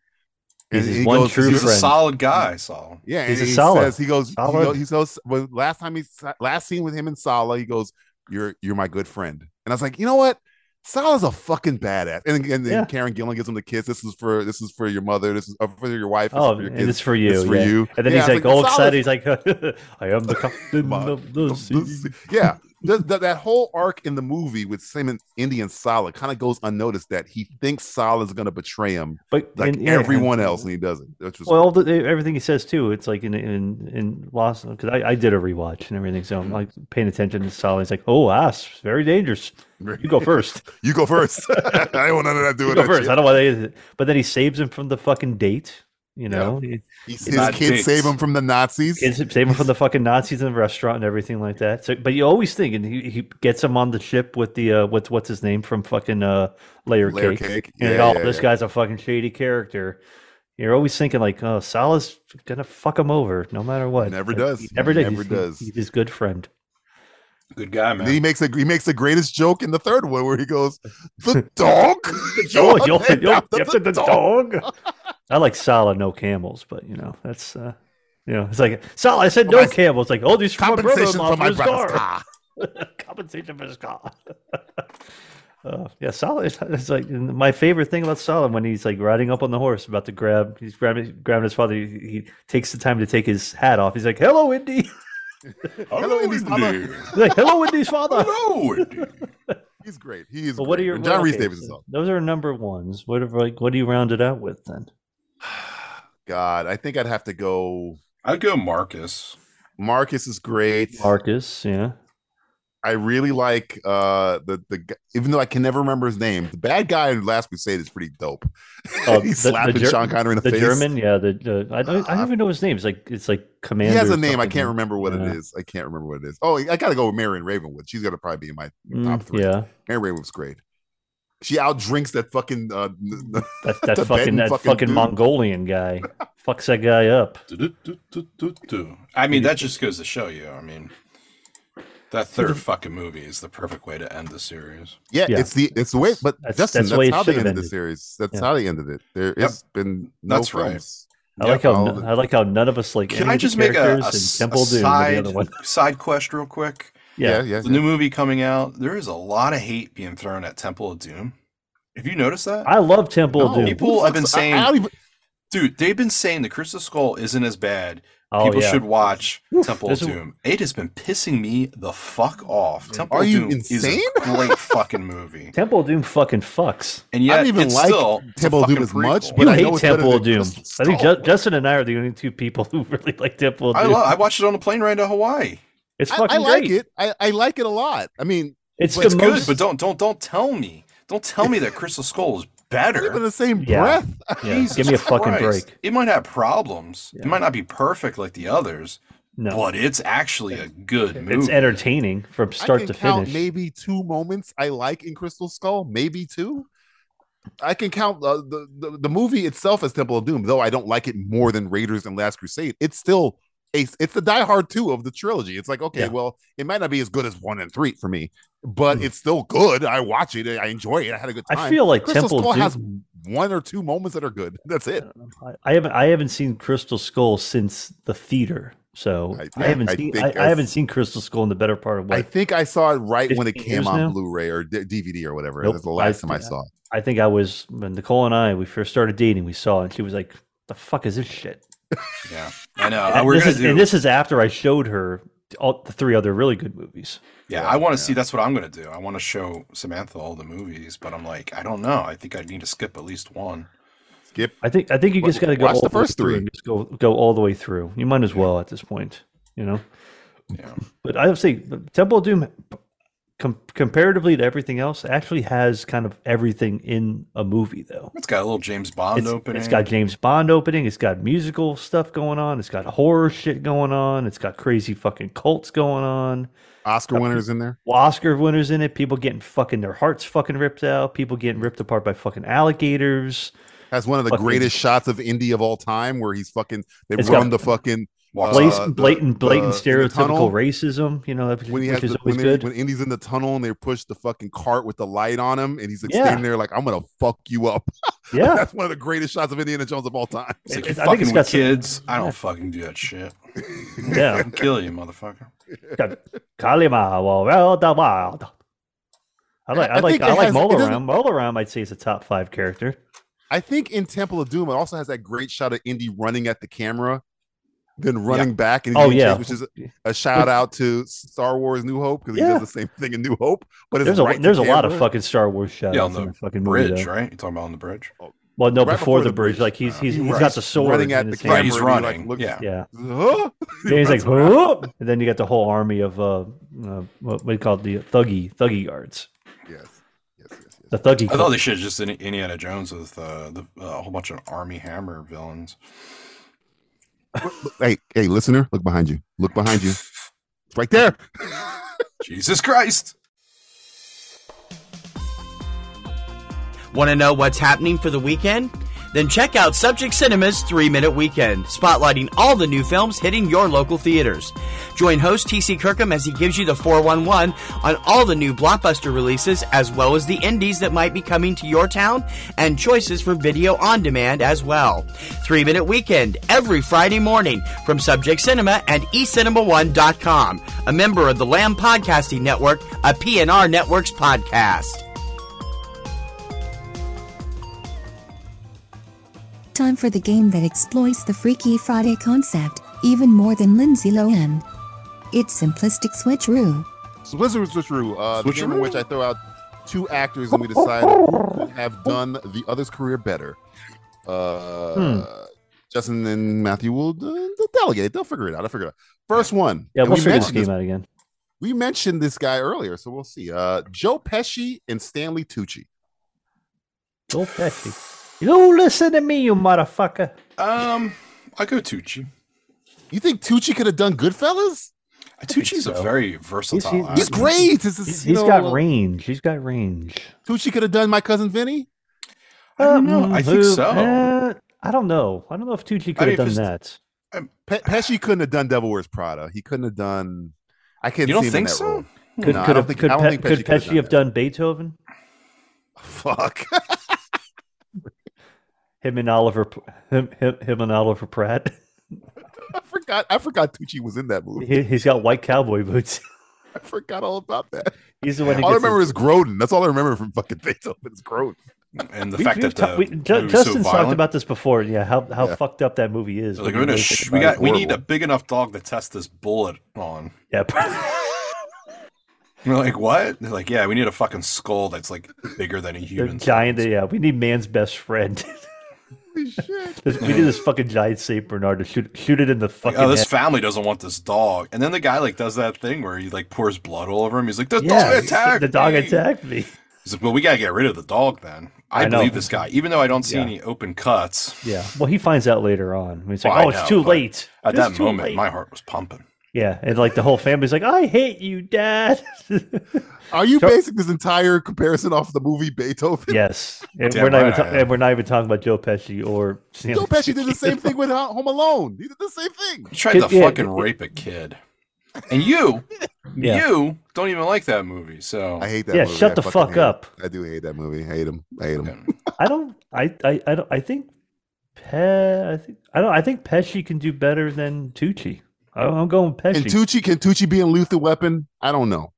Speaker 2: And
Speaker 6: his
Speaker 2: he
Speaker 6: one
Speaker 2: goes-
Speaker 6: true
Speaker 3: He's a
Speaker 6: friend.
Speaker 3: solid guy, Saul.
Speaker 2: Yeah,
Speaker 6: He's
Speaker 2: and
Speaker 6: a
Speaker 2: he
Speaker 6: Salah.
Speaker 2: says he goes. He
Speaker 6: Salah.
Speaker 2: goes. He goes well, last time he last scene with him and Salah, he goes, "You're you're my good friend," and I was like, you know what? Salah's a fucking badass. And, and then
Speaker 6: Yeah.
Speaker 2: Karen Gillan gives him the kiss. This is for this is for your mother. This is uh, for your wife. This
Speaker 6: Oh,
Speaker 2: is for your
Speaker 6: and
Speaker 2: kids.
Speaker 6: it's for you.
Speaker 2: It's for
Speaker 6: yeah.
Speaker 2: you.
Speaker 6: And then
Speaker 2: Yeah,
Speaker 6: he's
Speaker 2: I
Speaker 6: like
Speaker 2: was
Speaker 6: all
Speaker 2: "Salah
Speaker 6: excited.
Speaker 2: *laughs*
Speaker 6: He's like, *laughs* I am the captain
Speaker 2: Come on.
Speaker 6: of the sea.
Speaker 2: yeah, that, that, that whole arc in the movie with Simon Indian Salah kind of goes unnoticed that he thinks Salah's going to betray him
Speaker 6: But
Speaker 2: like
Speaker 6: and- yeah, and-
Speaker 2: everyone else, and he doesn't. Which was
Speaker 6: Well, the, e, everything he says too. It's like in in in Lost because I, I did a rewatch and everything, so I'm like paying attention to Sally. He's like, "Oh, ass, very dangerous. You go first.
Speaker 2: you go first. *laughs* I don't want none of that
Speaker 6: You
Speaker 2: doing
Speaker 6: go
Speaker 2: that.
Speaker 6: first. I
Speaker 2: shit.
Speaker 6: don't want anything." But then he saves him from the fucking date. You know, He-
Speaker 2: He's-
Speaker 3: Not
Speaker 2: His kids
Speaker 3: dicks.
Speaker 2: save him from the Nazis.
Speaker 6: kids save him from the fucking Nazis in the restaurant and everything like that. So, but you always think, and he, he gets him on the ship with the uh, what's what's his name from fucking uh, layer,
Speaker 2: Layer
Speaker 6: cake.
Speaker 2: Cake.
Speaker 6: And
Speaker 2: Yeah,
Speaker 6: oh,
Speaker 2: yeah,
Speaker 6: this
Speaker 2: yeah.
Speaker 6: guy's a fucking shady character. You're always thinking like, oh, Salah's gonna fuck him over no matter what.
Speaker 2: Never
Speaker 6: Like,
Speaker 2: does.
Speaker 6: He never did.
Speaker 2: Never
Speaker 6: he's, he-
Speaker 2: does.
Speaker 6: He's his good friend.
Speaker 3: Good guy,
Speaker 2: And then he
Speaker 3: man.
Speaker 2: makes a he makes the greatest joke in the third one where he goes,
Speaker 6: *laughs*
Speaker 2: "The dog, *laughs* You're
Speaker 6: Oh, yo,
Speaker 2: the
Speaker 6: yo,
Speaker 2: dog,
Speaker 6: after the dog. I like Salah, no camels, but you know that's. uh you know, it's like Salah. I said no
Speaker 2: My-
Speaker 6: camels. Like, oh, these for my
Speaker 2: Compensation
Speaker 6: brother-in-law
Speaker 2: for my
Speaker 6: his
Speaker 2: brother's
Speaker 6: car.
Speaker 2: car.
Speaker 6: *laughs* compensation for his car. *laughs* uh, yeah, Salah. is- It's like and my favorite thing about Salah when he's like riding up on the horse, about to grab. He's grabbing, grabbing his father. He, he takes the time to take his hat off. *laughs* He's like, "Hello, Indy."
Speaker 2: Hello, Indy.
Speaker 6: He's like, "Hello,
Speaker 2: *laughs*
Speaker 6: Indy's father."
Speaker 3: Hello, Indy.
Speaker 2: He's great. He is.
Speaker 6: But what are
Speaker 2: great.
Speaker 6: your
Speaker 2: And John
Speaker 6: well,
Speaker 2: Reese
Speaker 6: okay,
Speaker 2: Davis is
Speaker 6: so
Speaker 2: awesome.
Speaker 6: Those are number ones. What are, like what do you round it out with then?
Speaker 2: God, I think I'd have to go.
Speaker 3: I'd go Marcus.
Speaker 2: Marcus is great.
Speaker 6: Marcus, yeah.
Speaker 2: I really like uh the the gu- even though I can never remember his name, the bad guy in Last We Say is pretty dope. *laughs*
Speaker 6: Oh,
Speaker 2: He's
Speaker 6: the- the
Speaker 2: slapping
Speaker 6: Ger-
Speaker 2: Sean Connery in the,
Speaker 6: The
Speaker 2: face.
Speaker 6: German, yeah. The, the I, don't, I
Speaker 2: Uh,
Speaker 6: don't even know his name. It's like it's like
Speaker 2: He
Speaker 6: Commander.
Speaker 2: has
Speaker 6: or
Speaker 2: a name. I
Speaker 6: something.
Speaker 2: can't remember what
Speaker 6: Yeah.
Speaker 2: it is. I can't remember what it is. Oh, I gotta go with Marion Ravenwood. She's gonna probably be in my
Speaker 6: Mm,
Speaker 2: top three.
Speaker 6: Yeah,
Speaker 2: Mary Ravenwood's great. She outdrinks that fucking uh, *laughs* n- n-
Speaker 6: that, that
Speaker 2: The
Speaker 6: fucking
Speaker 2: Ben
Speaker 6: that
Speaker 2: fucking
Speaker 6: fucking
Speaker 2: dude. *laughs*
Speaker 6: Mongolian guy fucks that guy up.
Speaker 3: Du-du-du-du-du-du. I mean, that just goes to show you. I mean, that third fucking movie is the perfect way to end the series.
Speaker 2: yeah,
Speaker 6: Yeah.
Speaker 2: It's the it's the way. But
Speaker 6: That's-
Speaker 2: Justin, that's,
Speaker 6: that's the way it
Speaker 2: how they
Speaker 6: should have
Speaker 2: ended the
Speaker 6: ended.
Speaker 2: series. That's
Speaker 6: Yeah.
Speaker 2: how they ended it. There has been no
Speaker 3: That's right.
Speaker 2: films.
Speaker 6: I
Speaker 3: Yep,
Speaker 6: like how
Speaker 2: all
Speaker 6: no-
Speaker 2: the-
Speaker 6: I like how none of us like.
Speaker 3: Can
Speaker 6: any
Speaker 3: I
Speaker 6: of the
Speaker 3: just make a, a
Speaker 6: characters and
Speaker 3: s-
Speaker 6: Temple
Speaker 3: a
Speaker 6: Doom or the other
Speaker 3: side,
Speaker 6: one?
Speaker 3: *laughs* side quest real quick?
Speaker 2: Yeah,
Speaker 6: Yeah,
Speaker 2: yeah.
Speaker 3: The
Speaker 2: yeah.
Speaker 3: new movie coming out, there is a lot of hate being thrown at Temple of Doom. Have you noticed that?
Speaker 6: I love Temple
Speaker 2: No,
Speaker 6: Doom.
Speaker 2: who the
Speaker 3: People have been
Speaker 2: fuck's- I-
Speaker 3: saying-
Speaker 2: I don't even-
Speaker 3: Dude, they've been saying the Crystal Skull isn't as bad.
Speaker 6: oh
Speaker 3: People
Speaker 6: yeah,
Speaker 3: should watch Temple of
Speaker 6: There's a-
Speaker 3: Doom. It has been pissing me the fuck off. Temple
Speaker 2: Are
Speaker 3: of
Speaker 2: you
Speaker 3: Doom is
Speaker 2: insane? *laughs*
Speaker 3: a great fucking movie.
Speaker 6: Temple Doom fucking fucks.
Speaker 3: And
Speaker 2: I
Speaker 3: yet,
Speaker 2: don't even
Speaker 3: it's
Speaker 2: like
Speaker 3: still it's a
Speaker 2: Temple of Doom
Speaker 3: fucking
Speaker 2: as much,
Speaker 3: prequel.
Speaker 2: but
Speaker 6: You
Speaker 2: I know
Speaker 6: hate
Speaker 2: it's better
Speaker 6: Temple of
Speaker 2: than
Speaker 6: Doom.
Speaker 2: Crystal
Speaker 6: I think
Speaker 2: Skull.
Speaker 6: Ju- Justin and I are the only two people *laughs* who really like Temple of
Speaker 3: I,
Speaker 6: Doom.
Speaker 3: lo- I watched it on the plane ride to Hawaii.
Speaker 6: it's
Speaker 2: I,
Speaker 6: fucking
Speaker 2: I like
Speaker 6: great.
Speaker 2: it. I, I like it a lot. I mean,
Speaker 6: It's
Speaker 2: It's
Speaker 6: the
Speaker 3: Good,
Speaker 6: most.
Speaker 3: but don't don't don't tell me. Don't tell me that Crystal Skull is
Speaker 2: even in
Speaker 3: better.
Speaker 2: the same
Speaker 6: Yeah.
Speaker 2: breath.
Speaker 6: yeah, give me a fucking
Speaker 3: Christ.
Speaker 6: break.
Speaker 3: It might have problems.
Speaker 6: Yeah.
Speaker 3: It might not be perfect like the others,
Speaker 6: No,
Speaker 3: but it's actually a good movie.
Speaker 6: it's entertaining from
Speaker 2: I
Speaker 6: start
Speaker 2: can
Speaker 6: to
Speaker 2: count
Speaker 6: finish.
Speaker 2: maybe two moments I like in Crystal Skull, maybe two. I can count uh, the, the the movie itself as Temple of Doom, though I don't like it more than Raiders and Last Crusade. It's still a it's the Die Hard two of the trilogy. It's like okay,
Speaker 6: Yeah. Mm.
Speaker 2: well, it might not be as good as one and three for me, but it's still good. I watch it, I enjoy it, I had a good time.
Speaker 6: I feel like
Speaker 2: Crystal
Speaker 6: Temple
Speaker 2: Skull
Speaker 6: Doom. Uh,
Speaker 2: has one or two moments that are good. That's it.
Speaker 6: I- I haven't I haven't seen Crystal Skull since the theater, so
Speaker 2: I-
Speaker 6: I,
Speaker 2: yeah,
Speaker 6: haven't
Speaker 2: I
Speaker 6: seen
Speaker 2: think
Speaker 6: I,
Speaker 2: I-
Speaker 6: I haven't seen Crystal Skull in the better part of what
Speaker 2: I
Speaker 6: I,
Speaker 2: think I saw it right when it
Speaker 6: 15
Speaker 2: came
Speaker 6: years
Speaker 2: on
Speaker 6: now?
Speaker 2: Blu-ray or D- DVD or whatever.
Speaker 6: Nope.
Speaker 2: That's the last
Speaker 6: I-
Speaker 2: time I saw it.
Speaker 6: think I was when Nicole and I we first started dating. We saw it, and she was like, "The fuck is this shit?"
Speaker 3: yeah, I know.
Speaker 2: Uh,
Speaker 6: And
Speaker 3: We're
Speaker 6: this
Speaker 3: gonna
Speaker 6: is,
Speaker 3: do.
Speaker 6: and this is after I showed her all the three other really good movies.
Speaker 3: yeah, I want to see. That's what I'm gonna do. I want to show Samantha all the movies, but I'm like, I don't know. I think I need to skip at least one.
Speaker 2: Skip.
Speaker 6: I think I think you
Speaker 2: Wa-
Speaker 6: just got to go
Speaker 2: watch the
Speaker 6: all way
Speaker 2: first
Speaker 6: through
Speaker 2: three.
Speaker 6: and Just go go all the way through. You might as well at this point, you know.
Speaker 3: Yeah.
Speaker 6: But I would say Temple of Doom, com- comparatively to everything else, actually has kind of everything in a movie though.
Speaker 3: It's got a little James Bond
Speaker 6: it's,
Speaker 3: opening.
Speaker 6: It's got James Bond opening. It's got musical stuff going on. It's got horror shit going on. It's got crazy fucking cults going on.
Speaker 2: Oscar winners in there.
Speaker 6: Oscar winners in it. People getting fucking their hearts fucking ripped out. People getting ripped apart by fucking alligators.
Speaker 2: Has one of the
Speaker 6: Fucking-
Speaker 2: greatest shots of indie of all time, where he's fucking. They
Speaker 6: It's
Speaker 2: run the
Speaker 6: got-
Speaker 2: fucking. Walks
Speaker 6: Blatant,
Speaker 2: uh, the-
Speaker 6: blatant, blatant
Speaker 2: the- in the tunnel,
Speaker 6: stereotypical racism. You know, that-
Speaker 2: When he
Speaker 6: which
Speaker 2: has
Speaker 6: is
Speaker 2: the,
Speaker 6: always
Speaker 2: when, they,
Speaker 6: good.
Speaker 2: when Indy's in the tunnel and they push the fucking cart with the light on him, and he's like
Speaker 6: Yeah.
Speaker 2: standing there like, "I'm gonna fuck you up." *laughs*
Speaker 6: yeah,
Speaker 2: That's one of the greatest shots of Indiana Jones of all time.
Speaker 3: It's like,
Speaker 6: It-
Speaker 3: you
Speaker 6: it- I think
Speaker 3: fucking
Speaker 6: it's
Speaker 3: with
Speaker 6: got some-
Speaker 3: kids. I don't fucking do that
Speaker 6: *laughs*
Speaker 3: shit.
Speaker 6: yeah.
Speaker 3: I'll kill you, motherfucker.
Speaker 6: Ka- Kalima will rule the world. I like,
Speaker 2: I
Speaker 6: I like,
Speaker 2: think
Speaker 6: I
Speaker 2: it
Speaker 6: like
Speaker 2: has- it
Speaker 6: Molaram.
Speaker 2: doesn't-
Speaker 6: Molaram, I'd say, is a top five character.
Speaker 2: I think in Temple of Doom, it also has that great shot of Indy running at the camera, then running back, and he's
Speaker 6: Oh,
Speaker 2: being
Speaker 6: yeah.
Speaker 2: chased, which is a, a shout out to Star Wars: New Hope because he
Speaker 6: Yeah.
Speaker 2: does the same thing in New Hope. But it's
Speaker 6: There's
Speaker 2: right
Speaker 6: a
Speaker 2: to
Speaker 6: there's a lot of
Speaker 2: camera.
Speaker 6: fucking Star Wars shots
Speaker 3: Yeah, on
Speaker 6: in the,
Speaker 3: the
Speaker 6: fucking movie.
Speaker 3: Bridge,
Speaker 6: though.
Speaker 3: right? You talking about on the bridge?
Speaker 6: Well, no,
Speaker 2: Right
Speaker 6: before, the bridge, like he's he's, he's got the sword
Speaker 2: running at
Speaker 6: in
Speaker 2: the
Speaker 6: his
Speaker 2: camera.
Speaker 3: Right,
Speaker 6: hand.
Speaker 2: and
Speaker 3: he's
Speaker 2: he, like,
Speaker 3: running.
Speaker 2: looks-
Speaker 3: yeah.
Speaker 6: Yeah,
Speaker 2: *laughs* Huh?
Speaker 6: Then he's like, "Whoop!" and then you got the whole army of uh, uh what we call the thuggy thuggy guards,
Speaker 2: yes, yes, yes, yes.
Speaker 6: the thuggy.
Speaker 3: I thought
Speaker 6: Corps.
Speaker 3: they should have just in Indiana Jones with uh, the, a whole bunch of army hammer villains.
Speaker 2: Hey, hey, listener, look behind you. Look behind you. It's right there.
Speaker 3: Jesus Christ!
Speaker 11: Want to know what's happening for the weekend? Then check out Subject Cinema's 3 Minute Weekend, spotlighting all the new films hitting your local theaters. Join host TC Kirkham as he gives you the 411 on all the new blockbuster releases, as well as the indies that might be coming to your town and choices for video on demand as well. 3 Minute Weekend, every Friday morning from Subject Cinema and eCinema1.com, a member of the Lamb Podcasting Network, a PNR Networks podcast.
Speaker 4: Time for the game that exploits the Freaky Friday concept even more than Lindsay Lohan. It's simplistic switcheroo.
Speaker 2: So this is Switcheroo, uh, the game in
Speaker 3: Switcheroo.
Speaker 2: which I throw out two actors *laughs* and we decide who have done the other's career better. Uh, Justin and Matthew will uh, they'll delegate. They'll figure it out. I'll figure it out. First one.
Speaker 6: yeah,
Speaker 2: and
Speaker 6: we'll
Speaker 2: we,
Speaker 6: figure
Speaker 2: mentioned
Speaker 6: this game
Speaker 2: this,
Speaker 6: out again.
Speaker 2: we mentioned this guy earlier, so we'll see. Uh, Joe Pesci and Stanley Tucci.
Speaker 6: Joel Pesci. You listen to me, you motherfucker.
Speaker 3: Um, I go Tucci.
Speaker 2: You think Tucci could have done Goodfellas?
Speaker 3: Tucci's a very versatile.
Speaker 6: he's-
Speaker 3: actor.
Speaker 2: Uh, He's great. This is,
Speaker 6: He's,
Speaker 2: you
Speaker 6: he's
Speaker 2: know,
Speaker 6: got
Speaker 2: uh,
Speaker 6: range. He's got range.
Speaker 2: Tucci could have done My Cousin Vinny.
Speaker 3: I don't know. I think
Speaker 6: Who-
Speaker 3: so.
Speaker 6: uh, I don't know. I don't know if Tucci could
Speaker 3: mean, if
Speaker 6: have done
Speaker 3: it's-
Speaker 6: that.
Speaker 2: Pe- Pesci couldn't have done Devil Wears Prada. He couldn't have done. I can't.
Speaker 3: You don't
Speaker 2: see him in
Speaker 3: think
Speaker 2: that
Speaker 3: so?
Speaker 2: role.
Speaker 6: Could
Speaker 2: No, I
Speaker 6: could
Speaker 2: don't
Speaker 6: have
Speaker 2: think-
Speaker 6: could,
Speaker 2: I don't
Speaker 6: Pe-
Speaker 2: think Pesci
Speaker 6: could
Speaker 2: could have
Speaker 6: Pesci
Speaker 2: done
Speaker 6: have
Speaker 2: that.
Speaker 6: done Beethoven?
Speaker 2: Fuck. *laughs*
Speaker 6: Him and Oliver, P- him him, him and Oliver Pratt. *laughs*
Speaker 2: I forgot. I forgot Tucci was in that movie.
Speaker 6: he, he's got white cowboy boots. *laughs*
Speaker 2: I forgot all about that.
Speaker 6: He's the one. Who
Speaker 2: all I
Speaker 6: gets his-
Speaker 2: remember is Groden. That's all I remember from fucking Beethoven. Is Groden.
Speaker 3: And the
Speaker 6: We-
Speaker 3: fact
Speaker 6: we've
Speaker 3: that the
Speaker 6: ta- we- Ju-
Speaker 3: movie's so
Speaker 6: Justin's talked
Speaker 3: violent.
Speaker 6: about this before. Yeah, how how
Speaker 2: Yeah.
Speaker 6: fucked up that movie is.
Speaker 3: Like,
Speaker 6: when
Speaker 3: we're
Speaker 6: you
Speaker 3: gonna
Speaker 6: really
Speaker 3: sh-
Speaker 6: think
Speaker 3: we
Speaker 6: about
Speaker 3: got
Speaker 6: *laughs*
Speaker 3: we need a
Speaker 2: horrible.
Speaker 3: big enough dog to test this bullet on.
Speaker 6: it. Yeah.
Speaker 3: And we're like, what? They're like, yeah, we need a fucking skull that's like bigger than a
Speaker 6: They're
Speaker 3: human.
Speaker 6: giant. Yeah, we need man's best friend.
Speaker 2: Holy shit.
Speaker 6: *laughs* This- we need this fucking giant Saint Bernard to shoot shoot it in the fucking.
Speaker 3: oh, this
Speaker 6: head.
Speaker 3: family doesn't want this dog. And then the guy like does that thing where he like pours blood all over him. He's like, the
Speaker 6: yeah,
Speaker 3: dog attacked.
Speaker 6: The dog
Speaker 3: me!"
Speaker 6: attacked me.
Speaker 3: He's like, well, we gotta get rid of the dog then. I,
Speaker 6: I know.
Speaker 3: believe this guy, even though I don't see
Speaker 6: Yeah.
Speaker 3: any open cuts.
Speaker 6: Yeah. Well, he finds out later on. He's like,
Speaker 3: Well, I
Speaker 6: "Oh, it's
Speaker 3: know,
Speaker 6: too
Speaker 3: but
Speaker 6: late."
Speaker 3: At
Speaker 6: It's
Speaker 3: that
Speaker 6: too
Speaker 3: moment,
Speaker 6: late.
Speaker 3: my heart was pumping.
Speaker 6: Yeah, and like the whole family's like, "I hate
Speaker 3: *laughs*
Speaker 6: you, Dad."
Speaker 2: Are you
Speaker 6: So-
Speaker 2: basing this entire comparison off the movie Beethoven?
Speaker 6: yes, and
Speaker 3: Damn
Speaker 6: we're not
Speaker 3: right
Speaker 6: even ta-
Speaker 3: I am.
Speaker 6: and we're not even talking about Joe Pesci or Sam
Speaker 2: Joe Pesci did the
Speaker 6: *laughs*
Speaker 2: same thing with Ho- Home Alone. He did the same thing.
Speaker 3: You tried to
Speaker 6: Yeah,
Speaker 3: fucking
Speaker 6: it-
Speaker 3: rape a kid, and you,
Speaker 6: Yeah.
Speaker 3: you don't even like that movie. So
Speaker 2: I hate that.
Speaker 6: Yeah,
Speaker 2: movie. I
Speaker 6: shut the
Speaker 2: fucking
Speaker 6: fuck
Speaker 2: hate it.
Speaker 6: up.
Speaker 2: I do hate that movie. I hate him. I hate him.
Speaker 6: I don't. I. I. I don't. I think. Pe- I think. I don't. I think Pesci can do better than Tucci. I, I'm going
Speaker 2: And
Speaker 6: Pesci.
Speaker 2: Tucci can Tucci be in Luther Weapon? I don't know.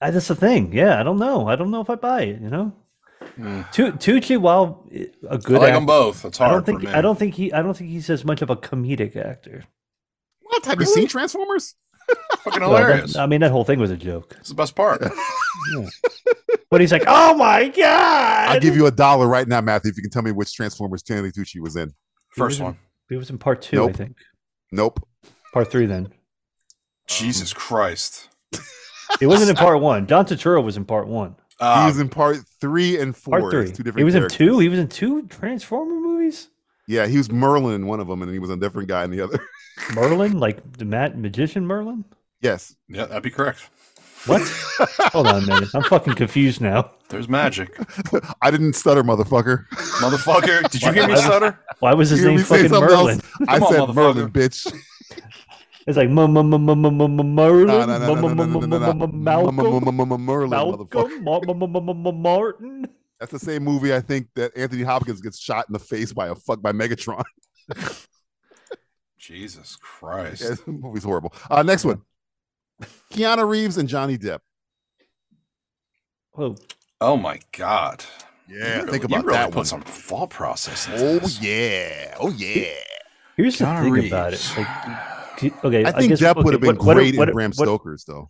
Speaker 6: I, that's the thing. Yeah, I don't know. I don't know if I buy it. You know,
Speaker 3: Mm.
Speaker 6: Tu- Tucci, while i- a
Speaker 3: I
Speaker 6: good
Speaker 3: like
Speaker 6: actor,
Speaker 3: them both. It's
Speaker 6: I
Speaker 3: hard
Speaker 6: don't
Speaker 3: for
Speaker 6: think.
Speaker 3: me.
Speaker 6: I don't think he. I don't think he's as much of a comedic actor.
Speaker 2: What have you seen Transformers?
Speaker 3: fucking
Speaker 6: Well, that-
Speaker 3: hilarious.
Speaker 6: I mean, that whole thing was a joke.
Speaker 3: It's the best part.
Speaker 6: But he's like, "Oh my god!"
Speaker 2: I'll give you a dollar right now, Matthew, if you can tell me which Transformers Stanley Tucci was in.
Speaker 3: *laughs* First
Speaker 6: Mhm.
Speaker 3: one.
Speaker 6: It was in part two, I
Speaker 2: Nope.
Speaker 6: think.
Speaker 2: Nope.
Speaker 6: Part three, then.
Speaker 3: Jesus Christ.
Speaker 6: It wasn't in part one. John Turturro was in part one.
Speaker 2: he
Speaker 3: Uh,
Speaker 2: was in part three and four.
Speaker 6: Part three.
Speaker 2: It's Two different
Speaker 6: he was in
Speaker 2: characters.
Speaker 6: two. He was in two Transformer movies.
Speaker 2: Yeah, he was Merlin in one of them, and he was a different guy in the other.
Speaker 6: Merlin, like the Matt magician Merlin.
Speaker 2: yes.
Speaker 3: yeah, that'd be correct.
Speaker 6: What?
Speaker 2: *laughs*
Speaker 6: Hold on a minute. I'm fucking confused now.
Speaker 3: There's magic.
Speaker 2: I didn't stutter, motherfucker. *laughs*
Speaker 3: Motherfucker, did you hear me
Speaker 6: Why-
Speaker 3: stutter?
Speaker 6: Why was his
Speaker 2: You hear
Speaker 6: name
Speaker 2: me say
Speaker 6: fucking
Speaker 2: something
Speaker 6: Merlin?
Speaker 2: I
Speaker 3: Come on,
Speaker 2: said
Speaker 3: motherfucker.
Speaker 2: Merlin, bitch.
Speaker 6: It's like Merlin,
Speaker 2: No, no, no, no, no, no, no, no, no, no.
Speaker 6: Malcolm,
Speaker 2: Merlin, motherfucker.
Speaker 6: Malcolm, Ma- Ma- Ma- Ma- Ma- Martin.
Speaker 2: That's the same movie I think that Anthony Hopkins gets shot in the face by a fuck by Megatron.
Speaker 3: Jesus Christ.
Speaker 2: Yeah, this movie's horrible. Uh, next one. Keanu Reeves and Johnny Depp.
Speaker 6: Oh,
Speaker 3: Oh my God.
Speaker 2: Yeah,
Speaker 3: you really,
Speaker 2: think
Speaker 3: you
Speaker 2: about
Speaker 3: really
Speaker 2: that
Speaker 3: put
Speaker 2: one.
Speaker 3: some thought process into
Speaker 2: Oh
Speaker 3: this.
Speaker 2: yeah. Oh yeah.
Speaker 6: Here's the
Speaker 3: Keanu
Speaker 6: thing about
Speaker 3: Reeves.
Speaker 6: it. Like, c- okay,
Speaker 2: I think
Speaker 6: guess,
Speaker 2: Depp
Speaker 6: okay,
Speaker 2: would have been
Speaker 6: what- what-
Speaker 2: great
Speaker 6: what-
Speaker 2: in Bram
Speaker 6: what-
Speaker 2: Stoker's though.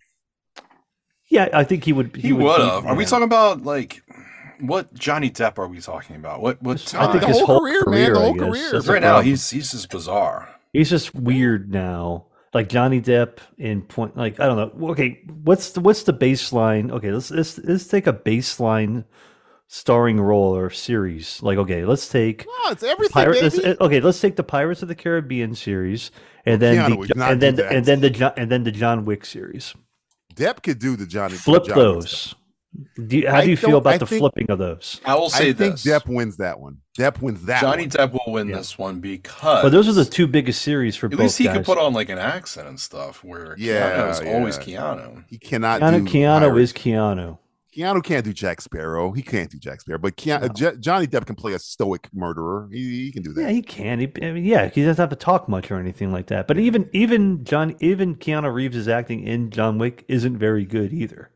Speaker 6: Yeah, I think he would. He,
Speaker 3: He,
Speaker 6: would
Speaker 3: would
Speaker 6: be-
Speaker 3: have. Are we
Speaker 6: yeah.
Speaker 3: talking about like what Johnny Depp are we talking about? What what time?
Speaker 6: I think
Speaker 2: the
Speaker 6: his
Speaker 2: whole
Speaker 6: whole
Speaker 2: career,
Speaker 6: career,
Speaker 2: man, the whole
Speaker 6: I guess.
Speaker 2: career.
Speaker 6: That's the
Speaker 3: right now
Speaker 6: problem.
Speaker 3: he's he's just bizarre.
Speaker 6: he's just weird now. Like Johnny Depp in point, like I don't know. Okay, what's the what's the baseline? Okay, let's let's let's take a baseline starring role or series. Like okay, let's take
Speaker 2: No, it's everything,
Speaker 6: Pirate, let's,
Speaker 2: baby.
Speaker 6: uh, okay, let's take the Pirates of the Caribbean series, and then
Speaker 2: Keanu would
Speaker 6: the, Jo-
Speaker 2: not
Speaker 6: and
Speaker 2: do
Speaker 6: then
Speaker 2: that.
Speaker 6: and then the John, and then the John Wick series.
Speaker 2: Depp could do the Johnny.
Speaker 6: Flip
Speaker 2: Johnny Depp.
Speaker 6: those. Do you, how
Speaker 2: I
Speaker 6: do you feel
Speaker 2: don't-
Speaker 6: about
Speaker 2: I
Speaker 6: the
Speaker 2: think-
Speaker 6: flipping of those?
Speaker 3: I will say
Speaker 2: I think
Speaker 3: this.
Speaker 2: Depp wins that one. Depp wins that
Speaker 3: Johnny
Speaker 2: one.
Speaker 3: Depp will win
Speaker 6: Yeah.
Speaker 3: this one because
Speaker 6: But those are the two biggest series for
Speaker 3: at
Speaker 6: both
Speaker 3: least he
Speaker 6: guys.
Speaker 3: could put on like an accent and stuff where
Speaker 2: Yeah,
Speaker 3: Keanu is always
Speaker 2: yeah.
Speaker 3: Keanu.
Speaker 2: He cannot
Speaker 6: Keanu,
Speaker 2: do
Speaker 6: Keanu
Speaker 2: Pirates.
Speaker 6: is Keanu.
Speaker 2: Keanu can't do Jack Sparrow. He can't do Jack Sparrow, but Keanu, Jo- Johnny Depp can play a stoic murderer. He, he can do that.
Speaker 6: Yeah, he can. He, I mean, yeah, he doesn't have to talk much or anything like that. But even even John, even Keanu Reeves' acting in John Wick isn't very good either.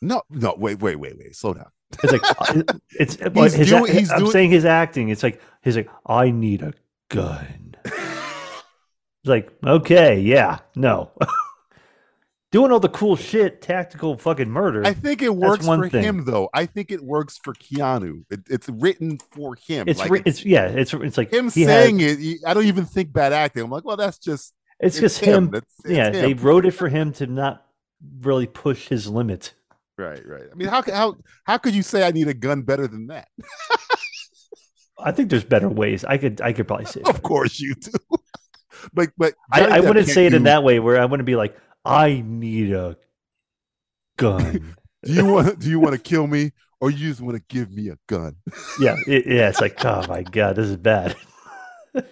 Speaker 2: no, no, wait, wait, wait, wait. Slow down.
Speaker 6: It's like I- it's well,
Speaker 2: He's
Speaker 6: his,
Speaker 2: doing-
Speaker 6: ac-
Speaker 2: he's
Speaker 6: I'm
Speaker 2: doing-
Speaker 6: saying his acting. It's like he's like I need a
Speaker 2: *laughs*
Speaker 6: gun. It's like okay, yeah, no, *laughs* doing all the cool shit, tactical fucking murder.
Speaker 2: I think it works
Speaker 6: one
Speaker 2: for
Speaker 6: thing.
Speaker 2: him though. I think it works for Keanu. It, it's written for him.
Speaker 6: it's
Speaker 2: Like,
Speaker 6: re- it's yeah, it's it's like
Speaker 2: him
Speaker 6: he had-
Speaker 2: saying it. he- I don't even think bad acting. I'm like, well, that's just
Speaker 6: it's,
Speaker 2: it's
Speaker 6: just
Speaker 2: him.
Speaker 6: him.
Speaker 2: That's- it's
Speaker 6: yeah, they
Speaker 2: him.
Speaker 6: wrote it for him to not really push his limit.
Speaker 2: right, right. I mean, how c- how how could you say I need a gun better than that?
Speaker 6: I think there's better ways. I could I could probably say.
Speaker 2: of course you do. *laughs* but but
Speaker 6: I,
Speaker 2: Johnny
Speaker 6: I
Speaker 2: Depp
Speaker 6: wouldn't
Speaker 2: can't
Speaker 6: say it in
Speaker 2: do-
Speaker 6: that way where I wouldn't be like, I need a
Speaker 2: *laughs*
Speaker 6: gun.
Speaker 2: Do you want do you want to kill me or you just want to give me a gun?
Speaker 6: yeah, it- yeah. It's like, oh my god, this is bad.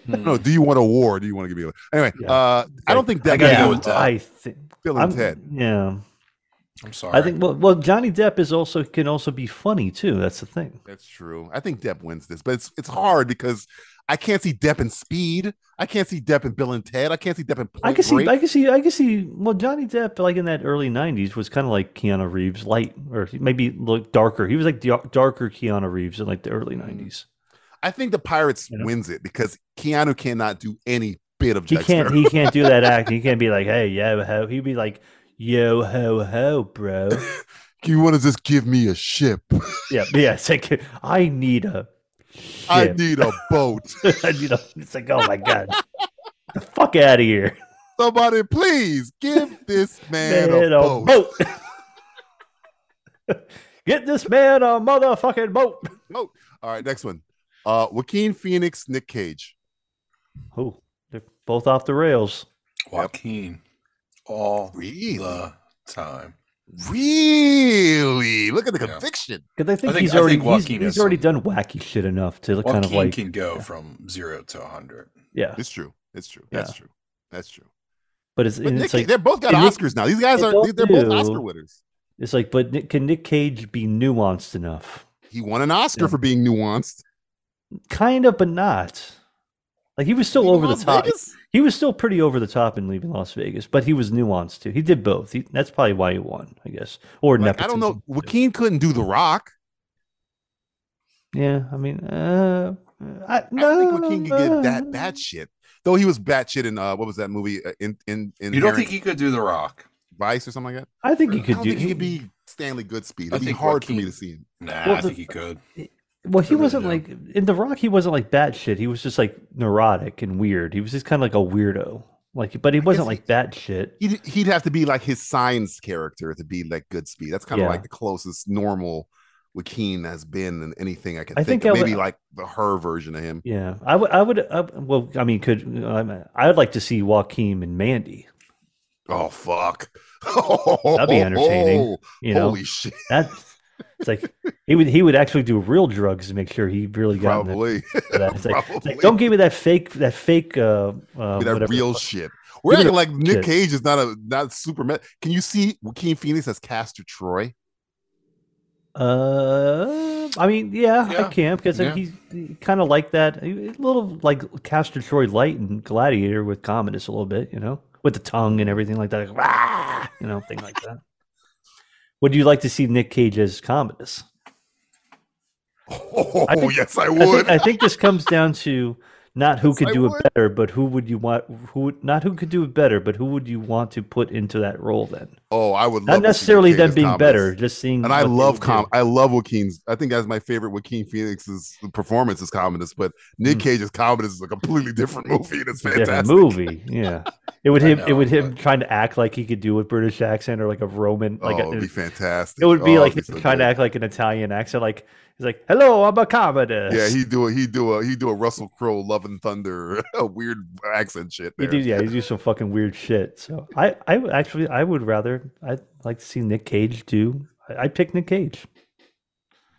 Speaker 2: No, do you want a war? or do you want to give me a anyway?
Speaker 6: Yeah.
Speaker 2: Uh, Mm. I don't think that
Speaker 3: gotta
Speaker 2: guy
Speaker 3: go
Speaker 6: yeah,
Speaker 3: with that.
Speaker 6: I think.
Speaker 2: uh, Bill
Speaker 6: I'm-
Speaker 2: and Ted.
Speaker 6: Yeah,
Speaker 3: I'm sorry.
Speaker 6: I think. Well, well, Johnny Depp is also can also be funny too. That's the thing.
Speaker 2: That's true. I think Depp wins this, but it's it's hard because I can't see Depp in Speed. I can't see Depp in Bill and Ted. I can't see Depp in. Point
Speaker 6: I can see.
Speaker 2: Break.
Speaker 6: I can see. I can see. Well, Johnny Depp, like in that early '90s, was kind of like Keanu Reeves, light or maybe look darker. He was like dar- darker Keanu Reeves in like the early
Speaker 2: Mm,
Speaker 6: '90s.
Speaker 2: I think the Pirates
Speaker 6: You know?
Speaker 2: wins it because Keanu cannot do any bit of.
Speaker 6: He
Speaker 2: Jack
Speaker 6: can't.
Speaker 2: Sparrow.
Speaker 6: He can't do that act. He can't be like, "Hey, yo ho." He'd be like, "Yo ho ho,
Speaker 2: *laughs*
Speaker 6: bro."
Speaker 2: *laughs* You want to just give me a ship?
Speaker 6: Yeah, yeah. It's like I need a.
Speaker 2: I
Speaker 6: ship.
Speaker 2: need
Speaker 6: *laughs*
Speaker 2: a boat.
Speaker 6: I need a. It's like, oh my god, the fuck out of here,
Speaker 2: Somebody, please give
Speaker 6: *laughs*
Speaker 2: this man,
Speaker 6: man!
Speaker 2: a, boat.
Speaker 6: boat. *laughs* Get this man a motherfucking boat.
Speaker 2: Boat. All right, next one. Uh, Joaquin Phoenix, Nick Cage.
Speaker 6: Oh, they're both off the rails.
Speaker 3: Joaquin all
Speaker 2: Really?
Speaker 3: the time.
Speaker 2: Really? Look at the
Speaker 3: Yeah.
Speaker 2: conviction.
Speaker 6: Because I think,
Speaker 3: think-
Speaker 6: he's
Speaker 3: I think
Speaker 6: already he's,
Speaker 3: Joaquin
Speaker 6: he's
Speaker 3: has
Speaker 6: already
Speaker 3: some-
Speaker 6: done wacky shit enough to
Speaker 3: Joaquin
Speaker 6: kind of like
Speaker 3: can go
Speaker 6: yeah.
Speaker 3: from zero to hundred.
Speaker 6: yeah.
Speaker 2: It's true. It's true. That's true. That's true.
Speaker 6: But it's,
Speaker 2: But
Speaker 6: and
Speaker 2: Nick,
Speaker 6: it's like
Speaker 2: they're both got
Speaker 6: and Nick-
Speaker 2: Oscars now. These guys
Speaker 6: they
Speaker 2: are
Speaker 6: both
Speaker 2: they're both
Speaker 6: do.
Speaker 2: Oscar winners.
Speaker 6: it's like, but Nick, can Nick Cage be nuanced enough?
Speaker 2: He won an Oscar
Speaker 6: Yeah.
Speaker 2: for being nuanced.
Speaker 6: Kind of, but not. Like he was still
Speaker 2: Leaving
Speaker 6: over
Speaker 2: Las
Speaker 6: the top.
Speaker 2: Vegas?
Speaker 6: He was still pretty over the top in leaving Las Vegas, but he was nuanced too. He did both. He, that's probably why he won, I guess. Or
Speaker 2: Like, I don't
Speaker 6: nepotism.
Speaker 2: know. Joaquin couldn't do The Rock.
Speaker 6: Yeah, I mean, uh, I,
Speaker 2: I
Speaker 6: no,
Speaker 2: don't think Joaquin could get that that shit. Though he was batshit in uh, what was that movie? Uh, in in in
Speaker 3: You don't think he could do The Rock?
Speaker 2: Vice or something like that?
Speaker 6: I think he
Speaker 2: I
Speaker 6: could
Speaker 2: don't
Speaker 6: do.
Speaker 2: think he could be Stanley Goodspeed.
Speaker 3: I
Speaker 2: It'd be
Speaker 3: think
Speaker 2: hard for me
Speaker 3: Joaquin-
Speaker 2: to see him.
Speaker 3: Nah,
Speaker 6: Well,
Speaker 3: I
Speaker 6: the-
Speaker 3: think he could.
Speaker 6: Well, he
Speaker 3: Really
Speaker 6: wasn't
Speaker 3: do.
Speaker 6: like in The Rock. He wasn't like batshit. He was just like neurotic and weird. He was just kind of like a weirdo. Like, but he wasn't
Speaker 2: he-
Speaker 6: like batshit.
Speaker 2: He'd, he'd have to be like his science character to be like Goodspeed. That's kind of
Speaker 6: Yeah.
Speaker 2: like the closest normal Joaquin has been in anything I can
Speaker 6: I
Speaker 2: think,
Speaker 6: think I
Speaker 2: of.
Speaker 6: would-
Speaker 2: Maybe like the her version of him.
Speaker 6: Yeah, I would. I would. I, well, I mean, could um, I would like to see Joaquin and Mandy.
Speaker 2: Oh fuck. *laughs*
Speaker 6: That'd be entertaining, You know,
Speaker 2: Holy shit.
Speaker 6: that it's like he would he would actually do real drugs to make sure he really got
Speaker 2: *laughs*
Speaker 6: into
Speaker 2: Probably.
Speaker 6: that. It's like, it's like,
Speaker 2: Probably.
Speaker 6: don't give me that fake that fake uh, uh
Speaker 2: that
Speaker 6: whatever the
Speaker 2: real
Speaker 6: fuck-
Speaker 2: shit. We're
Speaker 6: Give
Speaker 2: acting
Speaker 6: it a-
Speaker 2: like Nick
Speaker 6: Shit.
Speaker 2: Cage is not a not Superman. Can you see Joaquin Phoenix as Caster Troy? *laughs*
Speaker 6: Uh, I mean, yeah, I
Speaker 2: Yeah.
Speaker 6: can because
Speaker 2: Yeah.
Speaker 6: he's kind of like that, a little like Castor Troy Light and Gladiator with Commodus a little bit, you know, with the tongue and everything like that, like, "Rah!" you know, thing like that. Would you like to see Nick Cage as Commodus?
Speaker 2: Oh yes, I
Speaker 6: I
Speaker 2: would.
Speaker 6: think, I think this comes down to not who
Speaker 2: Yes,
Speaker 6: could
Speaker 2: I
Speaker 6: do
Speaker 2: would.
Speaker 6: it better, but who would you want? Who would- not who could do it better, but who would you want to put into that role? Then
Speaker 2: Oh, I would
Speaker 6: Not
Speaker 2: love to see
Speaker 6: necessarily
Speaker 2: Joaquin
Speaker 6: them
Speaker 2: as
Speaker 6: being
Speaker 2: Commodus.
Speaker 6: better, just seeing
Speaker 2: And I
Speaker 6: what they
Speaker 2: love
Speaker 6: would
Speaker 2: com.
Speaker 6: do.
Speaker 2: I love Joaquin's. I think that's my favorite Joaquin Phoenix's performance is Commodus, but Nick Cage Cage's Commodus is a completely different *laughs* movie, and it's
Speaker 6: Hmm. a different
Speaker 2: fantastic.
Speaker 6: movie. Yeah, it would
Speaker 2: I
Speaker 6: him. it
Speaker 2: know,
Speaker 6: would him trying to act like he could do a British accent or like a Roman. Like
Speaker 2: oh,
Speaker 6: a,
Speaker 2: it'd be fantastic.
Speaker 6: it would be
Speaker 2: Oh,
Speaker 6: like
Speaker 2: it'd
Speaker 6: him
Speaker 2: so
Speaker 6: trying to
Speaker 2: good.
Speaker 6: act like an Italian accent. Like he's like, "Hello, I'm a Commodus."
Speaker 2: Yeah, he do a he do a he do a Russell Crowe Love and Thunder *laughs* a weird accent shit.
Speaker 6: He
Speaker 2: There.
Speaker 6: do, yeah, he do some fucking weird shit. So I, I would actually, I would rather, I'd like to see Nick Cage do. I, I pick Nick Cage.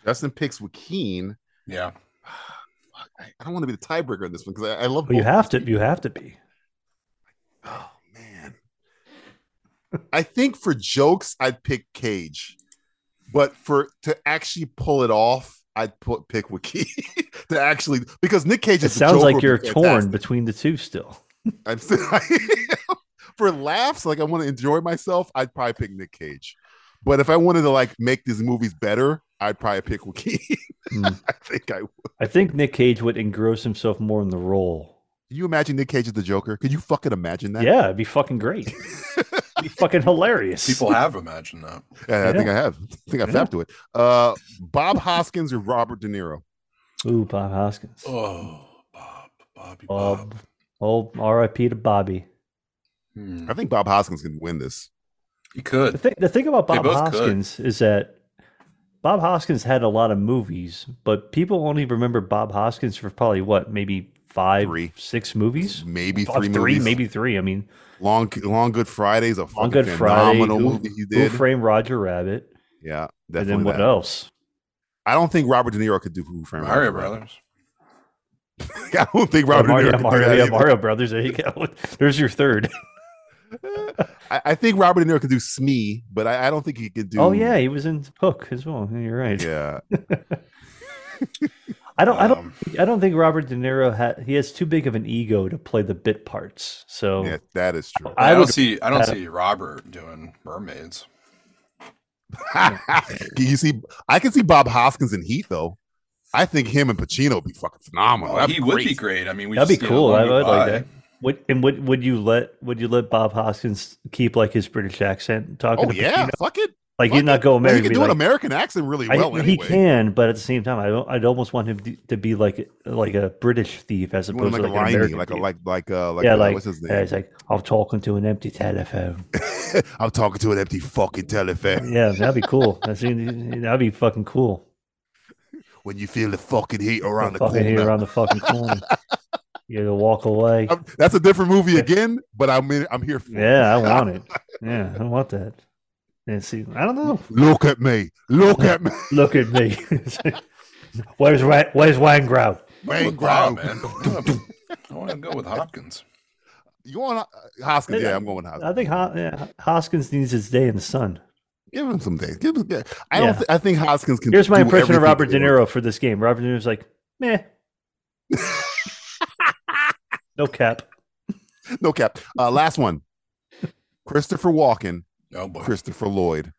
Speaker 2: Justin picks Joaquin.
Speaker 6: *laughs*
Speaker 3: Yeah.
Speaker 2: I, I don't want to be the tiebreaker in this one because I, I love.
Speaker 6: Well, Oh, you
Speaker 2: both
Speaker 6: have to, you have to be.
Speaker 2: I think for jokes, I'd pick Cage, but for to actually pull it off, I'd put pick Wiki *laughs* to actually because Nick Cage.
Speaker 6: It
Speaker 2: as the
Speaker 6: sounds
Speaker 2: Joker
Speaker 6: like
Speaker 2: would be
Speaker 6: you're torn
Speaker 2: fantastic.
Speaker 6: between the two still.
Speaker 2: *laughs* I'm still for laughs. Like I want to enjoy myself. I'd probably pick Nick Cage, but if I wanted to like make these movies better, I'd probably pick Wiki.
Speaker 6: Hmm.
Speaker 2: *laughs* I think I. Would.
Speaker 6: I think Nick Cage would engross himself more in the role.
Speaker 2: Can you imagine Nick Cage as the Joker? Can you fucking imagine that?
Speaker 6: Yeah, it'd be fucking great. It'd be
Speaker 2: *laughs*
Speaker 6: fucking hilarious.
Speaker 3: People have imagined that.
Speaker 2: Yeah, I think I
Speaker 6: Yeah.
Speaker 2: have. I think I
Speaker 6: Yeah.
Speaker 2: fapped to it. Uh, Bob Hoskins or Robert De Niro?
Speaker 6: Ooh, Bob Hoskins.
Speaker 3: Oh, Bob, Bobby, Bob.
Speaker 6: Bob. Oh, R.I.P. to Bobby.
Speaker 2: I think Bob Hoskins can win this.
Speaker 3: Hmm. He could.
Speaker 6: The thing, the thing about
Speaker 3: They
Speaker 6: Bob
Speaker 3: both could.
Speaker 6: Hoskins is that Bob Hoskins had a lot of movies, but people only remember Bob Hoskins for probably what, maybe five, six movies,
Speaker 2: maybe
Speaker 6: Five,
Speaker 2: three movies.
Speaker 6: maybe three. I mean,
Speaker 2: Long Long Good Friday is a
Speaker 6: On
Speaker 2: fucking
Speaker 6: Good Friday,
Speaker 2: phenomenal
Speaker 6: Who,
Speaker 2: movie he
Speaker 6: Who
Speaker 2: did.
Speaker 6: Framed Roger Rabbit,
Speaker 2: yeah,
Speaker 6: and
Speaker 2: definitely.
Speaker 6: then what
Speaker 2: that.
Speaker 6: else?
Speaker 2: I don't think Robert De Niro could do Who Framed
Speaker 3: Mario
Speaker 2: Roger
Speaker 3: Brothers.
Speaker 2: Rabbit. *laughs* I don't think Robert
Speaker 6: Mario,
Speaker 2: De Niro.
Speaker 6: Mario,
Speaker 2: could do
Speaker 6: yeah,
Speaker 2: that either.
Speaker 6: Mario Brothers. There you go. *laughs* There's your third.
Speaker 2: I, I think Robert De Niro could do Smee, but I, I don't think he could do.
Speaker 6: Oh yeah, he was in Hook as well. Yeah, You're right.
Speaker 2: Yeah. um,
Speaker 6: I don't. I
Speaker 3: Um,
Speaker 6: don't. I don't think Robert De Niro had. He has too big of an ego to play the bit parts. So
Speaker 2: yeah, that is true.
Speaker 3: I, don't
Speaker 6: would-
Speaker 3: see. I don't
Speaker 6: uh,
Speaker 3: see Robert doing mermaids.
Speaker 2: *laughs* Can you see? I can see Bob Hoskins in Heat though. I think him and Pacino would be fucking phenomenal.
Speaker 3: Oh,
Speaker 2: That'd
Speaker 3: he would be great. I mean, we
Speaker 6: That'd
Speaker 3: just,
Speaker 6: be
Speaker 3: you know,
Speaker 6: cool. I
Speaker 3: let me
Speaker 6: would like
Speaker 3: buy.
Speaker 6: that. Would and would would you let would you let Bob Hoskins keep like his British accent talking?
Speaker 2: Oh
Speaker 6: to
Speaker 2: yeah,
Speaker 6: Pacino?
Speaker 2: fuck it.
Speaker 6: like
Speaker 2: fuck
Speaker 6: he's not
Speaker 2: it.
Speaker 6: going
Speaker 2: Well,
Speaker 6: American.
Speaker 2: He can
Speaker 6: be
Speaker 2: do an
Speaker 6: like,
Speaker 2: American accent really
Speaker 6: I-
Speaker 2: well.
Speaker 6: He
Speaker 2: anyway.
Speaker 6: can, but at the same time, I don't. I'd almost want him to, to be like like a British thief as
Speaker 2: You want
Speaker 6: opposed
Speaker 2: him like, a
Speaker 6: to like an
Speaker 2: limey,
Speaker 6: American
Speaker 2: like a
Speaker 6: thief.
Speaker 2: like like uh like,
Speaker 6: yeah,
Speaker 2: uh,
Speaker 6: like
Speaker 2: what's his
Speaker 6: yeah,
Speaker 2: name?
Speaker 6: it's like I'm talking to an empty telephone.
Speaker 2: *laughs* I'm talking to an empty fucking telephone.
Speaker 6: yeah, that'd be cool. That's, that'd be fucking cool.
Speaker 2: When you feel the fucking heat around the
Speaker 6: fucking
Speaker 2: corner.
Speaker 6: here around the
Speaker 2: *laughs*
Speaker 6: fucking corner. you gotta walk away.
Speaker 2: I'm- that's a different movie again, but I'm in, I'm here for it.
Speaker 6: Yeah,
Speaker 2: *laughs*
Speaker 6: I want it. Yeah, I want that. And see, I don't know.
Speaker 2: Look at me. Look at me.
Speaker 6: Look at me. *laughs* where's Ra- Where's Wayne Grau?
Speaker 2: Wayne
Speaker 3: Wow,
Speaker 2: Grau.
Speaker 3: man. I wanna- I want to go with *laughs* Hopkins.
Speaker 2: You want uh, Hoskins? Yeah, I'm going with Hoskins.
Speaker 6: I think Ho- yeah, Hoskins needs his day in the sun.
Speaker 2: Give him some days. Give him. yeah. I don't.
Speaker 6: Yeah.
Speaker 2: thi- I think Hoskins can.
Speaker 6: Here's my
Speaker 2: do
Speaker 6: impression of
Speaker 2: everything
Speaker 6: Robert
Speaker 2: he
Speaker 6: De
Speaker 2: wants.
Speaker 6: Niro for this game. Robert De Niro's like,
Speaker 2: *laughs*
Speaker 6: meh. no cap.
Speaker 2: No cap. Uh, last one. Christopher Walken.
Speaker 3: Oh boy.
Speaker 2: Christopher Lloyd.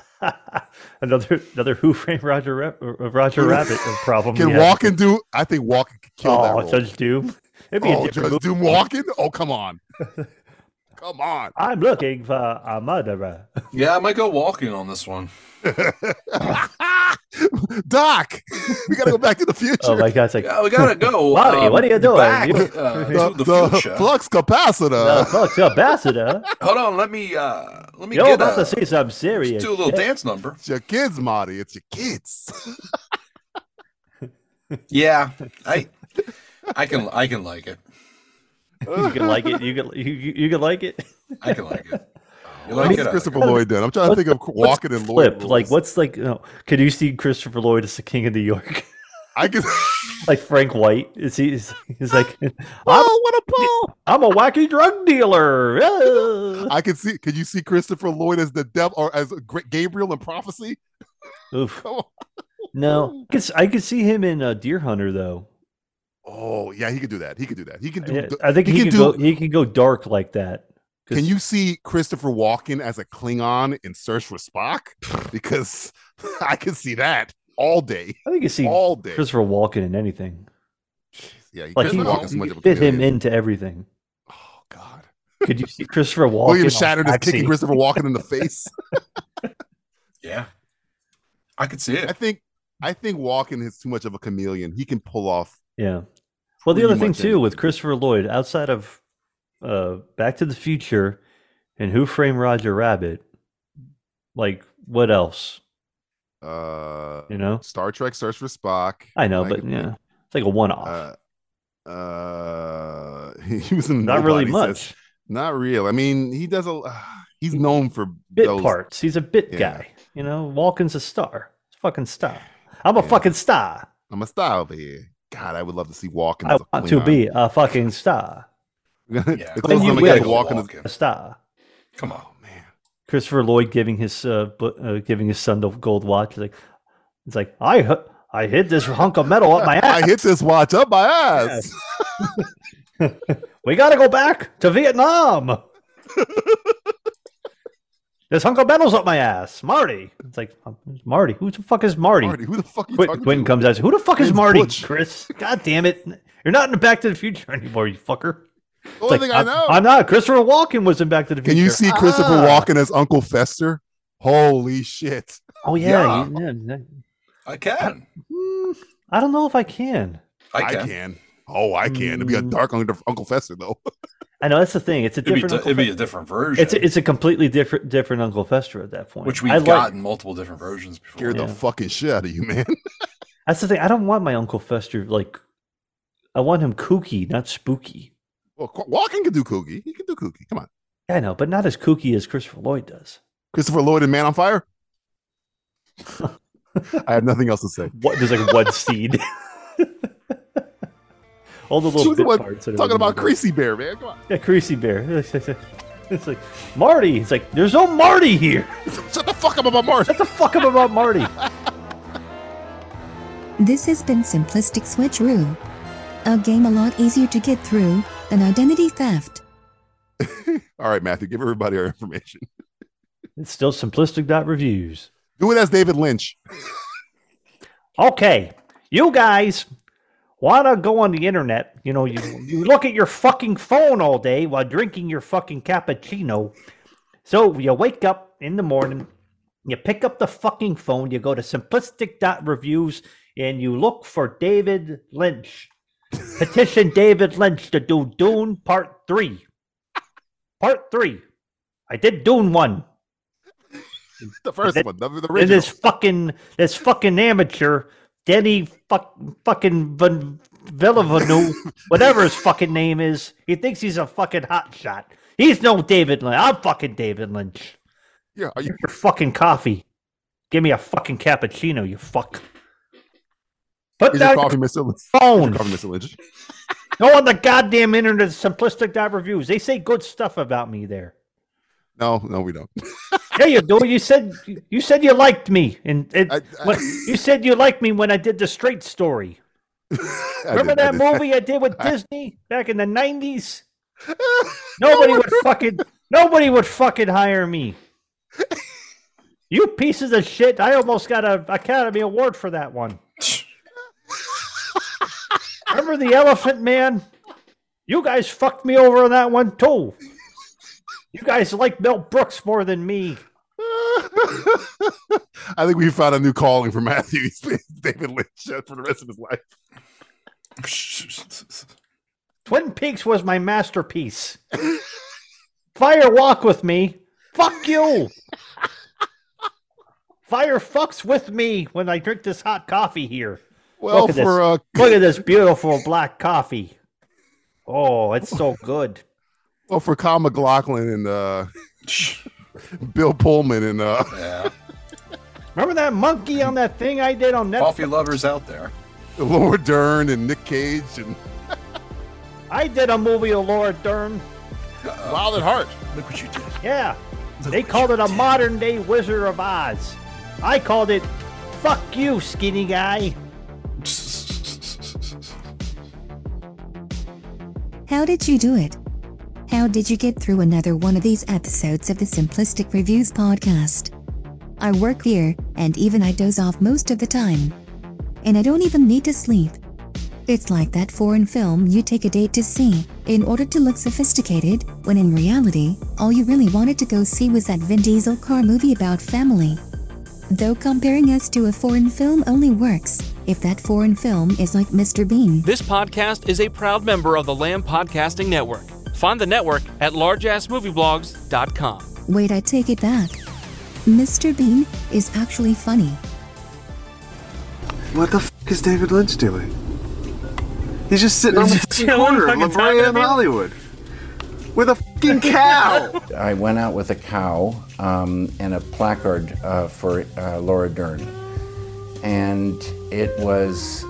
Speaker 6: *laughs* Another another Who Framed Roger Rab- uh, Roger Rabbit problem.
Speaker 2: Can
Speaker 6: we have.
Speaker 2: Walken do? I think Walken could kill that
Speaker 6: Oh,
Speaker 2: role.
Speaker 6: Judge Doom. It'd be a
Speaker 2: oh,
Speaker 6: different
Speaker 2: Judge Doom
Speaker 6: movie.
Speaker 2: Walken. Oh, come
Speaker 6: *laughs*
Speaker 2: on. come on. *laughs*
Speaker 6: I'm looking for a murderer.
Speaker 3: Yeah, I might go walking on this one.
Speaker 2: Doc, we gotta go back to the future.
Speaker 6: Oh my god, it's like
Speaker 3: Yeah, we gotta
Speaker 6: *laughs*
Speaker 3: go.
Speaker 6: Marty,
Speaker 3: um,
Speaker 6: what are you doing?
Speaker 2: *laughs*
Speaker 3: back,
Speaker 6: You-
Speaker 2: the,
Speaker 3: uh, to the,
Speaker 2: the
Speaker 3: future.
Speaker 2: flux
Speaker 6: uh,
Speaker 2: capacitor. *laughs*
Speaker 6: fuck, ambassador.
Speaker 3: Hold on, let me uh let me
Speaker 6: You're
Speaker 3: get
Speaker 6: about
Speaker 3: a,
Speaker 6: to see some serious.
Speaker 3: do a little
Speaker 6: shit.
Speaker 3: dance number.
Speaker 2: It's your kids, Marty. It's your kids.
Speaker 3: Yeah, I I can I can like it.
Speaker 6: You can like it. You can you, you, you can
Speaker 2: *laughs*
Speaker 6: like it.
Speaker 3: I can like it. You
Speaker 2: What
Speaker 3: like
Speaker 2: is
Speaker 3: it? I like
Speaker 2: Christopher Lloyd done? I'm trying to think of Walken and Lloyd.
Speaker 6: Flip. Like
Speaker 2: roles.
Speaker 6: what's like? You know, could you see Christopher Lloyd as the king of New York? *laughs*
Speaker 2: I could
Speaker 6: like Frank White. Is he? Is,
Speaker 2: *laughs*
Speaker 6: he's like, I'm,
Speaker 2: what a pull!
Speaker 6: I'm a wacky drug dealer. *laughs*
Speaker 2: I could see. Could you see Christopher Lloyd as the devil or as Gr- Gabriel in Prophecy?
Speaker 6: Oof.
Speaker 2: Come on.
Speaker 6: No, I could, s- I could see him in uh, Deer Hunter though.
Speaker 2: Oh yeah, he could do that. He could do that. He can do.
Speaker 6: Yeah, I think he, can,
Speaker 2: do.
Speaker 6: go. He can go dark like that. 'cause-
Speaker 2: can you see Christopher Walken as a Klingon in Search for Spock?
Speaker 6: *sighs*
Speaker 2: Because *laughs* I could see that all day.
Speaker 6: I think you see
Speaker 2: all day.
Speaker 6: Christopher Walken in anything.
Speaker 2: yeah, you
Speaker 6: Like
Speaker 2: Christopher
Speaker 6: he,
Speaker 2: Walken's
Speaker 6: you
Speaker 2: much
Speaker 6: could
Speaker 2: of a
Speaker 6: fit him
Speaker 2: chameleon.
Speaker 6: into everything.
Speaker 2: Oh God.
Speaker 6: Could you see
Speaker 2: *laughs*
Speaker 6: Christopher Walken?
Speaker 2: William
Speaker 6: on
Speaker 2: Shatner is
Speaker 6: Taxi?
Speaker 2: kicking Christopher Walken
Speaker 6: *laughs*
Speaker 2: in the face.
Speaker 3: Yeah. I could see
Speaker 2: I
Speaker 3: it.
Speaker 2: think I think Walken is too much of a chameleon. He can pull off.
Speaker 6: Yeah. Well, the
Speaker 2: pretty
Speaker 6: other thing
Speaker 2: much
Speaker 6: too with Christopher Lloyd, outside of uh, Back to the Future and Who Framed Roger Rabbit, like what else?
Speaker 2: Uh,
Speaker 6: You know,
Speaker 2: Star Trek: Search for Spock.
Speaker 6: I know,
Speaker 2: I
Speaker 6: but
Speaker 2: could
Speaker 6: yeah, it's like a one-off.
Speaker 2: Uh, uh, *laughs* he was in
Speaker 6: Not really
Speaker 2: Nobody,
Speaker 6: much.
Speaker 2: says- Not real. I mean, he does a. *sighs* He's known for
Speaker 6: bit
Speaker 2: those-
Speaker 6: parts. He's a bit
Speaker 2: Yeah.
Speaker 6: guy. You know, Walken's a star. He's a fucking star. I'm a fucking star.
Speaker 2: I'm a star over here. God, I would love to see Walken.
Speaker 6: I
Speaker 2: as a
Speaker 6: want to
Speaker 2: Klingon.
Speaker 6: be a fucking star.
Speaker 3: Yeah.
Speaker 2: *laughs* the
Speaker 6: Then
Speaker 2: closest
Speaker 6: you
Speaker 2: I'm gonna get
Speaker 6: will.
Speaker 2: to Walken is oh,
Speaker 6: A star.
Speaker 3: Come on.
Speaker 6: *laughs* Christopher Lloyd giving his uh, bu- uh, giving his son the gold watch. Like it's like I hu- I hid this hunk of metal up my ass.
Speaker 2: I hit this watch up my ass.
Speaker 6: We got to go back to
Speaker 2: *laughs*
Speaker 6: Vietnam. this hunk of metal's up my ass, Marty. It's like um, Marty. Who the fuck is Marty?
Speaker 2: Marty, who the fuck are you
Speaker 6: Quin-
Speaker 2: talking
Speaker 6: Quinn
Speaker 2: to?
Speaker 6: comes out. and says, Who the fuck is
Speaker 2: It's
Speaker 6: Marty?
Speaker 2: Butch."
Speaker 6: Chris, god damn it! You're not in Back to the Future anymore, you fucker.
Speaker 2: The only thing I
Speaker 6: am
Speaker 2: know.
Speaker 6: I'm not. Christopher Walken was in Back to the Future.
Speaker 2: Can you see Christopher
Speaker 6: Ah.
Speaker 2: Walken as Uncle Fester? Holy shit!
Speaker 6: Oh yeah. you- yeah,
Speaker 3: I can.
Speaker 6: yeah. Mm, I don't know if I can.
Speaker 3: I
Speaker 2: I
Speaker 3: can.
Speaker 2: can. Oh, I can. It'd be a
Speaker 6: Mm.
Speaker 2: dark Uncle Uncle Fester though. *laughs*
Speaker 6: I know that's the thing. It's a
Speaker 3: It'd be,
Speaker 6: different.
Speaker 3: di-
Speaker 6: Uncle
Speaker 3: it'd be
Speaker 6: Fe-
Speaker 3: a different version,
Speaker 6: it's a, it's a completely different different Uncle Fester at that point.
Speaker 3: which we've
Speaker 6: I like-
Speaker 3: gotten multiple different versions before.
Speaker 2: Scare the
Speaker 6: Yeah.
Speaker 2: fucking shit out of you, man. *laughs*
Speaker 6: That's the thing. I don't want my Uncle Fester like. I want him kooky, not spooky.
Speaker 2: Well, Qu- Walken can do kooky. He can do kooky. Come on,
Speaker 6: I know, but not as kooky as Christopher Lloyd does.
Speaker 2: Christopher Lloyd and Man on Fire.
Speaker 6: *laughs*
Speaker 2: I have nothing else to say.
Speaker 6: What there's like one seed. All the
Speaker 2: She
Speaker 6: little
Speaker 2: was the
Speaker 6: bit
Speaker 2: one
Speaker 6: parts. that are
Speaker 2: talking
Speaker 6: in the
Speaker 2: about
Speaker 6: movie.
Speaker 2: Creasy Bear, man. Come on,
Speaker 6: Yeah, Creasy Bear. *laughs* It's like Marty. It's like there's no Marty here.
Speaker 2: shut the fuck up about Mars.
Speaker 6: Shut the fuck up about Marty.
Speaker 4: This has been Simplistic Switcheroo. A game a lot easier to get through than identity theft.
Speaker 2: *laughs* All right, Matthew, give everybody our information. *laughs*
Speaker 6: It's still simplistic dot reviews.
Speaker 2: Do it as David Lynch.
Speaker 6: Okay, you guys wanna go on the internet? You know, you you look at your fucking phone all day while drinking your fucking cappuccino. So you wake up in the morning, you pick up the fucking phone, you go to simplistic dot reviews, and you look for David Lynch. Petition David Lynch to do Dune Part 3. Part 3. I did Dune 1
Speaker 2: The first
Speaker 6: That-
Speaker 2: one, the, the
Speaker 6: and *laughs*
Speaker 2: original.
Speaker 6: this fucking this fucking amateur Denny fuck, fucking Van,
Speaker 2: *laughs*
Speaker 6: Villavanu, whatever his fucking name is, he thinks he's a fucking hot shot. He's no David Lynch. I'm fucking David Lynch.
Speaker 2: Yeah, are you
Speaker 6: Your fucking coffee. Give me a fucking cappuccino, you fuck. Put
Speaker 2: is your
Speaker 6: down
Speaker 2: coffee, Mr. Lynch?
Speaker 6: your phone.
Speaker 2: Coffee, Mr. Lynch.
Speaker 6: Go on the goddamn internet, simplistic dive reviews. They say good stuff about me there.
Speaker 2: No, no, we don't. *laughs*
Speaker 6: Yeah, you do. You said you said you liked me, and, and
Speaker 2: I-
Speaker 6: when-
Speaker 2: I-
Speaker 6: you said you liked me when I did the Straight Story.
Speaker 2: I
Speaker 6: Remember
Speaker 2: did- I
Speaker 6: that
Speaker 2: did-
Speaker 6: movie I did with Disney back in the
Speaker 2: *laughs*
Speaker 6: nineties? Nobody would fucking nobody would fucking hire me. You pieces of shit! I almost got an Academy Award for that one. Remember the Elephant Man? You guys fucked me over on that one too. You guys like Mel Brooks more than me.
Speaker 2: I think we found a new calling for Matthew. *laughs* He's been David Lynch uh, for the rest of his life.
Speaker 6: Twin Peaks was my masterpiece. Fire Walk with Me. Fuck you. Fire fucks with me when I drink this hot coffee here.
Speaker 2: Well,
Speaker 6: Look at this.
Speaker 2: for uh,
Speaker 6: Look at this beautiful black coffee. Oh, it's so good.
Speaker 2: well, for Kyle McLaughlin and uh, Bill Pullman and uh,
Speaker 3: *laughs*
Speaker 2: *laughs*
Speaker 3: yeah.
Speaker 6: Remember that monkey on that thing I did on Netflix?
Speaker 3: Coffee lovers out there.
Speaker 2: Laura Dern and Nick Cage and
Speaker 6: I did a movie of Laura Dern.
Speaker 2: Wild at Heart.
Speaker 3: Look what you did.
Speaker 6: Yeah. they called it a modern day Wizard of Oz. I called it Fuck You, Skinny Guy.
Speaker 3: *laughs*
Speaker 4: How did you do it? How did you get through another one of these episodes of the Simplistic Reviews podcast? I work here, and even I doze off most of the time. And I don't even need to sleep. It's like that foreign film you take a date to see, in order to look sophisticated, when in reality, all you really wanted to go see was that Vin Diesel car movie about family. Though comparing us to a foreign film only works if that foreign film is like Mr. Bean.
Speaker 12: This podcast is a proud member of the Lamb Podcasting Network. Find the network at largeassmovieblogs.com.
Speaker 4: Wait, I take it back. Mr. Bean is actually funny.
Speaker 13: What the f is David Lynch doing? He's just sitting on the
Speaker 14: Just
Speaker 13: f***ing
Speaker 14: chilling,
Speaker 13: corner of
Speaker 14: fucking
Speaker 13: La Brea
Speaker 14: talking
Speaker 13: and
Speaker 14: to people.
Speaker 13: Hollywood with a
Speaker 14: *laughs*
Speaker 13: fucking cow.
Speaker 14: I went out with a cow um, and a placard uh, for uh, Laura Dern. And it was,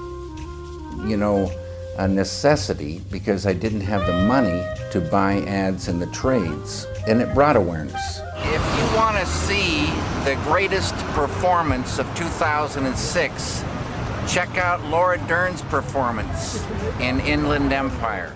Speaker 14: you know, a necessity because I didn't have the money to buy ads in the trades. And it brought awareness.
Speaker 8: If you want to see the greatest performance of 2006, check out Laura Dern's performance in Inland Empire.